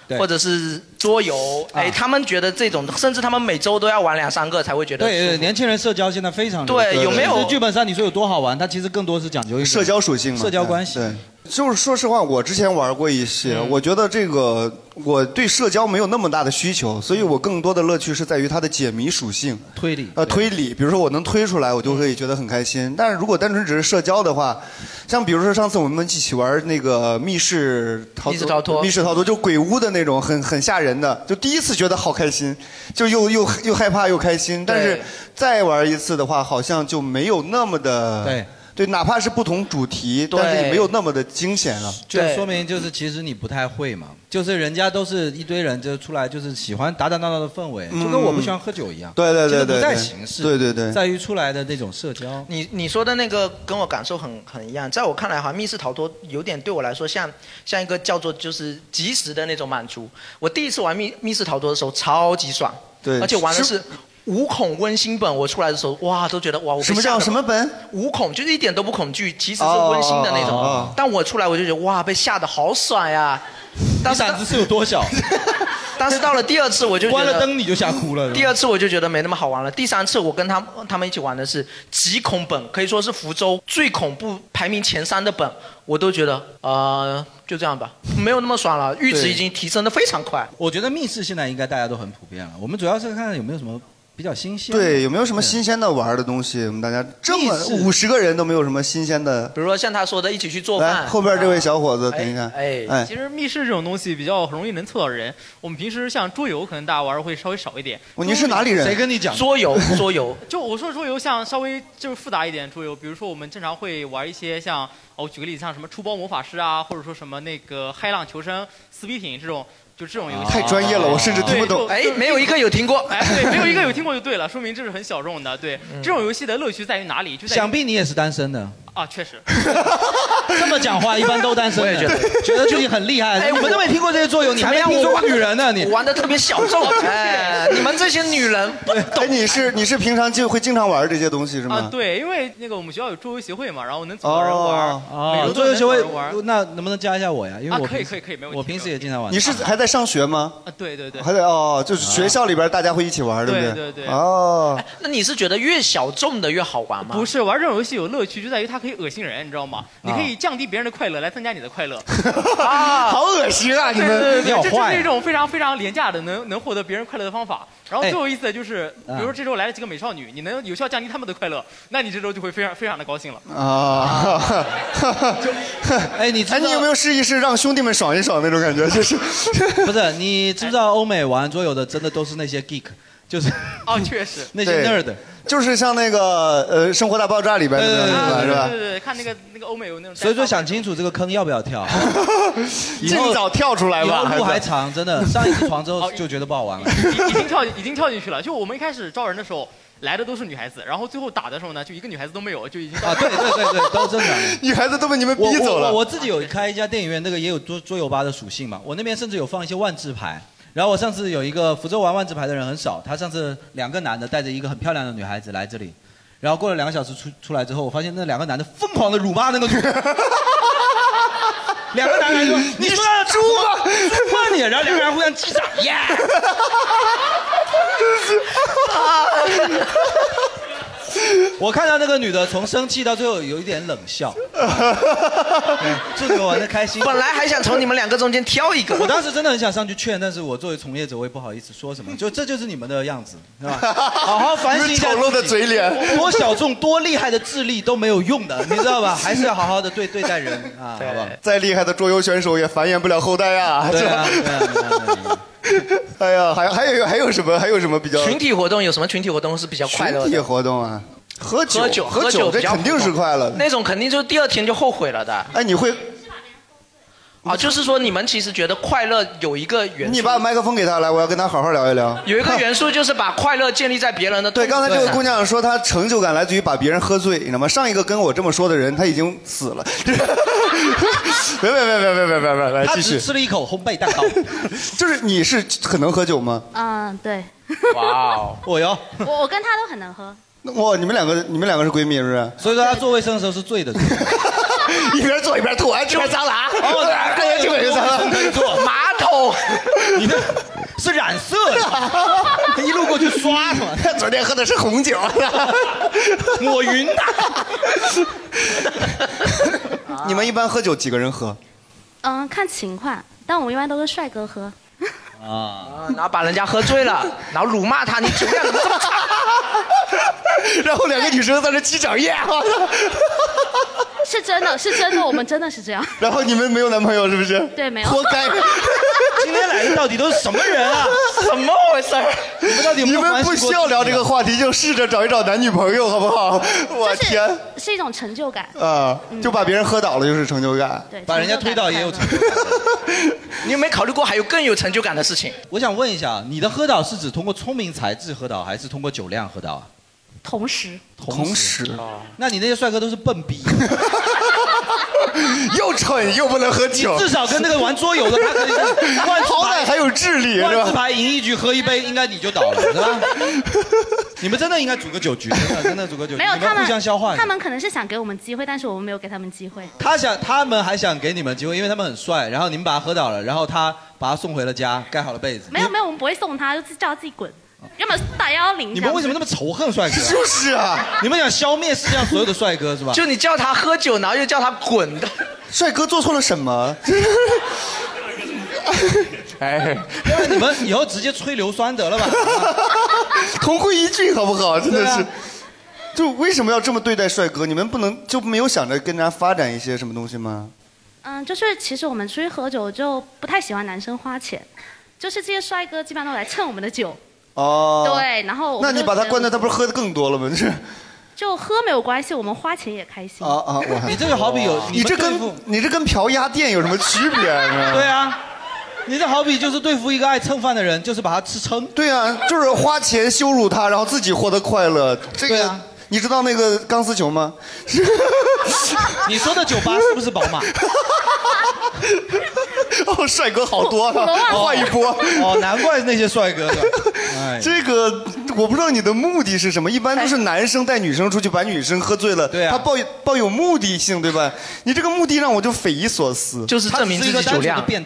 Speaker 3: 对啊
Speaker 2: 或者是桌游，哎，他们觉得这种，甚至他们每周都要玩两三个才会觉得
Speaker 3: 对
Speaker 2: 舒服
Speaker 3: 对，年轻人社交现在非常
Speaker 2: 对有没有
Speaker 3: 其实剧本杀？你说有多好玩？它其实更多是讲究一种
Speaker 1: 社交属性嘛，
Speaker 3: 社交关系。
Speaker 1: 对，就是说实话，我之前玩过一些，
Speaker 2: 嗯
Speaker 1: 我觉得这个我对社交没有那么大的需求，所以
Speaker 2: 嗯
Speaker 1: 我更多的乐趣是在于它的解谜属性。
Speaker 3: 推理
Speaker 1: 呃，推理，比如说我能推出来，我就
Speaker 2: 嗯
Speaker 1: 会觉得很开心。但是如果单纯只是社交的话，像比如说上次我们一起玩那个密室逃
Speaker 2: 密室逃脱
Speaker 1: 密室逃脱就鬼屋的那种，很很吓人的，就第一次觉得好开心，就又又又害怕又开心。但是再玩一次的话，好像就没有那么的
Speaker 3: 对
Speaker 1: 对，哪怕是不同主题，
Speaker 3: 对
Speaker 1: 但是也没有那么的惊险啊了。
Speaker 3: 就说明就是其实你不太会嘛，就是人家都是一堆人就出来就是喜欢打打闹闹的氛围，
Speaker 1: 嗯
Speaker 3: 就跟我不喜欢喝酒一样。
Speaker 1: 对对对
Speaker 3: 其实
Speaker 1: 对
Speaker 3: 不在
Speaker 1: 对
Speaker 3: 形式，
Speaker 1: 对对对
Speaker 3: 在于出来的那种社交。
Speaker 2: 你你说的那个跟我感受很很一样，在我看来，好像密室逃脱有点对我来说像像一个叫做就是及时的那种满足。我第一次玩密密室逃脱的时候超级爽，
Speaker 1: 对
Speaker 2: 而且玩的
Speaker 1: 是
Speaker 2: 是五恐温馨本。我出来的时候，哇，都觉得哇，我被
Speaker 1: 什么
Speaker 2: 吓
Speaker 1: 叫
Speaker 2: 得
Speaker 1: 什么本？
Speaker 2: 五恐就是一点都不恐惧，其实是
Speaker 1: 哦
Speaker 2: 温馨的那种。
Speaker 1: 哦哦哦
Speaker 2: 但我出来我就觉得哇，被吓得好爽呀！当时
Speaker 3: 胆子是有多小？
Speaker 2: 当时到了第二次我就觉
Speaker 3: 关
Speaker 2: 得
Speaker 3: 了灯你就吓哭了。
Speaker 2: 第二次我就觉得没那么好玩了。第三次我跟他他们一起玩的是极恐本，可以说是福州最恐怖排名前三的本，我都觉得呃就这样吧，没有那么爽了。阈值已经提升的非常快。
Speaker 3: 我觉得密室现在应该大家都很普遍了。我们主要是看看有没有什么比较新鲜的。
Speaker 1: 对，有没有什么新鲜的玩的东西？我们大家这么
Speaker 3: 密室
Speaker 1: 五十个人都没有什么新鲜的。
Speaker 2: 比如说像他说的，一起去做
Speaker 1: 来，
Speaker 2: 饭。啊
Speaker 1: 后边这位小伙子，等一下，
Speaker 13: 哎
Speaker 1: 哎，，
Speaker 13: 其实密室这种东西比较很容易能测到人。我们平时像桌游，可能大家玩儿会稍微少一点。
Speaker 1: 哦您是哪里人谁跟
Speaker 3: 你讲
Speaker 2: 桌游，桌游。
Speaker 13: 就我说桌游，像稍微就是复杂一点桌游，比如说我们正常会玩一些像，哦，我举个例子，像什么出包魔法师啊，或者说什么那个骇浪求生、撕逼品这种，就这种游戏。啊
Speaker 1: 太专业了，我甚至听不懂。
Speaker 13: 对就就
Speaker 2: 没有一个有听过。
Speaker 13: 哎，对，没有一个有听过就对了，说明这是很小众的。对，这种游戏的乐趣在于哪里？就在于
Speaker 3: 想必你也是单身的。
Speaker 13: 啊，确实。
Speaker 3: 这么讲话一般都单身的，
Speaker 13: 我也觉得
Speaker 3: 觉得自己很厉害。你们都没听过这些作哎用，你还没听说过女人呢？你
Speaker 2: 玩的特别小众，
Speaker 1: *laughs*
Speaker 2: 哎，你们这些女
Speaker 13: 啊
Speaker 2: 人不懂。
Speaker 1: 哎你是你是平常就会经常玩这些东西是吗？
Speaker 13: 啊，对，因为那个我们学校有桌游协会嘛，然后能组到人玩儿，每
Speaker 3: 哦，
Speaker 13: 周
Speaker 3: 桌游
Speaker 13: 都能
Speaker 3: 协
Speaker 13: 找
Speaker 3: 会
Speaker 13: 人玩儿。，
Speaker 3: 那能不能加一下我呀？因为
Speaker 13: 啊
Speaker 3: 我
Speaker 13: 可以
Speaker 3: 平时
Speaker 13: 可以可以没问题
Speaker 3: 我平时也经常玩。
Speaker 1: 你是还在上学吗？
Speaker 13: 啊，对对对。
Speaker 1: 还在哦，就是学校里边大家会一起玩，不对？
Speaker 13: 对对对
Speaker 1: 哦，
Speaker 2: 那你是觉得越小众的越好玩吗？
Speaker 13: 不是玩这种游戏有乐趣，就在于它可以恶心人，你知道吗？你可以降低别人的快乐来增加你的快乐。
Speaker 2: 啊
Speaker 1: 好恶心啊！你
Speaker 13: 对对
Speaker 1: 们
Speaker 13: 对，这这是一种非常非常廉价的能能获得别人快乐的方法。然后
Speaker 1: 哎
Speaker 13: 最有意思的就是，比
Speaker 1: 啊
Speaker 13: 如说这周来了几个美少女，你能有效降低她们的快乐，那你这周就会非常非常的高兴了。
Speaker 3: *laughs*
Speaker 1: 啊！
Speaker 3: 哎，你
Speaker 1: 哎，你有没有试一试让兄弟们爽一爽那种感觉？就是，
Speaker 3: *laughs* 不是你知不知道欧美玩桌游的真的都是那些 geek，就是
Speaker 13: 哦，确实
Speaker 3: *laughs* 那些 nerd，
Speaker 1: 就是像那个呃《生活大爆炸》里边那个
Speaker 3: 对对
Speaker 1: 是吧？
Speaker 3: 对
Speaker 1: 是
Speaker 3: 对
Speaker 1: 吧？
Speaker 13: 啊对对，看那个那个欧美有那种。
Speaker 3: 所以说想清楚这个坑要不要跳，
Speaker 1: *laughs* 尽早跳出来吧
Speaker 3: 以后路还
Speaker 1: 孩子
Speaker 3: 长，真的上一次床之后就觉得不好玩了。
Speaker 13: 已经跳已经跳进去了。就我们一开始招人的时候来的都是女孩子，然后最后打的时候呢，就一个女孩子都没有，就已经到
Speaker 3: 啊，对对对对，都正常。
Speaker 1: *laughs* 女孩子都被你们
Speaker 13: 逼走了
Speaker 3: 我我我自己有开一家电影院，那个也有桌桌游吧的属性嘛。我那边甚至有放一些万智牌。然后我上次有一个福州玩万智牌的人很少，他上次两个男的带着一个很漂亮的女孩子来这里，然后过了两个小时出出来之后，我发现那两个男的疯狂的辱骂那个女
Speaker 1: *laughs*
Speaker 3: 的。两个男人说：“你说要猪吗？猪吗你？”然后两个人互相击掌，耶！
Speaker 1: 啊 *laughs*
Speaker 2: *laughs* 啊
Speaker 3: *laughs* 我看到那个女的从生气到最后有一点冷
Speaker 2: *laughs*
Speaker 3: 笑，这个玩的开心。
Speaker 2: 本来还想从你们两个中间挑一个，
Speaker 3: 我当时真的很想上去劝，但是我作为从业者，我也不好意思说什么。就这就是你们的样子，是
Speaker 2: *laughs*
Speaker 3: 吧？好好反省一下
Speaker 1: 就是丑陋的
Speaker 3: 自
Speaker 1: 嘴
Speaker 3: 己
Speaker 1: 脸
Speaker 3: 多小众、多厉害的智力都没有用的，你知道吧？还是要好好的对对待人啊，好不好？
Speaker 1: 再厉害的桌游选手也繁衍不了后代啊！
Speaker 3: 对啊
Speaker 1: 是吧 *laughs* 哎呀，还还有还有什么还有什么比较
Speaker 2: 群体活动有什么群体活动是比较快乐的？
Speaker 1: 群体活动啊，喝酒
Speaker 2: 喝酒
Speaker 1: 喝
Speaker 2: 酒
Speaker 1: 酒这
Speaker 2: 比较
Speaker 1: 肯定是快乐的
Speaker 2: 那种肯定就是第二天就后悔了的。
Speaker 1: 哎，你会
Speaker 2: 啊？就是说你们其实觉得快乐有一个元素，
Speaker 1: 你把麦克风给他来，我要跟他好好聊一聊。
Speaker 2: 有一个元素就是把快乐建立在别人的
Speaker 1: 对，
Speaker 2: 痛苦
Speaker 1: 刚
Speaker 3: 啊
Speaker 1: 才这个
Speaker 2: 上
Speaker 1: 姑娘说她成就感来自于把别人喝醉，你知道吗？上一个跟我这么说的人，他已经死了。 *laughs* 别别别别别别别别，来
Speaker 3: 他
Speaker 1: 哎继
Speaker 3: 只
Speaker 1: 续。
Speaker 3: 吃了一口烘焙蛋糕。
Speaker 1: 就是你是很能喝酒吗？
Speaker 5: 嗯，对，
Speaker 1: 哇哦！
Speaker 3: 我哟，
Speaker 5: 我我跟他都很能喝。
Speaker 1: 哇，你们两个你们两个是闺蜜是不是？
Speaker 3: 所以说她做卫生的时候是醉的。
Speaker 1: *laughs* 一边做一边吐，哎，这边脏了啊！
Speaker 3: 哦对
Speaker 1: 哎呀，这边脏了，
Speaker 3: 可以做
Speaker 2: 马桶，
Speaker 3: 你那是染色的， *laughs* 一路过去刷嘛。
Speaker 1: *laughs* 昨天喝的是红酒，
Speaker 3: *laughs* 抹匀的。
Speaker 1: *laughs* 你们一般喝酒几个人喝？
Speaker 5: *laughs* 嗯，看情况，但我一般都是帅哥
Speaker 1: *laughs*
Speaker 5: 喝。
Speaker 1: 啊，
Speaker 2: 然后把人家喝
Speaker 1: *laughs*
Speaker 2: 醉了，然后辱骂他，你酒量怎么这么差？
Speaker 1: 然后两个女生在那击掌耶，
Speaker 5: 是真的，是真的，我们真的是这样。
Speaker 1: 然后你们没有男朋友是不是？
Speaker 5: 对，没有。
Speaker 1: 活
Speaker 5: *laughs*
Speaker 1: 该。
Speaker 3: 今天来的到底都是 *laughs* 什么人啊？
Speaker 2: 怎么回事儿？
Speaker 3: 你们到底有没
Speaker 1: 你
Speaker 3: 有
Speaker 1: 们
Speaker 3: 反省
Speaker 1: 不
Speaker 3: 过
Speaker 1: 需要聊这个话题，就试着找一找男女朋友，好不好？哦 *laughs* 我
Speaker 5: 就是
Speaker 1: 天
Speaker 5: 是一种成就感。
Speaker 1: 啊！就把别人喝倒了就是成就感。
Speaker 5: 对，
Speaker 3: 把人家推倒也有成就
Speaker 2: 感。你有没有考虑过还有更有成就感的事情？
Speaker 3: 我想问一下，你的喝倒是指通过聪明才智喝倒，还是通过酒量喝倒啊？
Speaker 5: 同时，
Speaker 1: 同时，
Speaker 3: 那你那些帅哥都是笨逼，
Speaker 1: 又蠢又不能喝酒
Speaker 3: 你至少跟那个玩桌游的他可以是万智牌
Speaker 1: 好歹还有智力是吧
Speaker 3: 万智牌赢一局喝一杯，应该你就倒了，是吧？ *laughs* 你们真的应该组个酒局，真的真的组个酒局，
Speaker 5: 没有
Speaker 3: 你
Speaker 5: 他
Speaker 3: 们
Speaker 5: 们
Speaker 3: 互相消化一下。
Speaker 5: 他们可能是想给我们机会，但是我们没有给他们机会。
Speaker 3: 他想，他们还想给你们机会，因为他们很帅。然后你们把他喝倒了，然后他把他送回了家，盖好了被子。
Speaker 5: 没有没有，我们不会送他，就是叫他自己滚，要么打幺幺零。
Speaker 3: 哦你们为什么那么仇恨帅哥？
Speaker 1: 就是啊，
Speaker 3: 你们想消灭世界上所有的帅哥是吧？
Speaker 2: 就
Speaker 1: *laughs*
Speaker 2: 你叫他喝酒，然后又叫他滚的。
Speaker 1: 帅哥做错了什么？哎，
Speaker 3: 你们以后直接吹硫酸得了吧？
Speaker 2: *laughs*
Speaker 1: *laughs* 同归于尽好不好？真的
Speaker 3: 对
Speaker 1: 是
Speaker 3: 啊。
Speaker 1: 就为什么要这么对待帅哥？你们不能就没有想着跟人家发展一些什么东西吗？
Speaker 5: 嗯，就是其实我们出去喝酒就不太喜欢男生花钱，就是这些帅哥基本上都来蹭我们的酒。
Speaker 1: 哦，
Speaker 5: 对然后我
Speaker 1: 那
Speaker 5: 们
Speaker 1: 你
Speaker 5: 就
Speaker 1: 把他
Speaker 5: 觉得
Speaker 1: 关在，他不是喝的更多了吗？就是
Speaker 5: 就喝没有关系，我们花钱也开心。 *laughs*
Speaker 1: 啊啊，我还
Speaker 3: 你这就好比有
Speaker 1: 你
Speaker 3: 你们
Speaker 1: 这跟你这跟嫖鸭店有什么区别？对
Speaker 3: 对，啊，你这好比就是对付一个爱蹭饭的人，就是把他吃撑。
Speaker 1: 对啊，就是花钱羞辱他，然后自己获得快乐。这个、
Speaker 3: 啊
Speaker 1: 你知道那个钢丝球吗？
Speaker 3: *laughs* 你说的酒吧是不是宝马？
Speaker 1: *laughs* 哦，帅哥好多
Speaker 3: 普
Speaker 1: 了
Speaker 3: 罗旺，斯
Speaker 1: 换一波。
Speaker 3: 哦，难怪那些帅
Speaker 1: *laughs*
Speaker 3: 哥。哎
Speaker 1: 这个我不知道你的目的是什么，一般都是男生带女生出去，把女生喝醉了，
Speaker 3: 对啊
Speaker 1: 他抱抱有目的性，对吧？你这个目的让我就匪夷所思，
Speaker 2: 就是证明自己
Speaker 3: 他
Speaker 2: 酒量
Speaker 3: 只是一个单纯的变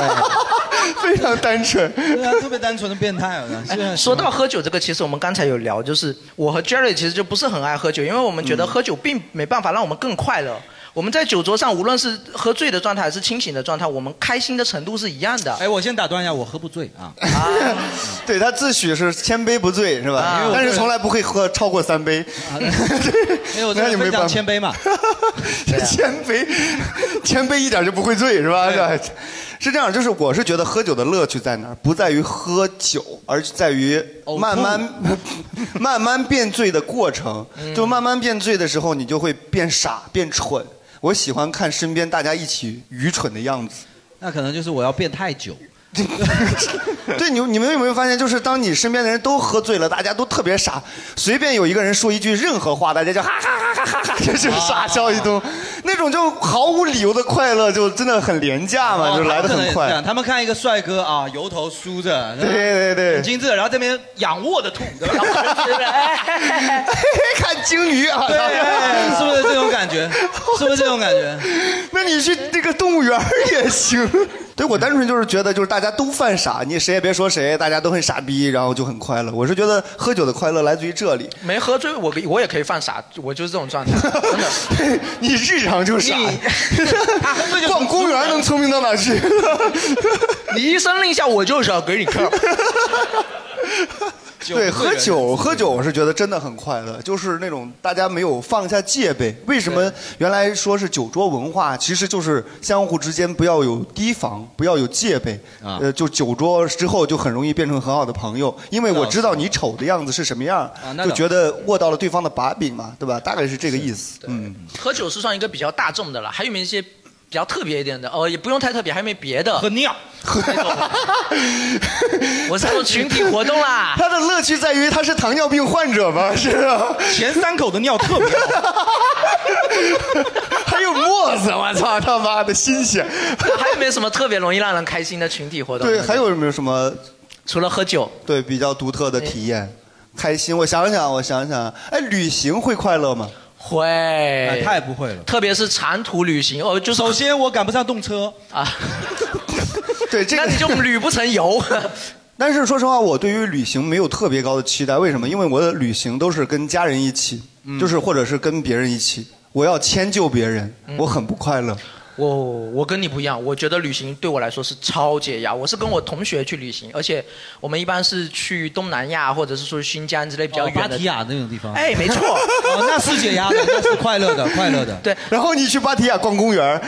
Speaker 3: 态，
Speaker 2: *laughs*
Speaker 1: 非常单纯。
Speaker 3: 对啊，特别单纯的变态，好像是
Speaker 2: 哎说到喝酒这个，其实我们刚才有聊，就是我和 Jerry 其实就不是很爱喝酒，因为我们觉得喝酒并没办法让我们更快乐。我们在酒桌上，无论是喝醉的状态还是清醒的状态，我们开心的程度是一样的。
Speaker 3: 哎，我先打断一下，我喝不醉啊。
Speaker 1: *laughs* 对他自诩是千杯不醉，是吧？
Speaker 3: 啊
Speaker 1: 但是从来不会喝超过三杯。 *laughs*
Speaker 3: 因为我
Speaker 1: 那
Speaker 3: 在
Speaker 1: 你没
Speaker 3: 分
Speaker 1: 办法 *laughs*
Speaker 3: 享千杯嘛。啊
Speaker 1: 千杯，千杯一点就不会醉是吧？ *laughs* 是这样，就是我是觉得喝酒的乐趣在哪儿，不在于喝酒，而在于慢慢
Speaker 3: *laughs*
Speaker 1: 慢慢变醉的过程。
Speaker 3: 嗯
Speaker 1: 就慢慢变醉的时候，你就会变傻、变蠢。我喜欢看身边大家一起愚蠢的样子。
Speaker 3: 那可能就是我要变太久。 *laughs*
Speaker 1: 对，你你们有没有发现，就是当你身边的人都喝醉了，大家都特别傻，随便有一个人说一句任何话，大家就哈哈哈哈哈哈，就是
Speaker 3: 啊
Speaker 1: 傻笑一通，那种就毫无理由的快乐，就真的很廉价嘛， *laughs* 就来的
Speaker 3: 哦他们可能
Speaker 1: 很
Speaker 3: 也
Speaker 1: 快
Speaker 3: 这。样他们看一个帅哥啊，油头梳着，
Speaker 1: *laughs* 对对对
Speaker 3: 很精致，然后这边仰卧的吐，对吧然后这边哎
Speaker 1: *laughs* 看鲸
Speaker 3: *laughs*
Speaker 1: 鱼啊，
Speaker 3: 对，是不是这种感觉？是不是这种感 *laughs* 觉？
Speaker 1: 那你去那个动物园儿也行。对，我单纯就是觉得，就是大家都犯傻，你谁也别说谁，大家都很傻逼，然后就很快乐。我是觉得喝酒的快乐来自于这里。
Speaker 2: 没喝醉，我可以我也可以犯傻，我就是这种 *laughs* 状态，真的。
Speaker 1: 你日常就傻，逛公园能聪明到哪
Speaker 2: *laughs*
Speaker 1: 去？
Speaker 2: 你一声令下，我就是要给你看。
Speaker 1: 对，喝酒喝酒，我是觉得真的很快乐，就是那种大家没有放下戒备。为什么原来说是酒桌文化，其实就是相互之间不要有提防，不要有戒备。呃，就酒桌之后就很容易变成很好的朋友，因为我知道你丑的样子是什么样
Speaker 2: 啊，那
Speaker 1: 就
Speaker 2: 倒
Speaker 1: 觉得握到了对方的把柄嘛，对吧？大概是这个意思。嗯，
Speaker 2: 喝酒是算一个比较大众的了，还有没有一些比较特别一点的？哦，也不用太特别，还有没有别的？喝
Speaker 3: 尿。
Speaker 2: *laughs* 我是做群体活动啦。
Speaker 1: *laughs* 他的乐趣在于他是糖尿病患者
Speaker 2: *laughs*
Speaker 1: 吗？是啊，
Speaker 3: 前三口的尿特别
Speaker 1: *laughs* 还有沫子，我操他妈的新鲜！
Speaker 2: *laughs* 还有没有什么特别容易让人开心的群体活动？
Speaker 1: 对，还有没有什么？
Speaker 2: 除了喝酒，
Speaker 1: 对比较独特的体验，开心。我想想，我想想，哎，旅行会快乐吗？
Speaker 2: 会，
Speaker 3: 太哎不会了。
Speaker 2: 特别是长途旅行哦，就是
Speaker 3: 首先我赶不上动车 *laughs*
Speaker 2: 啊，
Speaker 1: 对，这个
Speaker 2: 那你就旅不 *laughs* 成游。
Speaker 1: *laughs* 但是说实话，我对于旅行没有特别高的期待。为什么？因为我的旅行都是跟家人一起，
Speaker 2: 嗯
Speaker 1: 就是或者是跟别人一起。我要迁就别人，
Speaker 2: 嗯
Speaker 1: 我很不快乐。
Speaker 2: 我我跟你不一样，我觉得旅行对我来说是超解压。我是跟我同学去旅行，而且我们一般是去东南亚或者是说新疆之类比较
Speaker 3: 哦芭
Speaker 2: 远的。
Speaker 3: 提雅那种地方。
Speaker 2: 哎，没错，
Speaker 3: 哦，那 *laughs* 是解压的，那是快
Speaker 1: *laughs*
Speaker 3: 乐的，快乐的。
Speaker 2: *laughs* 对，
Speaker 1: 然后你去芭提雅逛公园，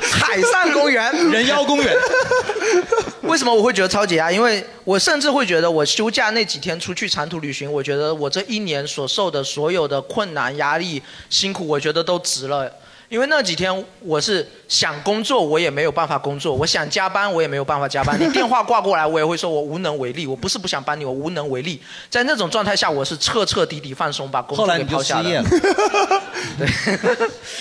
Speaker 2: 海上公园、
Speaker 3: 人妖公园。
Speaker 2: *laughs* 为什么我会觉得超解压？因为我甚至会觉得，我休假那几天出去长途旅行，我觉得我这一年所受的所有的困难、压力、辛苦，我觉得都值了。因为那几天我是想工作，我也没有办法工作；我想加班，我也没有办
Speaker 1: *laughs*
Speaker 2: 法加班。你电话挂过来，我也会说我无能为力。我不是不想帮你，我无能为力。在那种状态下，我是彻彻底底放松，把工
Speaker 3: 后
Speaker 2: 作
Speaker 3: 来
Speaker 2: 给
Speaker 3: 你就
Speaker 2: 抛
Speaker 3: 失
Speaker 2: 下
Speaker 3: 业了。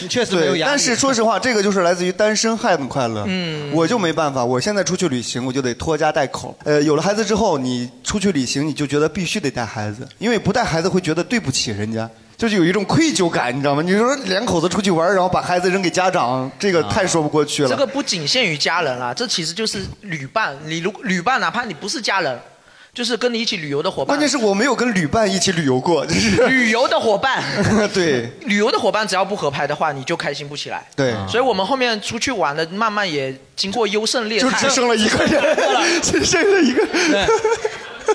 Speaker 3: 你 *laughs* 确实没有
Speaker 1: 对
Speaker 3: 压力
Speaker 1: 但是说实话，这个就是来自于单身汉的快乐。嗯，
Speaker 2: 嗯
Speaker 1: 我就没办法，我现在出去旅行，我就得拖家带口。呃，有了孩子之后，你出去旅行，你就觉得必须得带孩子，因为不带孩子会觉得对不起人家。就是有一种愧疚感，你知道吗？你说两口子出去玩，然后把孩子扔给家长，这
Speaker 3: 啊
Speaker 1: 个太说不过 *laughs* 去了。
Speaker 2: 这个不仅限于家人啦，这其实就是旅伴。你如旅伴，哪怕你不是家人，就是跟你一起旅游的伙伴。
Speaker 1: 关键是我没有跟旅伴一起旅游过，就是
Speaker 2: *laughs* 旅游的伙伴。
Speaker 1: *laughs* 对，
Speaker 2: 旅游的伙伴只要不合拍的话，你就开心不起来。
Speaker 1: 对
Speaker 2: 所以我们后面出去玩的，慢慢也经过优胜劣
Speaker 1: 就
Speaker 2: 汰，
Speaker 1: 只剩了一个人，只剩了一个人。
Speaker 2: *laughs*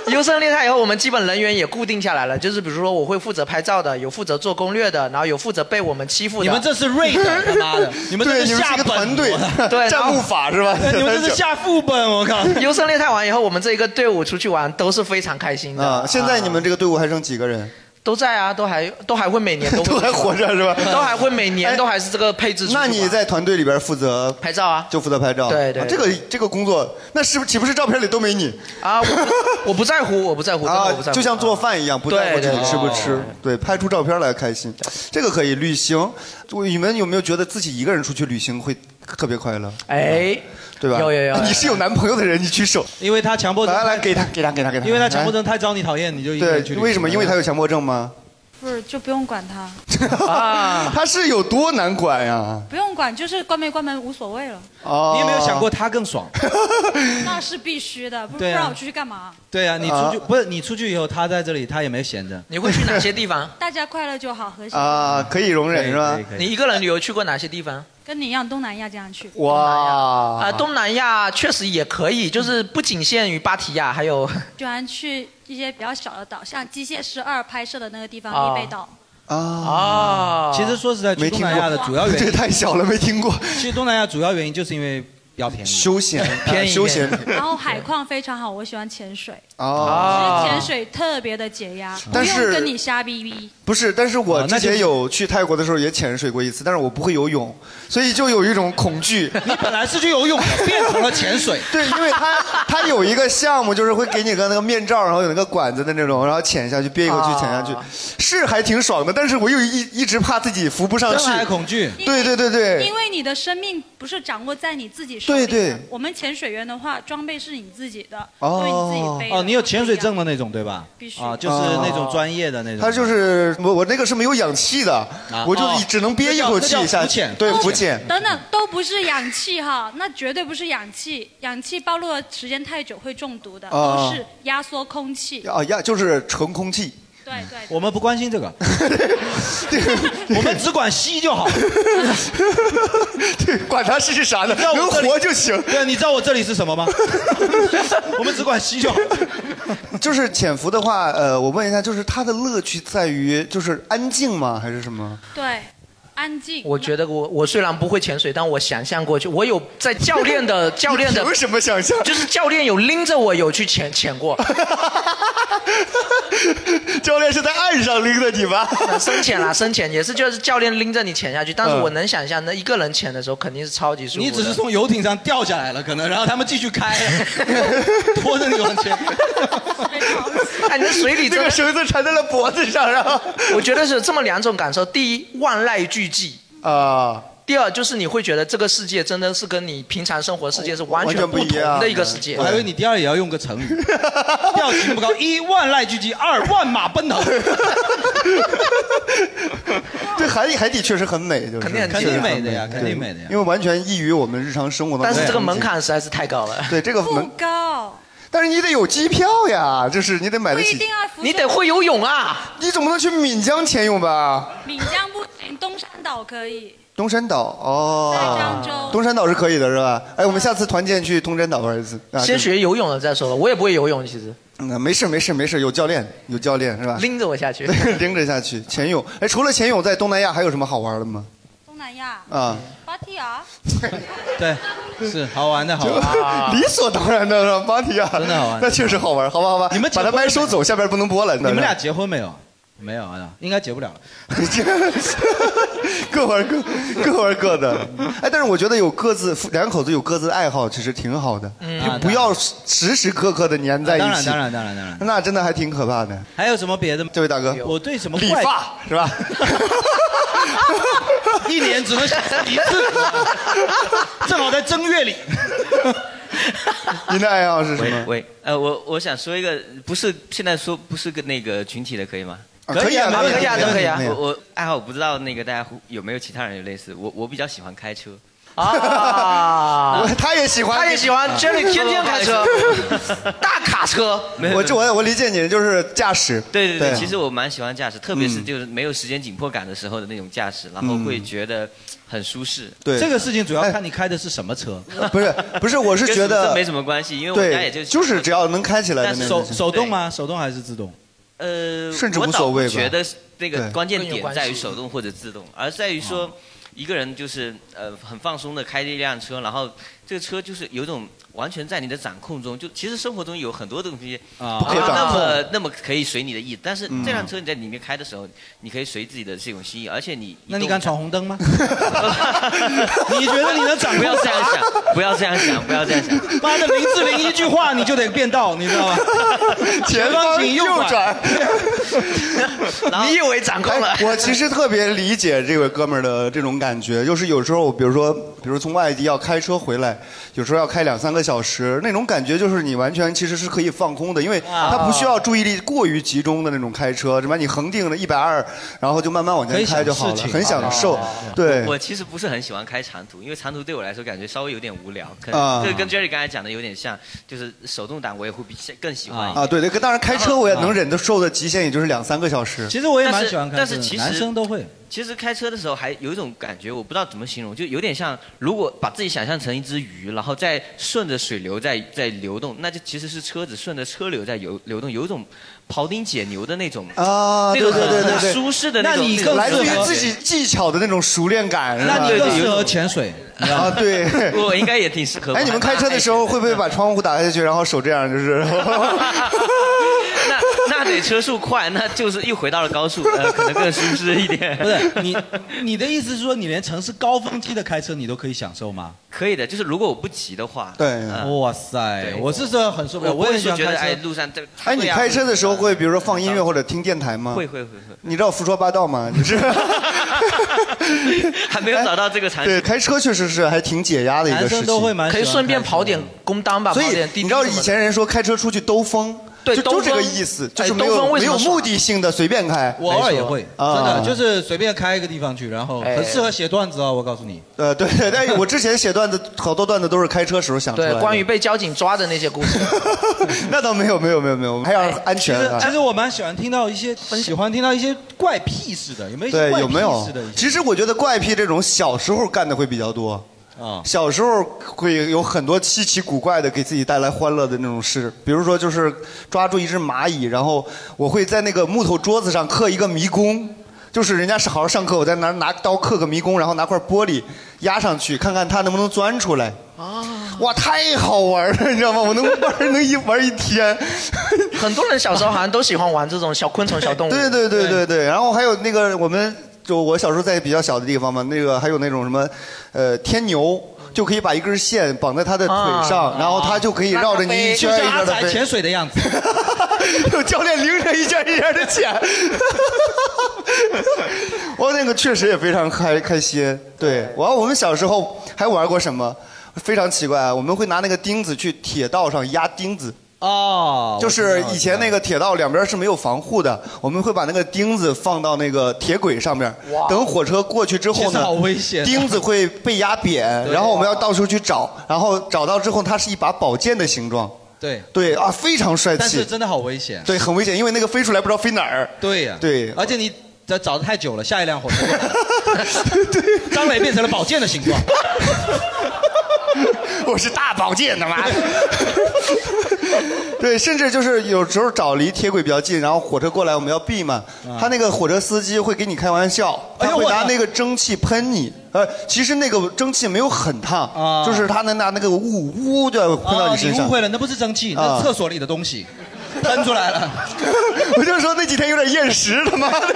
Speaker 2: 优胜劣汰以后，我们基本人员也固定下来了。就是比如说，我会负责拍照的，有负责做攻略的，然后有负责被我们欺负的。
Speaker 3: 你们这是 raid，他妈
Speaker 2: *laughs*
Speaker 3: 的！你们这
Speaker 2: 对你们是
Speaker 3: 下
Speaker 2: 一个
Speaker 3: 本
Speaker 2: 团队
Speaker 3: 我
Speaker 2: 对然后战不法是吧
Speaker 3: 对 *laughs* 呃
Speaker 1: *laughs*
Speaker 3: 你们这是下副本，我靠！
Speaker 2: 优胜劣汰完以后，我们这一个队伍出去玩都是非常开心的。
Speaker 1: 啊，现在你们这个队伍还剩几个人？
Speaker 2: 都在啊，都还都还会每年都
Speaker 1: *laughs* *laughs* 都还活着是吧
Speaker 2: 都还会每年都还是这个配置出去
Speaker 1: 哎那
Speaker 2: 玩。
Speaker 1: 你在团队里边负责
Speaker 2: 拍照啊？
Speaker 1: 就负责拍照。
Speaker 2: 对对
Speaker 1: 啊这个这个工作，那是不是岂不是照片里都没你？
Speaker 2: 啊，我不我不在乎，我不在乎，真的
Speaker 1: 啊
Speaker 2: 我不在，乎。
Speaker 1: 就像做饭一样，不在乎自
Speaker 2: 对对啊
Speaker 1: 己
Speaker 2: 对
Speaker 1: 吃不吃，对，拍出照片来开心，这个可以。旅行，我你们有没有觉得自己一个人出去旅行会特别快乐？
Speaker 2: 哎，
Speaker 1: 对吧？啊
Speaker 3: 有有有有
Speaker 1: 你是有男朋友的人，你举手。
Speaker 3: 因为他强迫症
Speaker 1: 来来，给他给他给他给他。
Speaker 3: 因为他强迫
Speaker 1: 来。
Speaker 3: 症太招你讨厌，你就一个人
Speaker 1: 对，
Speaker 3: 去旅行
Speaker 1: 为什么？因为他有强迫症吗？
Speaker 14: 不是就不用管他，
Speaker 2: 啊
Speaker 1: *laughs* 他是有多难管呀？
Speaker 14: 不用管，就是关没关门无所
Speaker 1: *laughs*
Speaker 14: 谓了，
Speaker 1: 哦，
Speaker 3: 你有没有想过他更爽？
Speaker 14: 那是必须的，不不
Speaker 3: 对啊
Speaker 14: 然我出去干嘛？
Speaker 3: 对啊，你出去不是你出去以后，他在这里，他也没闲着。
Speaker 2: 你会去哪些地方？
Speaker 14: 大家快乐就好，和谐。
Speaker 1: *laughs* 啊，可以容忍是吧？
Speaker 2: 你一个人旅游去过哪些地方？
Speaker 14: 跟你一样，东南亚这样去。
Speaker 1: 哇
Speaker 2: 啊，东南亚确实也可以，就是不仅限于芭提雅，还有 *laughs*
Speaker 14: 喜欢去一些比较小的岛，像《机械师二》拍摄的那个地方
Speaker 2: 啊
Speaker 14: 丽贝岛。
Speaker 2: 啊
Speaker 3: 其实说实在，去
Speaker 1: 没
Speaker 3: 东
Speaker 1: 啊听过
Speaker 3: 南亚的主要原因，
Speaker 1: *laughs* 这太小了，没听过。
Speaker 3: 其实东南亚主要原因就是因为要便宜，
Speaker 1: 休闲
Speaker 3: 便
Speaker 1: *laughs*
Speaker 3: 宜
Speaker 1: 休
Speaker 3: *laughs*
Speaker 1: 闲
Speaker 14: 然后海况非常好，我喜欢潜水。
Speaker 1: 哦
Speaker 14: 其实潜水特别的解压，不
Speaker 1: 但
Speaker 14: 用
Speaker 1: 是
Speaker 14: 跟你瞎逼逼。
Speaker 1: 不是，但是我
Speaker 3: 啊那
Speaker 1: 之
Speaker 3: 就是
Speaker 1: 前有去泰国的时候也潜水过一次，但是我不会游泳，所以就有一种恐惧。你
Speaker 3: 本来是去游泳的，变成了潜
Speaker 1: *laughs*
Speaker 3: 水。
Speaker 1: 对，因为它它有一个项目，就是会给你个那个面罩，然后有那个管子的那种，然后潜下去，憋一口气潜下
Speaker 3: 啊
Speaker 1: 去，是还挺爽的。但是我又一一直怕自己浮不上去，
Speaker 3: 深海恐惧
Speaker 1: 对对对对
Speaker 14: 因，为你的生命不是掌握在你自己手里的。
Speaker 3: 对对
Speaker 14: 我们潜水员的话，装备是你自己的，都是你自
Speaker 3: 哦
Speaker 14: 己背的。
Speaker 3: 哦，你有潜水证的那种对吧？
Speaker 14: 必须
Speaker 3: 啊，就是那种专业的那种。
Speaker 1: 它哦就是我我那个是没有氧气的，我就
Speaker 3: 哦
Speaker 1: 只能憋一口
Speaker 3: 那叫
Speaker 1: 气下
Speaker 3: 浮
Speaker 1: 去
Speaker 3: 潜，
Speaker 1: 对
Speaker 14: 都
Speaker 1: 浮潜。
Speaker 14: 等等，都不是氧气哈，那绝对不是氧气，氧气暴露的时间太久会中毒的，
Speaker 1: 哦
Speaker 14: 都是压缩空气。
Speaker 1: 啊呀，就是纯空气。
Speaker 14: 对对
Speaker 3: 我们不关心
Speaker 1: *laughs*
Speaker 3: 这个，我们只管吸就好。
Speaker 1: 管它是啥呢，
Speaker 3: 能
Speaker 1: 活就行。
Speaker 3: 对，啊你知道我这里是什么吗？ *laughs* 我们只管吸就好。
Speaker 1: *laughs* 就是潜伏的话，呃，我问一下，就是它的乐趣在于就是安静吗，还是什
Speaker 3: 哦
Speaker 1: 么？
Speaker 14: 对，安静。
Speaker 2: 我觉得我我虽然不会潜水，但我想象过去，我有在教
Speaker 1: *laughs*
Speaker 2: 练的教练的
Speaker 1: 你凭什么想象？
Speaker 2: 就是教练有拎着我有去潜潜过，
Speaker 1: *laughs* 教练是在岸上拎着你吧？
Speaker 2: 深潜啦，深潜也是就是教练拎着你潜下去，但是
Speaker 3: 嗯
Speaker 2: 我能想象那一个人潜的时候肯定是超级舒服的。
Speaker 3: 你只是从游艇上掉下来了，可能，然后他们继续 *laughs* 开，拖着你往前。
Speaker 2: 哎，你的水里真
Speaker 1: 那
Speaker 2: 的
Speaker 1: 个绳子缠在了脖子上，然后
Speaker 2: 我觉得是有这么两种感受：第一，万籁俱寂
Speaker 1: 啊；
Speaker 2: 第二，就是你会觉得这个世界真的是跟你平常生活世界是完
Speaker 3: 完
Speaker 2: 全
Speaker 3: 全不
Speaker 2: 不
Speaker 3: 一
Speaker 2: 同
Speaker 3: 样
Speaker 2: 的一个世界。
Speaker 3: 我还以为你第二也要用个成语，调级
Speaker 1: *laughs*
Speaker 3: 那么
Speaker 1: 啊
Speaker 3: 高，一万籁俱寂，二万马奔腾。
Speaker 1: 对，海底海底确实很美，就是
Speaker 2: 肯定很
Speaker 1: 确实很
Speaker 2: 肯定美的呀
Speaker 1: 对
Speaker 2: 肯定美的呀
Speaker 1: 因为完全异于我们日常生活当中。
Speaker 2: 但是这个门槛实在是太高了。
Speaker 1: 对这个门，
Speaker 14: 高，
Speaker 1: 但是你得有机票呀，就是你得买得起。
Speaker 3: 啊
Speaker 2: 你得会游泳啊！
Speaker 1: 你总不能去闽江潜泳吧？
Speaker 14: 闽江不行，东山岛可以。
Speaker 1: 东山岛哦，
Speaker 14: 漳州
Speaker 1: 东山岛是可以的，是吧？哎，我们下次团建去东山岛玩一次。啊
Speaker 2: 先学游泳了再说吧，我也不会游泳，其实
Speaker 1: 嗯，没事没事没事，有教练有教练是吧？
Speaker 2: 拎着我下去。
Speaker 1: *laughs* 拎着下去潜泳。哎，除了潜泳，在东南亚还有什么好玩的吗？
Speaker 14: 东南亚，
Speaker 1: 啊，
Speaker 14: 芭提雅，
Speaker 3: 对，是好玩的，好玩的。
Speaker 1: *laughs* 理所当然的了，芭提雅真的好
Speaker 3: 玩
Speaker 1: 那确实好玩，好吧好吧。你们把它麦收走，下边不能播了。你
Speaker 3: 你们俩结婚没有？没有啊，应该结不了了。
Speaker 1: *laughs* 各玩各各玩各的。哎，但是我觉得有各自两口子有各自的爱好，其实挺好的，
Speaker 3: 嗯
Speaker 1: 就不要时时刻刻的粘在一起。
Speaker 3: 当然，当然，当然，当然。
Speaker 1: 那真的还挺可怕的。
Speaker 3: 还有什么别的吗？
Speaker 1: 这位大哥，
Speaker 3: 我对什么
Speaker 1: 理
Speaker 3: 怪
Speaker 1: 发是吧？
Speaker 3: *laughs* 一年只能想一次，正好在正月里。
Speaker 1: 您的爱好是什
Speaker 4: 喂
Speaker 1: 么？
Speaker 4: 喂，呃，我我想说一个，不是现在说不是个那个群体的，可以吗？
Speaker 1: 啊可以啊没问题
Speaker 4: 可以啊，
Speaker 1: 没
Speaker 4: 都
Speaker 1: 问题
Speaker 4: 可以啊
Speaker 1: 没。问
Speaker 4: 我
Speaker 1: 题
Speaker 4: 我爱好我不知道那个大家互有没有其他人有类似，我我比较喜欢开车。
Speaker 2: 啊
Speaker 1: 我 *laughs* 他也喜欢
Speaker 2: *laughs* 他也喜欢
Speaker 1: 啊
Speaker 2: Jerry 天天开车，大卡车。
Speaker 1: 我就我我理解你，就是驾驶。
Speaker 4: 对对对，其实
Speaker 1: 我
Speaker 4: 我蛮喜欢驾驶，特别是
Speaker 1: 嗯
Speaker 4: 就是没有时间紧迫感的时候的那种驾驶，然后
Speaker 1: 嗯
Speaker 4: 会觉得很舒适。
Speaker 1: 对
Speaker 3: 这个事情主要看你开的是什么车。
Speaker 1: *laughs* 不是不是，我是
Speaker 4: 跟
Speaker 1: 觉
Speaker 4: 什么
Speaker 1: 得
Speaker 4: 车没什么关系因为我家也
Speaker 1: 对，
Speaker 4: 就
Speaker 1: 就是只要能开起来的
Speaker 4: 但是
Speaker 1: 那
Speaker 3: 手
Speaker 1: 种。
Speaker 3: 手动吗？手动还是自动？
Speaker 4: 呃，
Speaker 1: 甚至
Speaker 4: 我
Speaker 1: 无
Speaker 4: 倒
Speaker 1: 所谓
Speaker 4: 不觉
Speaker 1: 吧
Speaker 4: 得是那个
Speaker 1: 对
Speaker 4: 关键
Speaker 1: 更有
Speaker 4: 点
Speaker 1: 关
Speaker 4: 在于
Speaker 1: 系
Speaker 4: 手动或者自动，而在于
Speaker 3: 嗯
Speaker 4: 说一个人就是呃很放松的开着一辆车，然后这个车就是有种完全在你的掌控中。就其实生活中有很多东西
Speaker 3: 啊
Speaker 4: 没有
Speaker 3: 不可掌
Speaker 4: 那
Speaker 3: 控
Speaker 4: 么那么可以随你的意，但是
Speaker 3: 嗯
Speaker 4: 这辆车你在里面开的时候，你可以随自己的这种心意，而且你 *laughs*
Speaker 3: 那你
Speaker 4: 动
Speaker 3: 敢
Speaker 4: 一下
Speaker 3: 闯红
Speaker 1: *laughs*
Speaker 3: 灯吗？你觉得你能掌控？
Speaker 4: 不要这样想，不要这样想，不要这样想。
Speaker 3: *laughs* 妈的，林志玲一句话你就得变道，你知道吗？
Speaker 1: *laughs* *laughs* 前
Speaker 3: 方
Speaker 1: 方
Speaker 3: 请
Speaker 1: 右
Speaker 3: 拐
Speaker 1: 转。
Speaker 2: *laughs*
Speaker 1: 哎
Speaker 2: 你以为掌控了？
Speaker 1: *laughs* 我其实特别理解这位哥们儿的这种感觉，就是有时候，比如说，比如从外地要开车回来，有时候要开两三个小时，那种感觉就是你完全其实是可以放空的，因为
Speaker 2: 啊
Speaker 1: 他不需要注意力过于集中的那种开车，什么你恒定的一百二，然后就慢慢往前开就好了，很享受。
Speaker 2: 啊
Speaker 1: 对
Speaker 4: 我，我其实不是很喜欢开长途，因为长途对我来说感觉稍微有点无聊。可
Speaker 1: 啊
Speaker 4: 能这个跟 Jerry 刚才讲的有点像，就是手动挡我也会比更喜欢一点。啊
Speaker 1: 啊，对对，当然开车我也能忍得受的极限也就是两三个小时。
Speaker 3: 其实我也
Speaker 4: 但
Speaker 3: 蛮
Speaker 4: 是
Speaker 3: 喜欢开车
Speaker 4: 但
Speaker 3: 的，
Speaker 4: 是其实
Speaker 3: 男生都会。
Speaker 4: 其实开车的时候还有一种感觉，我不知道怎么形容，就有点像如果把自己想象成一只鱼，然后再顺着水流在在流动，那就其实是车子顺着车流在游流动，有一种庖丁解牛的那种
Speaker 1: 啊，
Speaker 4: 那
Speaker 1: 对
Speaker 4: 种
Speaker 1: 对对对
Speaker 4: 很
Speaker 1: 对，
Speaker 4: 舒适的那种。那种
Speaker 1: 来自于
Speaker 4: 感觉，
Speaker 1: 自己技巧的那种熟练感，是吧
Speaker 3: 那你更适合潜水。
Speaker 1: *laughs* 啊，对
Speaker 4: *laughs* 我应该也挺适合。
Speaker 1: 哎，你们开车的时候会不会把窗户打开下去，然后手这样
Speaker 4: *laughs*
Speaker 1: 就是？
Speaker 4: 那那得车速快，那就是又回到了高速，呃，可能更舒适一点。
Speaker 3: 不是你，你的意思是说你连城市高峰期的开车你都可以享受吗？
Speaker 4: 可以的，就是如果我不急的话，嗯
Speaker 3: 哇塞
Speaker 4: 对，
Speaker 3: 我是这很受不了，
Speaker 4: 我
Speaker 3: 我也喜
Speaker 4: 是
Speaker 3: 欢
Speaker 4: 觉
Speaker 3: 开
Speaker 4: 得
Speaker 3: 车。
Speaker 4: 哎，路上这
Speaker 1: 哎，你开车的时候会比如说放音乐或者听电台吗？
Speaker 4: 啊会会 *laughs* 会会，
Speaker 1: 你知道胡说八道吗？就是
Speaker 4: 还没有找
Speaker 2: 哎
Speaker 4: 到这个场景。
Speaker 1: 对，开车确实是还挺解压的一个事情，
Speaker 2: 可以顺便跑点工单吧，
Speaker 1: 所
Speaker 2: 跑
Speaker 1: 以
Speaker 2: 点滴滴
Speaker 1: 你知道
Speaker 2: 什么
Speaker 1: 以
Speaker 2: 的
Speaker 1: 前人说开车出去兜风，
Speaker 2: 对
Speaker 1: 就
Speaker 2: 兜
Speaker 1: 就
Speaker 2: 风
Speaker 1: 这个意思，就
Speaker 2: 哎
Speaker 1: 是没
Speaker 2: 兜
Speaker 1: 有
Speaker 2: 风为
Speaker 1: 没
Speaker 2: 什么
Speaker 1: 有
Speaker 2: 爽
Speaker 1: 目的性的随便开。
Speaker 3: 我偶尔也会，
Speaker 1: 啊
Speaker 3: 真的就是随便开一个地方去，然后
Speaker 1: 哎
Speaker 3: 很适合写段子哦，我告诉你。
Speaker 1: 呃，对，但我之前写段子，好多段子都是开车时候想出来
Speaker 2: 对
Speaker 1: 的。
Speaker 2: 关于被交警抓的那些故事，
Speaker 1: 那倒没有没有没有没有，我们还要安全啊。
Speaker 3: 其实我蛮喜欢听到一些，喜欢听到一些怪屁事的，有没有一些
Speaker 1: 对，
Speaker 3: 怪
Speaker 1: 有
Speaker 3: 屁
Speaker 1: 没有
Speaker 3: 事的一？些？
Speaker 1: 其实我觉得怪癖这种小时候干的会比较多。
Speaker 3: 啊，
Speaker 1: 小时候会有很多稀奇古怪的给自己带来欢乐的那种事，比如说就是抓住一只蚂蚁，然后我会在那个木头桌子上刻一个迷宫，就是人家是好好上课，我在那儿拿刀刻个迷宫，然后拿块玻璃压上去，看看它能不能钻出来。哇，太好玩了，你知道吗？我能玩能一玩一天。
Speaker 2: *laughs* 很多人小时候好像都喜欢玩这种小昆虫、小动物。
Speaker 1: 对对对对对，然后还有那个我们就我小时候在比较小的地方嘛，那个还有那种什么呃天牛。就可以把一根线绑在它的腿上，
Speaker 3: 啊
Speaker 1: 然后它就可以绕着你一圈一
Speaker 3: 就像阿
Speaker 1: 圈的
Speaker 3: 才
Speaker 1: 飞。
Speaker 3: 潜水的样子。
Speaker 1: 有 *laughs* 教练拎着一圈一圈的潜，我那个确实也非常开开心。对，完我们小时候还玩过什么？非常奇怪啊，我们会拿那个钉子去铁道上压钉子。
Speaker 3: 哦，
Speaker 1: 就
Speaker 3: 我知
Speaker 1: 是
Speaker 3: 道
Speaker 1: 以
Speaker 4: *laughs*
Speaker 1: 前那个铁道两边是没有防护的，我们会把那个钉子放到那个铁轨上面，等火车过去之后
Speaker 3: 其实
Speaker 1: 呢，
Speaker 3: 好危险啊
Speaker 1: 钉子会被压扁，然后我们要到处去找，然后找到之后它是一把宝剑的形状，
Speaker 3: 对
Speaker 1: 对啊，非常帅
Speaker 3: 但是
Speaker 1: 气，
Speaker 3: 真的好危险。
Speaker 1: 对，很危险，因为那个飞出来不知道飞哪儿，
Speaker 3: 对呀、 *laughs*
Speaker 1: 对 *laughs*
Speaker 3: 而且你找找的太久了，下一辆火车过来。张磊变成了宝剑的形
Speaker 1: *laughs*
Speaker 3: 状。
Speaker 1: 我是大宝剑的妈的。 *laughs* 对，甚至就是有时候找离铁轨比较近，然后火车过来我们要避嘛，
Speaker 3: 嗯
Speaker 1: 他那个火车司机会给你开玩笑，
Speaker 3: 哎
Speaker 1: 他会拿那个蒸汽喷你。呃，其实那个蒸汽没有很烫，
Speaker 3: 啊
Speaker 1: 就是他能拿那个雾呜就喷到
Speaker 3: 哦
Speaker 1: 你身
Speaker 3: 误
Speaker 1: 上。
Speaker 3: 会了，那不是蒸汽，
Speaker 1: 啊
Speaker 3: 那是厕所里的东西，喷出来了。
Speaker 1: *laughs* 我就说那几天有点厌食，他妈的。
Speaker 2: *laughs*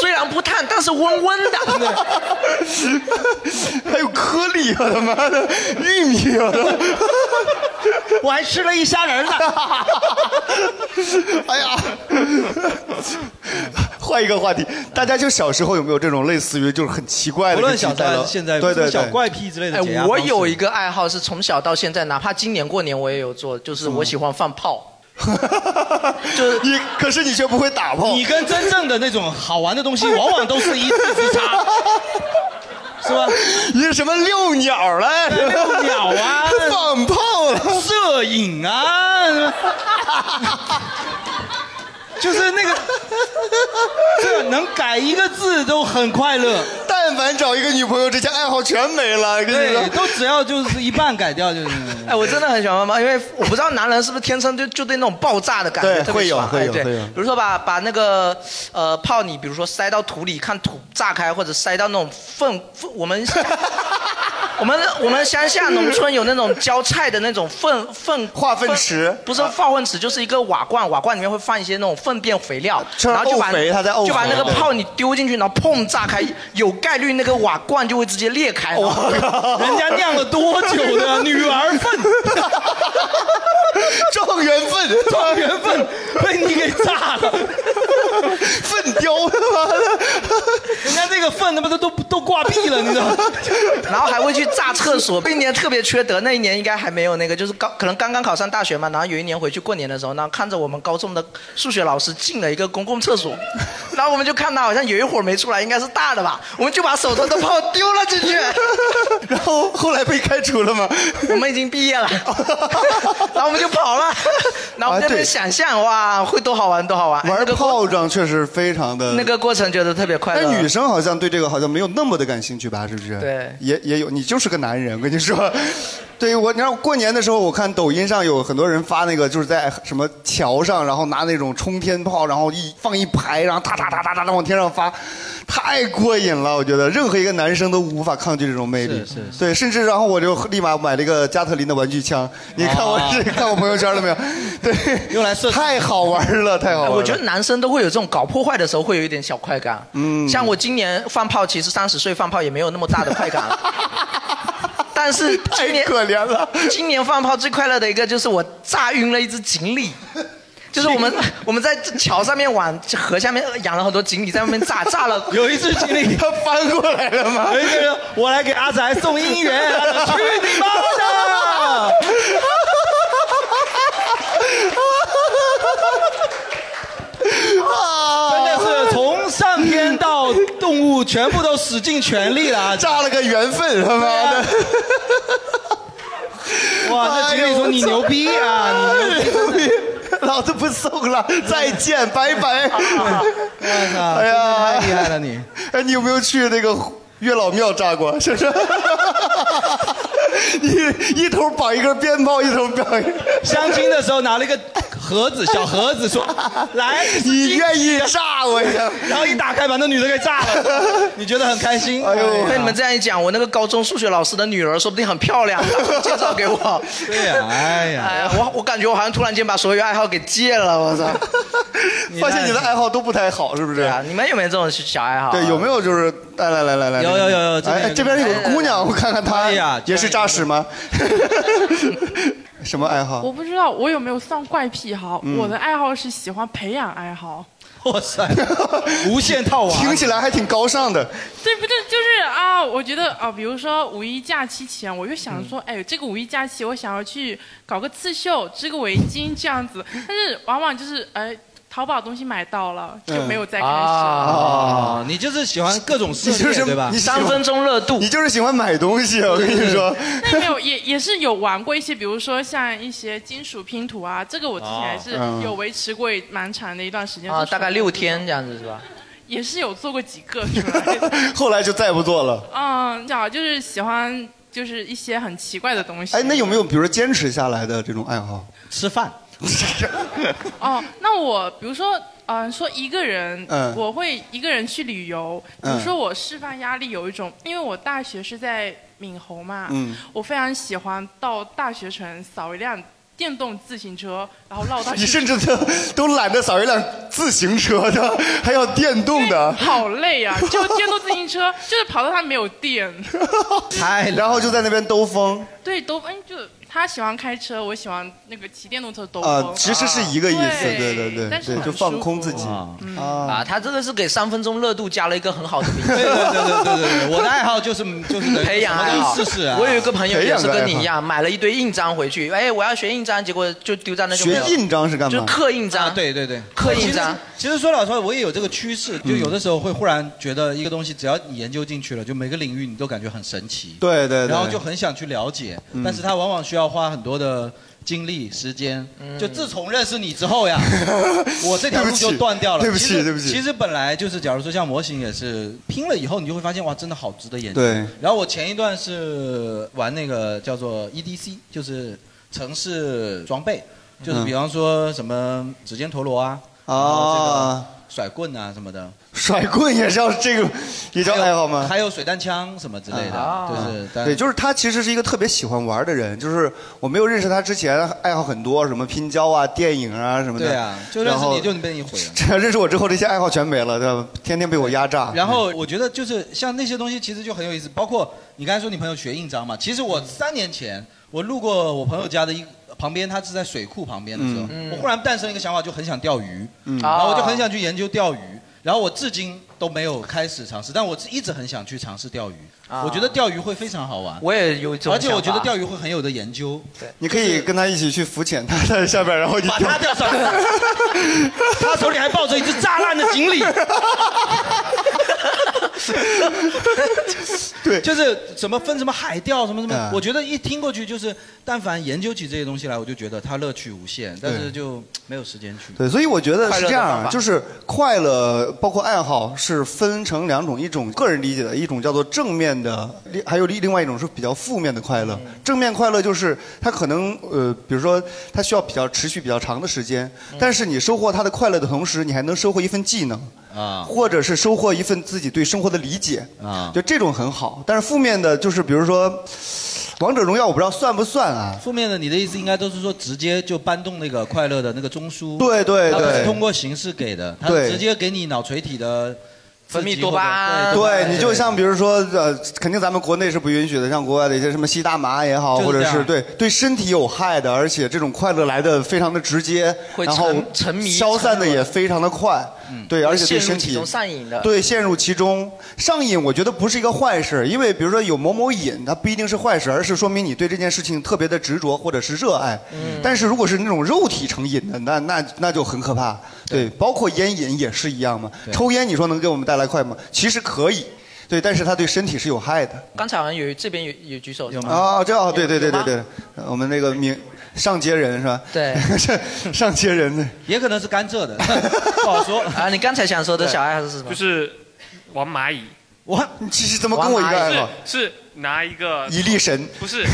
Speaker 2: 虽然不烫，但是温温
Speaker 1: *laughs*
Speaker 2: 的。
Speaker 1: 还有颗粒啊，他妈的，玉米
Speaker 3: *laughs*
Speaker 1: 啊！
Speaker 2: 我还吃了一虾仁呢。
Speaker 1: *laughs* 哎呀，换一个话题，大家就小时候有没有这种类似于就是很奇怪的给
Speaker 3: 无论
Speaker 1: 自己
Speaker 3: 小
Speaker 1: 带来，
Speaker 3: 三现在
Speaker 1: 对对对
Speaker 3: 小怪癖之类的解压
Speaker 2: 哎，我
Speaker 3: 方式
Speaker 2: 有一个爱好是从小到现在，哪怕今年过年我也有做，就是我喜欢放炮。
Speaker 1: 就是你，可是你却不会打炮。
Speaker 3: 你跟真正的那种好玩的东西，往往都是一字
Speaker 1: *laughs*
Speaker 3: 之差，是吧？
Speaker 1: 你是什么遛鸟嘞？
Speaker 3: 遛鸟啊，
Speaker 1: 放炮了，
Speaker 3: 摄影啊，就是那个，这能改一个字都很快乐。
Speaker 1: 但凡找一个女朋友，这些爱好全没了。跟你 *laughs*
Speaker 3: 对，
Speaker 1: 说，
Speaker 3: 哎都只要就是一半改掉就是。
Speaker 1: *laughs*
Speaker 2: 哎，我真的很喜欢放炮，因为我不知道男人是不是天生就就对那种爆炸的感觉
Speaker 1: 对
Speaker 2: 特
Speaker 1: 会
Speaker 2: 别
Speaker 1: 有
Speaker 2: 爽。
Speaker 1: 会有
Speaker 2: 哎对
Speaker 1: 会有
Speaker 2: 比如说把把那个呃炮，你比如说塞到土里，看土炸开，或者塞到那种粪粪，我们 *laughs* 我们我们乡下农村有那种浇菜的那种粪粪
Speaker 1: 化粪池啊
Speaker 2: 不是化粪池，就是一个瓦罐，瓦罐里面会放一些那种粪便肥料，
Speaker 1: 就是
Speaker 2: 然后就把
Speaker 1: 沤肥它在沤
Speaker 2: 就把
Speaker 1: 肥
Speaker 2: 那个
Speaker 1: 对
Speaker 2: 炮你丢进去，然后砰炸开，有概率那个瓦罐就会直接裂开。
Speaker 1: 哦
Speaker 2: 然
Speaker 3: *laughs*
Speaker 2: 后
Speaker 3: 人家酿了多久的女儿粪？
Speaker 1: *laughs* 状元粪，
Speaker 3: *laughs* 状元粪被你给炸了，
Speaker 2: *laughs*
Speaker 1: 粪雕他妈的！
Speaker 3: 人家那个粪他妈都都都挂壁了，你知道吗？
Speaker 2: *laughs* 然后还会去炸厕所。那一年特别缺德，那一年应该还没有那个，就是刚可能刚刚考上大学嘛。然后有一年回去过年的时候，然后看着我们高中的数学老师进了一个公共厕所， *laughs* 然后我们就看他好像有一会儿没出来，应该是大的吧，我们就把手中的炮丢了
Speaker 3: *laughs*
Speaker 2: 进去。
Speaker 1: 然后后来被开除了吗？
Speaker 2: 我们已经毕业了， *laughs* 然后我们就
Speaker 3: *laughs*
Speaker 2: 跑了，然后我们在那
Speaker 1: 啊对
Speaker 2: 边想象哇，会多好玩多好玩。哎
Speaker 1: 玩炮仗确实非常的
Speaker 2: 那个过程觉得特别快乐。
Speaker 1: 但哎女生好像对这个好像没有那么的感兴趣吧？是不是？
Speaker 2: 对
Speaker 1: 也也有，你就是个男人，我跟你说， *laughs* 对我，你知道过年的时候，我看抖音上有很多人发那个，就是在什么桥上，然后拿那种冲天炮，然后一放一排，然后哒哒哒哒哒哒往天上发，太过瘾了。我觉得任何一个男生都无法抗拒这种魅力。
Speaker 3: 是是
Speaker 1: 对，甚至然后我就立马买了一个加特林的玩具枪。你看我
Speaker 2: 哦
Speaker 1: 这、看我朋友圈了没有？对，用来射，太好玩了，太好玩了。
Speaker 2: 哎我觉得男生都会有这种搞破坏的时候会有一点小快感。
Speaker 1: 嗯
Speaker 2: 像我今年放炮，其实三十岁放炮也没有那么大的
Speaker 1: *laughs*
Speaker 2: 快感了。但是今年可
Speaker 1: 怜了，
Speaker 2: 今年放炮最快乐的一个就是我炸晕了一只锦鲤。就是我们 *laughs* 我们在桥上面往河下面养了很多锦鲤，在外面炸炸了。
Speaker 3: *laughs* 有一只锦鲤，
Speaker 1: 它翻过来了吗？
Speaker 3: 有一个人，我来给阿宅送姻缘，阿宅去你妈的！真的是从上天到动物全部都使尽全力了，
Speaker 1: *laughs*
Speaker 3: 啊
Speaker 1: 炸了个缘分，他妈的！
Speaker 3: *laughs* 哇，这锦鲤说你牛逼啊，你牛逼！
Speaker 1: 牛逼！ *laughs* 老子不送了，再见，拜
Speaker 3: *laughs*
Speaker 1: 拜！
Speaker 3: 我操，
Speaker 1: 哎呀，
Speaker 3: 啊太厉害了你！
Speaker 1: 哎，你有没有去那个月老庙炸过？是不 *laughs* 是？一一头绑一根鞭炮，一头绑一根。
Speaker 3: 相亲的时候拿了一个盒子，小盒子
Speaker 1: *laughs*
Speaker 3: 说：“来，
Speaker 1: 你愿意炸我一下。”
Speaker 3: *laughs* 然后一打开，把那女的给炸了， *laughs* 你觉得很开心？哎呦
Speaker 2: 被你们这样一讲，我那个高中数学老师的女儿说不定很漂亮， *laughs* 介绍给我。
Speaker 3: *laughs* 对呀、哎呀，
Speaker 2: 哎呀，我我感觉我好像突然间把所有爱好给戒了，
Speaker 3: *laughs*
Speaker 2: 我操！
Speaker 1: 发现你的爱好都不太好，是不是？
Speaker 2: 啊，你们有没有这种小爱好啊？
Speaker 1: *laughs* 对，有没有就是来来来来来？
Speaker 2: 有有有有这边有
Speaker 1: 哎，
Speaker 2: 个
Speaker 1: 这边有个姑娘，我看看她
Speaker 3: 哎呀
Speaker 1: 也是诈尸吗？ *laughs* 什么爱好
Speaker 15: 我？不知道我有没有算怪癖哈，
Speaker 1: 啊嗯
Speaker 15: 我的爱好是喜欢培养爱好，
Speaker 3: 哇塞，无限套娃，
Speaker 1: *laughs* 听起来还挺高尚的。
Speaker 15: 对不对？就是啊，我觉得啊，比如说五一假期前，我就想说，哎，这个五一假期我想要去搞个刺绣，织个围巾这样子，但是往往就是哎。淘宝东西买到了 *laughs* 就没有再开始了，
Speaker 3: 啊，你就是喜欢各种事
Speaker 1: 你就是
Speaker 3: 业，对吧？
Speaker 1: 你三分
Speaker 2: 钟热度，
Speaker 1: 你就是喜欢买东西，啊我跟你说。
Speaker 15: 但没有 *laughs* 也也是有玩过一些，比如说像一些金属拼图啊，这个我之前还是
Speaker 2: 哦嗯
Speaker 15: 有维持过蛮长的一段时间
Speaker 2: 啊，
Speaker 15: 是属于
Speaker 2: 大概六天这样子是吧？
Speaker 15: 也是有做过几个出来，
Speaker 1: 后来就再不做了。
Speaker 15: 嗯，啊，就是喜欢就是一些很奇怪的东西。
Speaker 1: 哎，那有没有比如说坚持下来的这种爱好？
Speaker 3: 吃饭。
Speaker 15: 哦，那我比如说，嗯、说一个人，
Speaker 1: 嗯
Speaker 15: 我会一个人去旅游。比如说我释放压力有一种，因为我大学是在闽侯嘛，
Speaker 1: 嗯
Speaker 15: 我非常喜欢到大学城扫一辆电动自行车，然后绕
Speaker 1: *laughs*
Speaker 15: 到
Speaker 1: 你甚至都都懒得扫一辆自行车的，还要电动的。
Speaker 15: 好累啊！ *laughs* 就电动自行车，就是跑到它没有电。
Speaker 1: *laughs* 哎，然后就在那边兜风
Speaker 15: 对，兜风就他喜欢开车，我喜欢那个骑电动车兜风。啊
Speaker 1: 啊，其实是一个意思，对对对
Speaker 15: 但是
Speaker 1: 对，
Speaker 15: 很
Speaker 1: 就放空自己
Speaker 2: 啊，他这个是给三分钟热度加了一个很好的名字。对
Speaker 3: 对对对对对，我的爱好就是就是能
Speaker 2: *laughs* 培养
Speaker 3: 什么
Speaker 2: 爱
Speaker 3: 都
Speaker 2: 好。
Speaker 3: 试试啊
Speaker 2: 我有一个朋友
Speaker 3: 培
Speaker 2: 也
Speaker 3: 养个
Speaker 2: 是跟你
Speaker 3: 爱好
Speaker 2: 一样，买了一堆印章回去，哎，我要学印章，结果就丢在那就没
Speaker 1: 学
Speaker 2: 有。
Speaker 1: 印章是干
Speaker 2: 就
Speaker 1: 嘛？ *laughs*
Speaker 2: 刻印章。
Speaker 3: 啊对对对，
Speaker 2: 刻印章
Speaker 3: 其实。其实说老实话，我也有这个趋势，
Speaker 1: 嗯
Speaker 3: 就有的时候会忽然觉得一个东西，只要你研究进去了，就每个领域你都感觉很神奇。
Speaker 1: 对对对
Speaker 3: 然后就很想去了解，
Speaker 1: 嗯
Speaker 3: 但是它往往需要花很多的。精力、时间，
Speaker 1: 嗯
Speaker 3: 就自从认识你之
Speaker 1: *laughs*
Speaker 3: 后呀，我这条路就断掉了。
Speaker 1: 对不起
Speaker 3: 其实
Speaker 1: 对不起
Speaker 3: 其实本来就是，假如说像模型也是拼了以后，你就会发现哇，真的好值得研究。
Speaker 1: 对
Speaker 3: 然后我前一段是玩那个叫做 EDC，就是城市装备，就是
Speaker 1: 嗯
Speaker 3: 比方说什么指尖陀螺啊，然后这个
Speaker 1: 啊
Speaker 3: 甩棍啊什么的，
Speaker 1: 甩棍也是要这个也叫爱好吗？
Speaker 3: 还有水弹枪什么之类的，
Speaker 1: 啊
Speaker 3: 就是但
Speaker 1: 对，就是他其实是一个特别喜欢玩的人，就是我没有认识他之前，爱好很多，什么拼胶啊、电影啊什么的。
Speaker 3: 对啊，就认
Speaker 1: 然
Speaker 3: 识
Speaker 1: 后
Speaker 3: 你就被你毁了。
Speaker 1: 这 *laughs* 认识我之后，这些爱好全没了，对吧？天天被我压榨。
Speaker 3: 然后我觉得就是像那些东西，其实就很有意思。包括你刚才说你朋友学印章嘛，其实我三年前我路过我朋友家的一旁边，他是在水库旁边的时候，
Speaker 2: 嗯
Speaker 3: 我忽然诞生一个想法，就很想钓鱼，
Speaker 2: 嗯
Speaker 3: 然后我就很想去研究钓鱼。然后我至今都没有开始尝试，但我是一直很想去尝试钓鱼。
Speaker 2: 啊
Speaker 3: 我觉得钓鱼会非常好玩，
Speaker 2: 我也有这种
Speaker 3: 而且我觉
Speaker 2: 想
Speaker 3: 得
Speaker 2: 法
Speaker 3: 钓鱼会很有的研究。对，
Speaker 1: 你可以跟他一起去浮潜，他在下边，然后你
Speaker 3: 把他钓上来，
Speaker 1: *laughs*
Speaker 3: 他手里还抱着一只炸烂的锦鲤。
Speaker 1: 对，
Speaker 3: 就是什么分什么海钓什么什么
Speaker 1: 嗯，
Speaker 3: 我觉得一听过去就是，但凡研究起这些东西来，我就觉得它乐趣无限，但是
Speaker 1: 对
Speaker 3: 就没有时间去。
Speaker 1: 对，所以我觉得
Speaker 3: 快乐
Speaker 1: 是
Speaker 3: 的
Speaker 1: 这
Speaker 3: 方
Speaker 1: 样，啊
Speaker 3: 法
Speaker 1: 就是快乐包括爱好是分成两种，一种个人理解的，一种叫做正面的，另还有另另外一种是比较负面的快乐。
Speaker 3: 嗯
Speaker 1: 正面快乐就是它可能呃，比如说它需要比较持续比较长的时间，
Speaker 3: 嗯
Speaker 1: 但是你收获它的快乐的同时，你还能收获一份技能。
Speaker 3: 啊
Speaker 1: 或者是收获一份自己对生活的理解，
Speaker 3: 啊
Speaker 1: 就这种很好。但是负面的，就是比如说《王者荣耀》，我不知道算不算啊？
Speaker 3: 负面的，你的意思应该都是说直接就搬动那个快乐的那个中枢，
Speaker 1: 对对
Speaker 3: 它不是
Speaker 1: 对
Speaker 3: 通过形式给的，它
Speaker 1: 对
Speaker 3: 直接给你脑垂体的
Speaker 1: 分
Speaker 3: 刺激或者
Speaker 1: 对你就像比如说，呃，肯定咱们国内是不允许的，像国外的一些什么吸大麻也好，
Speaker 3: 就是
Speaker 1: 或者
Speaker 3: 这样
Speaker 1: 是对对身体有害的，而且这种快乐来的非常的直接，
Speaker 2: 会
Speaker 1: 然后
Speaker 2: 沉沉迷
Speaker 1: 消散的也非常的快，对，而且对身
Speaker 2: 陷入其
Speaker 1: 体
Speaker 2: 中上瘾的
Speaker 1: 对，陷入其中上瘾，我觉得不是一个坏事，因为比如说有某某瘾，它不一定是坏事，而是说明你对这件事情特别的执着或者是热爱。
Speaker 2: 嗯
Speaker 1: 嗯但是如果是那种肉体成瘾的，那那那就很可怕。对，包括烟瘾也是一样嘛。
Speaker 2: 对
Speaker 1: 抽烟你说能给我们带来快吗？其实可以，对，但是它对身体是有害的。
Speaker 2: 刚才好像有这边有有举手，有
Speaker 1: 啊，这哦，对对对
Speaker 2: 有
Speaker 1: 对
Speaker 2: 吗
Speaker 1: 对，呃我们那个名上街人是吧？
Speaker 2: 对，
Speaker 1: *laughs*
Speaker 2: *laughs*
Speaker 1: 上上街人的。
Speaker 3: 也可能是甘蔗的， *laughs* 不好说
Speaker 2: *laughs* 啊。你刚才想说的小爱好是什么？
Speaker 6: 就是玩蚂蚁。
Speaker 1: 哇，你其实怎么跟我一个爱好？
Speaker 6: 是是拿一个
Speaker 1: 一粒神 *laughs*
Speaker 6: 不是，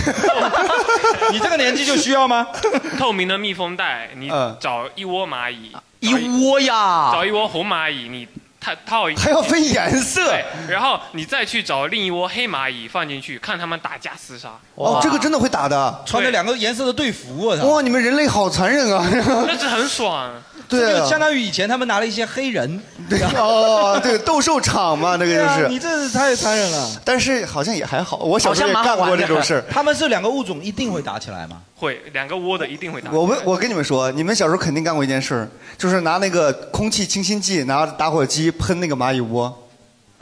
Speaker 3: 你这个年纪就需要吗？
Speaker 6: *laughs* 透明的密封袋，你
Speaker 1: 嗯啊
Speaker 6: 找一窝蚂蚁，
Speaker 2: 一窝呀，
Speaker 6: 找一窝红蚂蚁，你套套一
Speaker 1: 还要分颜色
Speaker 6: 对，然后你再去找另一窝黑蚂蚁放进去，看他们打架厮杀。
Speaker 1: 哦，这个真的会打的，啊
Speaker 3: 穿着两个颜色的队服，我操！
Speaker 1: 哇，你们人类好残忍啊！
Speaker 6: 那
Speaker 3: *laughs*
Speaker 6: 是很爽。
Speaker 1: 对啊
Speaker 3: 这就相当于以前他们拿了一些黑人，
Speaker 1: 对哦，对，斗兽场嘛，那个就
Speaker 3: 啊
Speaker 1: 是。
Speaker 3: 你这是太残忍了。
Speaker 1: 但是好像也还好，我小时候也干过这种事儿。
Speaker 3: *laughs* 他们是两个物种一定会打起来吗？
Speaker 6: 会两个窝的一定会打。
Speaker 1: *laughs* 我问，我跟你们说，你们小时候肯定干过一件事儿，就是拿那个空气清新剂，拿打火机喷那个蚂蚁窝。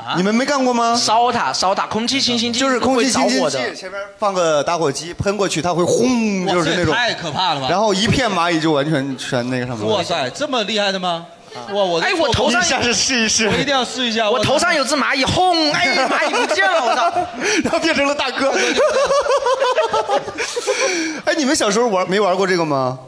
Speaker 3: 啊
Speaker 1: 你们没干过吗？
Speaker 2: 烧它，烧它，空气清新剂
Speaker 1: 就是空气清新
Speaker 2: 会着火
Speaker 1: 剂
Speaker 2: 的，
Speaker 1: 前面放个打火机，喷过去它会轰，
Speaker 3: 哇
Speaker 1: 就是
Speaker 3: 这也
Speaker 1: 那种。
Speaker 3: 太可怕了吧
Speaker 1: 然后一片蚂蚁就完全全那个什么了。
Speaker 3: 哇塞，这么厉害的吗？哇，我
Speaker 2: 哎我头上
Speaker 3: 一
Speaker 2: 你下次
Speaker 1: 试一试
Speaker 3: 我一定要试一下。
Speaker 2: 我头上有只蚂蚁，轰！哎，蚂蚁不见了，我操！
Speaker 1: *laughs* 然后变成了大哥。哎，你们小时候玩没玩过这个吗？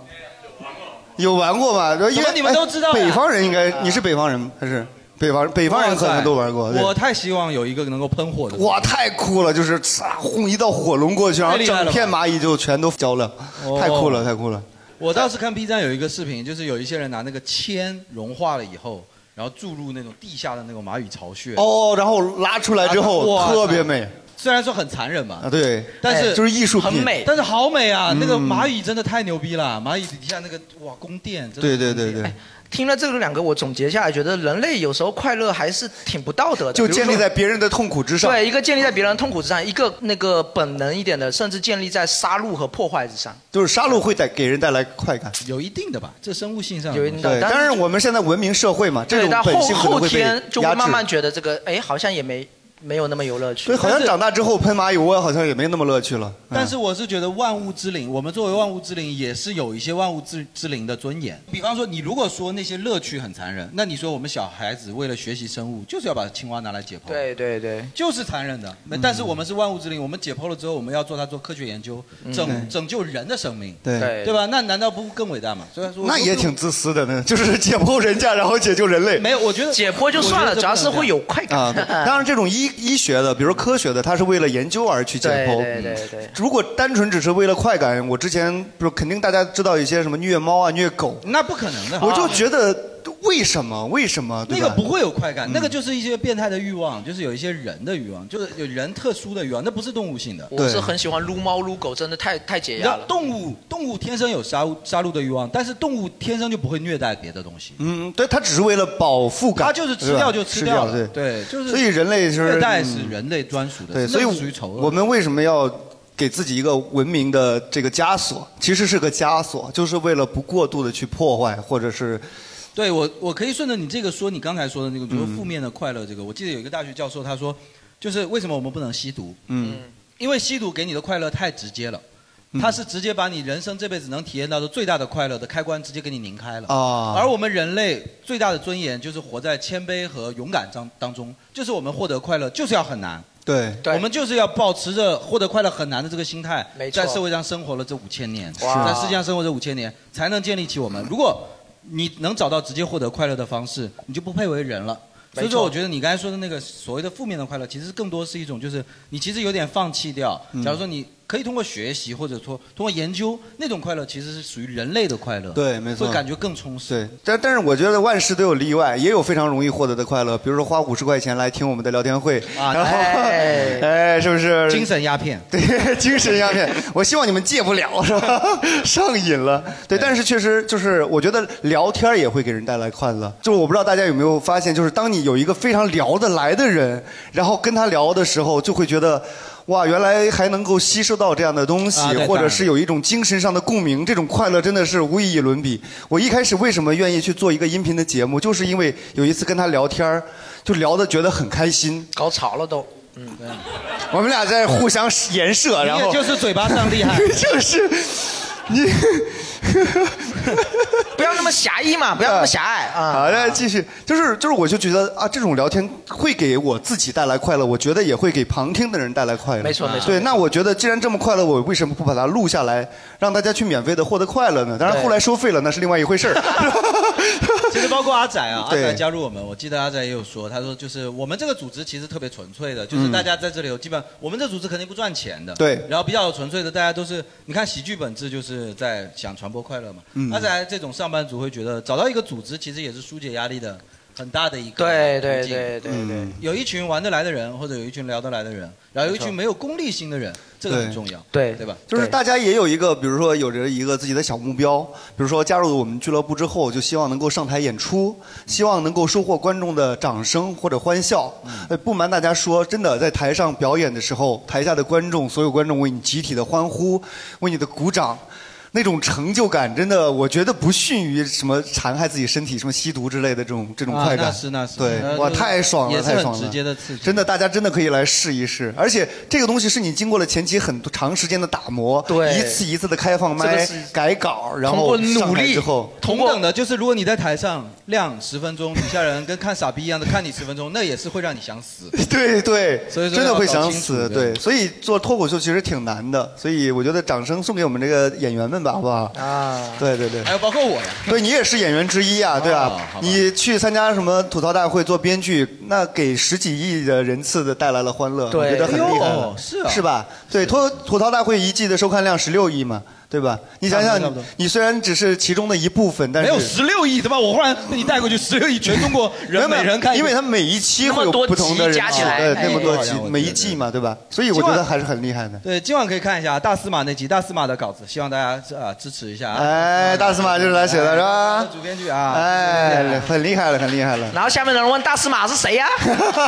Speaker 1: 有玩过吧？因为
Speaker 3: 怎么你们都知道呀啊
Speaker 1: 哎北方人应该，你是北方人还是北方？北方人可能都玩过。对
Speaker 3: 我太希望有一个能够喷火的。
Speaker 1: 哇，太酷了！就是呲啊轰一道火龙过去，然后
Speaker 3: 太厉害了
Speaker 1: 整
Speaker 3: 吧
Speaker 1: 片蚂蚁就全都焦了，
Speaker 3: 哦
Speaker 1: 太酷了，太酷了！
Speaker 3: 我当时看 B 站有一个视频，就是有一些人拿那个铅融化了以后，然后注入那种地下的那种蚂蚁巢穴。
Speaker 1: 哦，然后拉出来之后
Speaker 3: 哇塞
Speaker 1: 特别美
Speaker 3: 虽然说很残忍嘛，
Speaker 1: 啊，对，
Speaker 3: 但是、
Speaker 1: 就是艺术品，
Speaker 3: 但是好美啊！
Speaker 1: 嗯
Speaker 3: 那个蚂蚁真的太牛逼了，蚂蚁底下那个哇宫殿，真的哎
Speaker 1: 对对对对，
Speaker 2: 听了这两个，我总结下来，觉得人类有时候快乐还是挺不道德的，
Speaker 1: 就建立在
Speaker 2: 比
Speaker 1: 别人的痛苦之
Speaker 2: 如
Speaker 1: 上。
Speaker 2: 说对一个建立在别人的痛苦之上，一个那个本能一点的，甚至建立在杀戮和破坏之上。
Speaker 1: 就是杀戮会带给人带来快感，
Speaker 3: 有一定的吧，这生物性上
Speaker 2: 嗯有一定的
Speaker 1: 对，
Speaker 2: 但是
Speaker 1: 但是我们现在文明社会嘛，这
Speaker 2: 对，
Speaker 1: 种
Speaker 2: 但
Speaker 1: 本
Speaker 2: 后
Speaker 1: 性可能
Speaker 2: 后
Speaker 1: 会被压
Speaker 2: 天
Speaker 1: 制。
Speaker 2: 就会慢慢觉得这个，哎，好像也没没有那么有乐趣。
Speaker 1: 对，好像长大之后喷蚂蚁窝好像也没那么乐趣了。
Speaker 3: 但是我是觉得万物之灵，我们作为万物之灵，也是有一些万物之之灵的尊严。比方说，你如果说那些乐趣很残忍，那你说我们小孩子为了学习生物，就是要把青蛙拿来解剖，
Speaker 2: 对对对，嗯
Speaker 3: 就是残忍的。那但是我们是万物之灵，我们解剖了之后，我们要做它做科学研究，
Speaker 2: 嗯
Speaker 3: 拯、
Speaker 1: 对
Speaker 3: 拯救人的生命，
Speaker 1: 对对
Speaker 3: 对吧？那难道不更伟大吗？虽然说
Speaker 1: 那也挺自私的呢，就是 *laughs* 解剖人家，然后解救人类。
Speaker 3: 没有，我觉得
Speaker 2: 解剖就算了，主要是会有快感。
Speaker 1: 啊，当然这种医医学的，比如科学的，它是为了研究而去解
Speaker 2: 对
Speaker 1: 剖。
Speaker 2: 对对对。
Speaker 1: 如果单纯只是为了快感，我之前不是肯定大家知道一些什么虐猫啊、虐狗，
Speaker 3: *laughs* 那不可能的。啊
Speaker 1: 我就觉得为什么为什么对
Speaker 3: 那
Speaker 1: 吧嗯
Speaker 3: 个不会有快感，那个就是一些变态的欲望，就是有一些人的欲望，就是有人特殊的欲望，那不是动物性的。
Speaker 2: 我是很喜欢撸猫撸狗，真的太太解
Speaker 3: 你知
Speaker 2: 压
Speaker 3: 道
Speaker 2: 了。
Speaker 3: 动物动物天生有杀戮杀戮的欲望，但是动物天生就不会虐待别的东西。
Speaker 1: 嗯，对，它只是为了饱腹感，
Speaker 3: 它就是吃
Speaker 1: 对吧
Speaker 3: 掉就吃掉了
Speaker 1: 对
Speaker 3: 对就是
Speaker 1: 所以人类就是
Speaker 3: 虐待是
Speaker 1: 嗯
Speaker 3: 人类专属的
Speaker 1: 对，
Speaker 3: 那
Speaker 1: 所以
Speaker 3: 是属于
Speaker 1: 我我们为什么要给自己一个文明的这个枷锁？其实是个枷锁，就是为了不过度的去破坏，或者是
Speaker 3: 对我，我可以顺着你这个说，你刚才说的那个，比如说
Speaker 1: 嗯
Speaker 3: 负面的快乐这个，我记得有一个大学教授他说，就是为什么我们不能吸毒？
Speaker 1: 嗯
Speaker 3: 因为吸毒给你的快乐太直接了，它是直接把你人生这辈子能体验到的最大的快乐的开关直接给你拧开了。
Speaker 1: 啊
Speaker 3: 而我们人类最大的尊严就是活在谦卑和勇敢当当中，就是我们获得快乐就是要很难。
Speaker 1: 对，
Speaker 3: 我们就是要保持着获得快乐很难的这个心态，在社会上生活了这五千年，
Speaker 16: 哇
Speaker 3: 在世界上生活这五千年，才能建立起我们。如果你能找到直接获得快乐的方式，你就不配为人了。所以
Speaker 16: 没错
Speaker 3: 说，我觉得你刚才说的那个所谓的负面的快乐，其实更多是一种，就是你其实有点放弃掉。
Speaker 1: 嗯
Speaker 3: 假如说你可以通过学习，或者说通过研究，那种快乐其实是属于人类的快乐。
Speaker 1: 对没错
Speaker 3: 会感觉更充实。
Speaker 1: 对，但但是我觉得万事都有例外，也有非常容易获得的快乐，比如说花五十块钱来听我们的聊天会，
Speaker 3: 啊
Speaker 1: 然后
Speaker 3: 哎
Speaker 1: 哎是不是
Speaker 3: 精神鸦片？
Speaker 1: 对， *laughs* 精神鸦片，我希望你们戒不了，是吧？ *laughs* 上瘾了，
Speaker 3: 哎
Speaker 1: 对，但是确实就是，我觉得聊天也会给人带来快乐。就是我不知道大家有没有发现，就是当你有一个非常聊得来的人，然后跟他聊的时候，就会觉得。哇，原来还能够吸收到这样的东西，
Speaker 3: 啊对
Speaker 1: 或
Speaker 3: 当
Speaker 1: 者
Speaker 3: 然
Speaker 1: 是有一种精神上的共鸣，这种快乐真的是无以伦比。我一开始为什么愿意去做一个音频的节目，就是因为有一次跟他聊天儿就聊得觉得很开心，
Speaker 16: 搞吵了都。嗯，
Speaker 1: 我们俩在互相颜射，
Speaker 16: 你也
Speaker 1: 然后
Speaker 16: 就是嘴巴上厉害
Speaker 1: *laughs* *laughs* 就是你
Speaker 16: 不要那么狭义嘛，不要那么狭隘啊。
Speaker 1: 好那继续，呃就是就是，我就觉得啊，这种聊天会给我自己带来快乐，我觉得也会给旁听的人带来快乐。
Speaker 16: 没错没错
Speaker 1: 对，那我觉得既然这么快乐，我为什么不把它录下来，让大家去免费的获得快乐呢？当然
Speaker 3: 对
Speaker 1: 后来收费了，那是另外一回事儿。
Speaker 3: *laughs* 其实包括阿仔啊，阿
Speaker 1: 对
Speaker 3: 仔加入我们，我记得阿仔也有说，他说就是我们这个组织其实特别纯粹的，就是
Speaker 1: 嗯
Speaker 3: 大家在这里有基本上，我们这组织肯定不赚钱的，
Speaker 1: 对
Speaker 3: 然后比较纯粹的，大家都是你看喜剧本质就是在想传播快乐嘛。
Speaker 1: 嗯
Speaker 3: 阿仔这种上班族会觉得找到一个组织其实也是疏解压力的很大的一个
Speaker 16: 对对
Speaker 3: 途径
Speaker 16: 对对对嗯
Speaker 3: 有一群玩得来的人，或者有一群聊得来的人，然后有一
Speaker 1: 没错
Speaker 3: 群没有功利心的人，这个很重要，
Speaker 16: 对
Speaker 3: 对吧？
Speaker 1: 就是大家也有一个，比如说有着一个自己的小目标，比如说加入我们俱乐部之后，就希望能够上台演出，希望能够收获观众的掌声或者欢笑。
Speaker 3: 嗯
Speaker 1: 呃，不瞒大家说，真的在台上表演的时候，台下的观众，所有观众为你集体的欢呼，为你的鼓掌。那种成就感，真的，我觉得不逊于什么残害自己身体、什么吸毒之类的这种这种
Speaker 3: 啊
Speaker 1: 快感。
Speaker 3: 那是那是
Speaker 1: 对
Speaker 3: 那，
Speaker 1: 哇，
Speaker 3: 就是
Speaker 1: 太爽了，
Speaker 3: 也是
Speaker 1: 太
Speaker 3: 很
Speaker 1: 爽了，
Speaker 3: 直接的刺激
Speaker 1: 真的，大家真的可以来试一试。而且这个东西是你经过了前期很多长时间的打磨，
Speaker 3: 对
Speaker 1: 一次一次的开放
Speaker 3: 这
Speaker 1: 麦
Speaker 3: 个是、
Speaker 1: 改稿，然后上台之后，
Speaker 3: 同等的就是如果你在台上亮十分钟，底下人跟看傻逼一样的看你十分钟，那也是会让你想死。
Speaker 1: 对对，
Speaker 3: 所以说
Speaker 1: 真的
Speaker 3: 要
Speaker 1: 会
Speaker 3: 搞
Speaker 1: 想
Speaker 3: 清楚
Speaker 1: 死。
Speaker 3: 对
Speaker 1: 对，所以做脱口秀其实挺难的，所以我觉得掌声送给我们这个演员们吧，好不好？
Speaker 16: 啊，
Speaker 1: 对对对
Speaker 3: 还。有包括我呀，
Speaker 1: *laughs* 对你也是演员之一啊，对啊，
Speaker 3: 哦好吧
Speaker 1: 你去参加什么吐槽大会做编剧，那给十几亿的人次的带来了欢乐，
Speaker 3: 对
Speaker 1: 我觉得很厉害
Speaker 3: 哎
Speaker 1: 了
Speaker 3: 呦，是啊
Speaker 1: 是吧？对，吐吐槽大会一季的收看量十六亿嘛，对吧？你想想
Speaker 3: 差不多差不多，
Speaker 1: 你虽然只是其中的一部分，但
Speaker 3: 没
Speaker 1: 是
Speaker 3: 有十六亿对吧？我忽然被你带过去，十六亿全中国人
Speaker 1: 没有
Speaker 3: 每人看一
Speaker 1: 因
Speaker 3: 个，
Speaker 1: 为他每一期会有不同的人次，对，那么
Speaker 3: 哎
Speaker 1: 多集，每一季嘛，对吧？所以我觉得还是很厉害的。
Speaker 3: 对，今晚可以看一下大司马那集，大司马的稿子，希望大家啊支持一下啊。
Speaker 1: 哎，大司马就是他写的是吧？
Speaker 3: 主编剧啊，
Speaker 1: 哎，很厉害了，很厉害了。
Speaker 16: 然后下面的人问大司马是
Speaker 2: 啊
Speaker 16: 谁呀、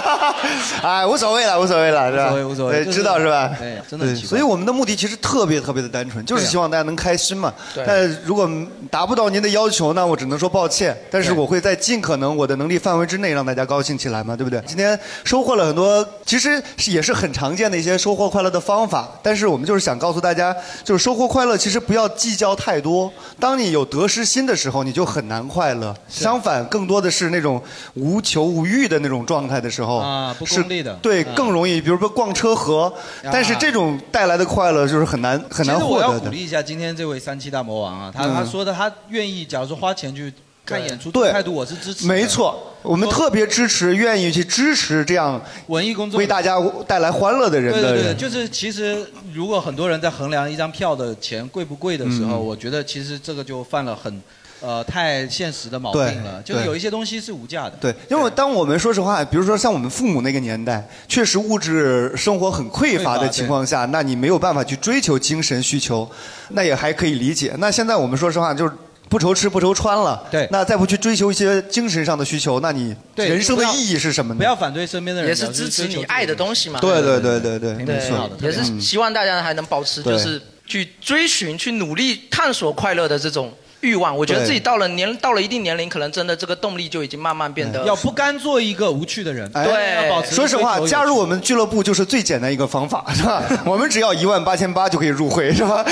Speaker 1: *laughs* 哎，无所谓了，无所谓了，是吧？
Speaker 3: 无所谓无所谓
Speaker 1: 对，
Speaker 3: 就是
Speaker 1: 知道是吧？
Speaker 3: 对真的很奇怪啊
Speaker 1: 所以我们的目的其实特别特别的单纯，就是希望大家能开心嘛。
Speaker 3: 对
Speaker 1: 但如果达不到您的要求，那我只能说抱歉。但是我会在尽可能我的能力范围之内让大家高兴起来嘛，对不对？今天收获了很多，其实是也是很常见的一些收获快乐的方法。但是我们就是想告诉大家，就是收获快乐其实不要计较太多。当你有得失心的时候，你就很难快乐。相反，更多的是那种无求无欲的那种状态的时候。
Speaker 3: 啊不
Speaker 1: 哦是
Speaker 3: 功利的
Speaker 1: 对，
Speaker 3: 啊
Speaker 1: 更容易，比如说逛车河，
Speaker 3: 啊
Speaker 1: 但是这种带来的快乐就是很难很难
Speaker 3: 其实
Speaker 1: 获
Speaker 3: 我要
Speaker 1: 得
Speaker 3: 鼓
Speaker 1: 的。
Speaker 3: 励一下今天这位三七大魔王啊，他、
Speaker 1: 嗯
Speaker 3: 他说的他愿意，假如说花钱去看演出，
Speaker 1: 对
Speaker 3: 态度我是支持的。
Speaker 1: 没错，我们特别支持，愿意去支持这样
Speaker 3: 文艺工作
Speaker 1: 为大家带来欢乐的人
Speaker 3: 对
Speaker 1: 的
Speaker 3: 对对，
Speaker 1: 人。
Speaker 3: 就是其实如果很多人在衡量一张票的钱贵不贵的时候，
Speaker 1: 嗯
Speaker 3: 我觉得其实这个就犯了很呃太现实的毛病了，
Speaker 1: 对
Speaker 3: 就是
Speaker 1: 对
Speaker 3: 有一些东西是无价的。
Speaker 1: 对，因为当我们说实话，比如说像我们父母那个年代，确实物质生活很匮乏的情况下，那你没有办法去追求精神需求，那也还可以理解。那现在我们说实话，就是不愁吃不愁穿了，对，那再不去追求一些精神上的需求，那你
Speaker 3: 对
Speaker 1: 人生的
Speaker 3: 不要
Speaker 1: 意义是什么呢？
Speaker 3: 不要反 *laughs* 对身边的人，
Speaker 16: 也是支持你爱的东西嘛。
Speaker 1: 对对对对对，嗯没
Speaker 16: 对
Speaker 1: 错，，
Speaker 16: 也
Speaker 3: 嗯
Speaker 16: 是希望大家还能保持
Speaker 1: 对
Speaker 16: 就是去追寻、去努力探索快乐的这种欲望。我觉得
Speaker 3: 对
Speaker 16: 自己到了年到了一定年龄，可能真的这个动力就已经慢慢变得
Speaker 3: 要不甘做一个无趣的人。
Speaker 1: 哎
Speaker 3: 要保持
Speaker 1: 说实话
Speaker 3: 追求，有
Speaker 1: 加入我们俱乐部就是最简单一个方法， *laughs* 是吧？我们只要一万八千八就可以入会，是吧？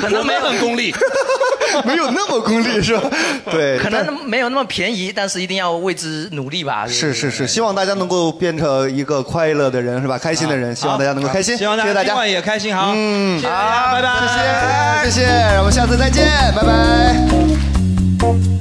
Speaker 16: 可能没有
Speaker 3: 功利，
Speaker 1: *laughs* 没有那么功利是吧？对，
Speaker 2: 可能没有那么便宜，但是一定要为之努力吧。
Speaker 1: 是是是，希望大家能够变成一个快乐的人，是吧？开心的人，希望大家能够开心。
Speaker 3: 希望
Speaker 1: 谢谢大
Speaker 3: 今
Speaker 1: 家
Speaker 3: 晚，也开心，好，嗯，
Speaker 1: 啊
Speaker 3: 谢谢大家，拜拜，
Speaker 1: 谢谢，谢谢，我们下次再见，拜拜。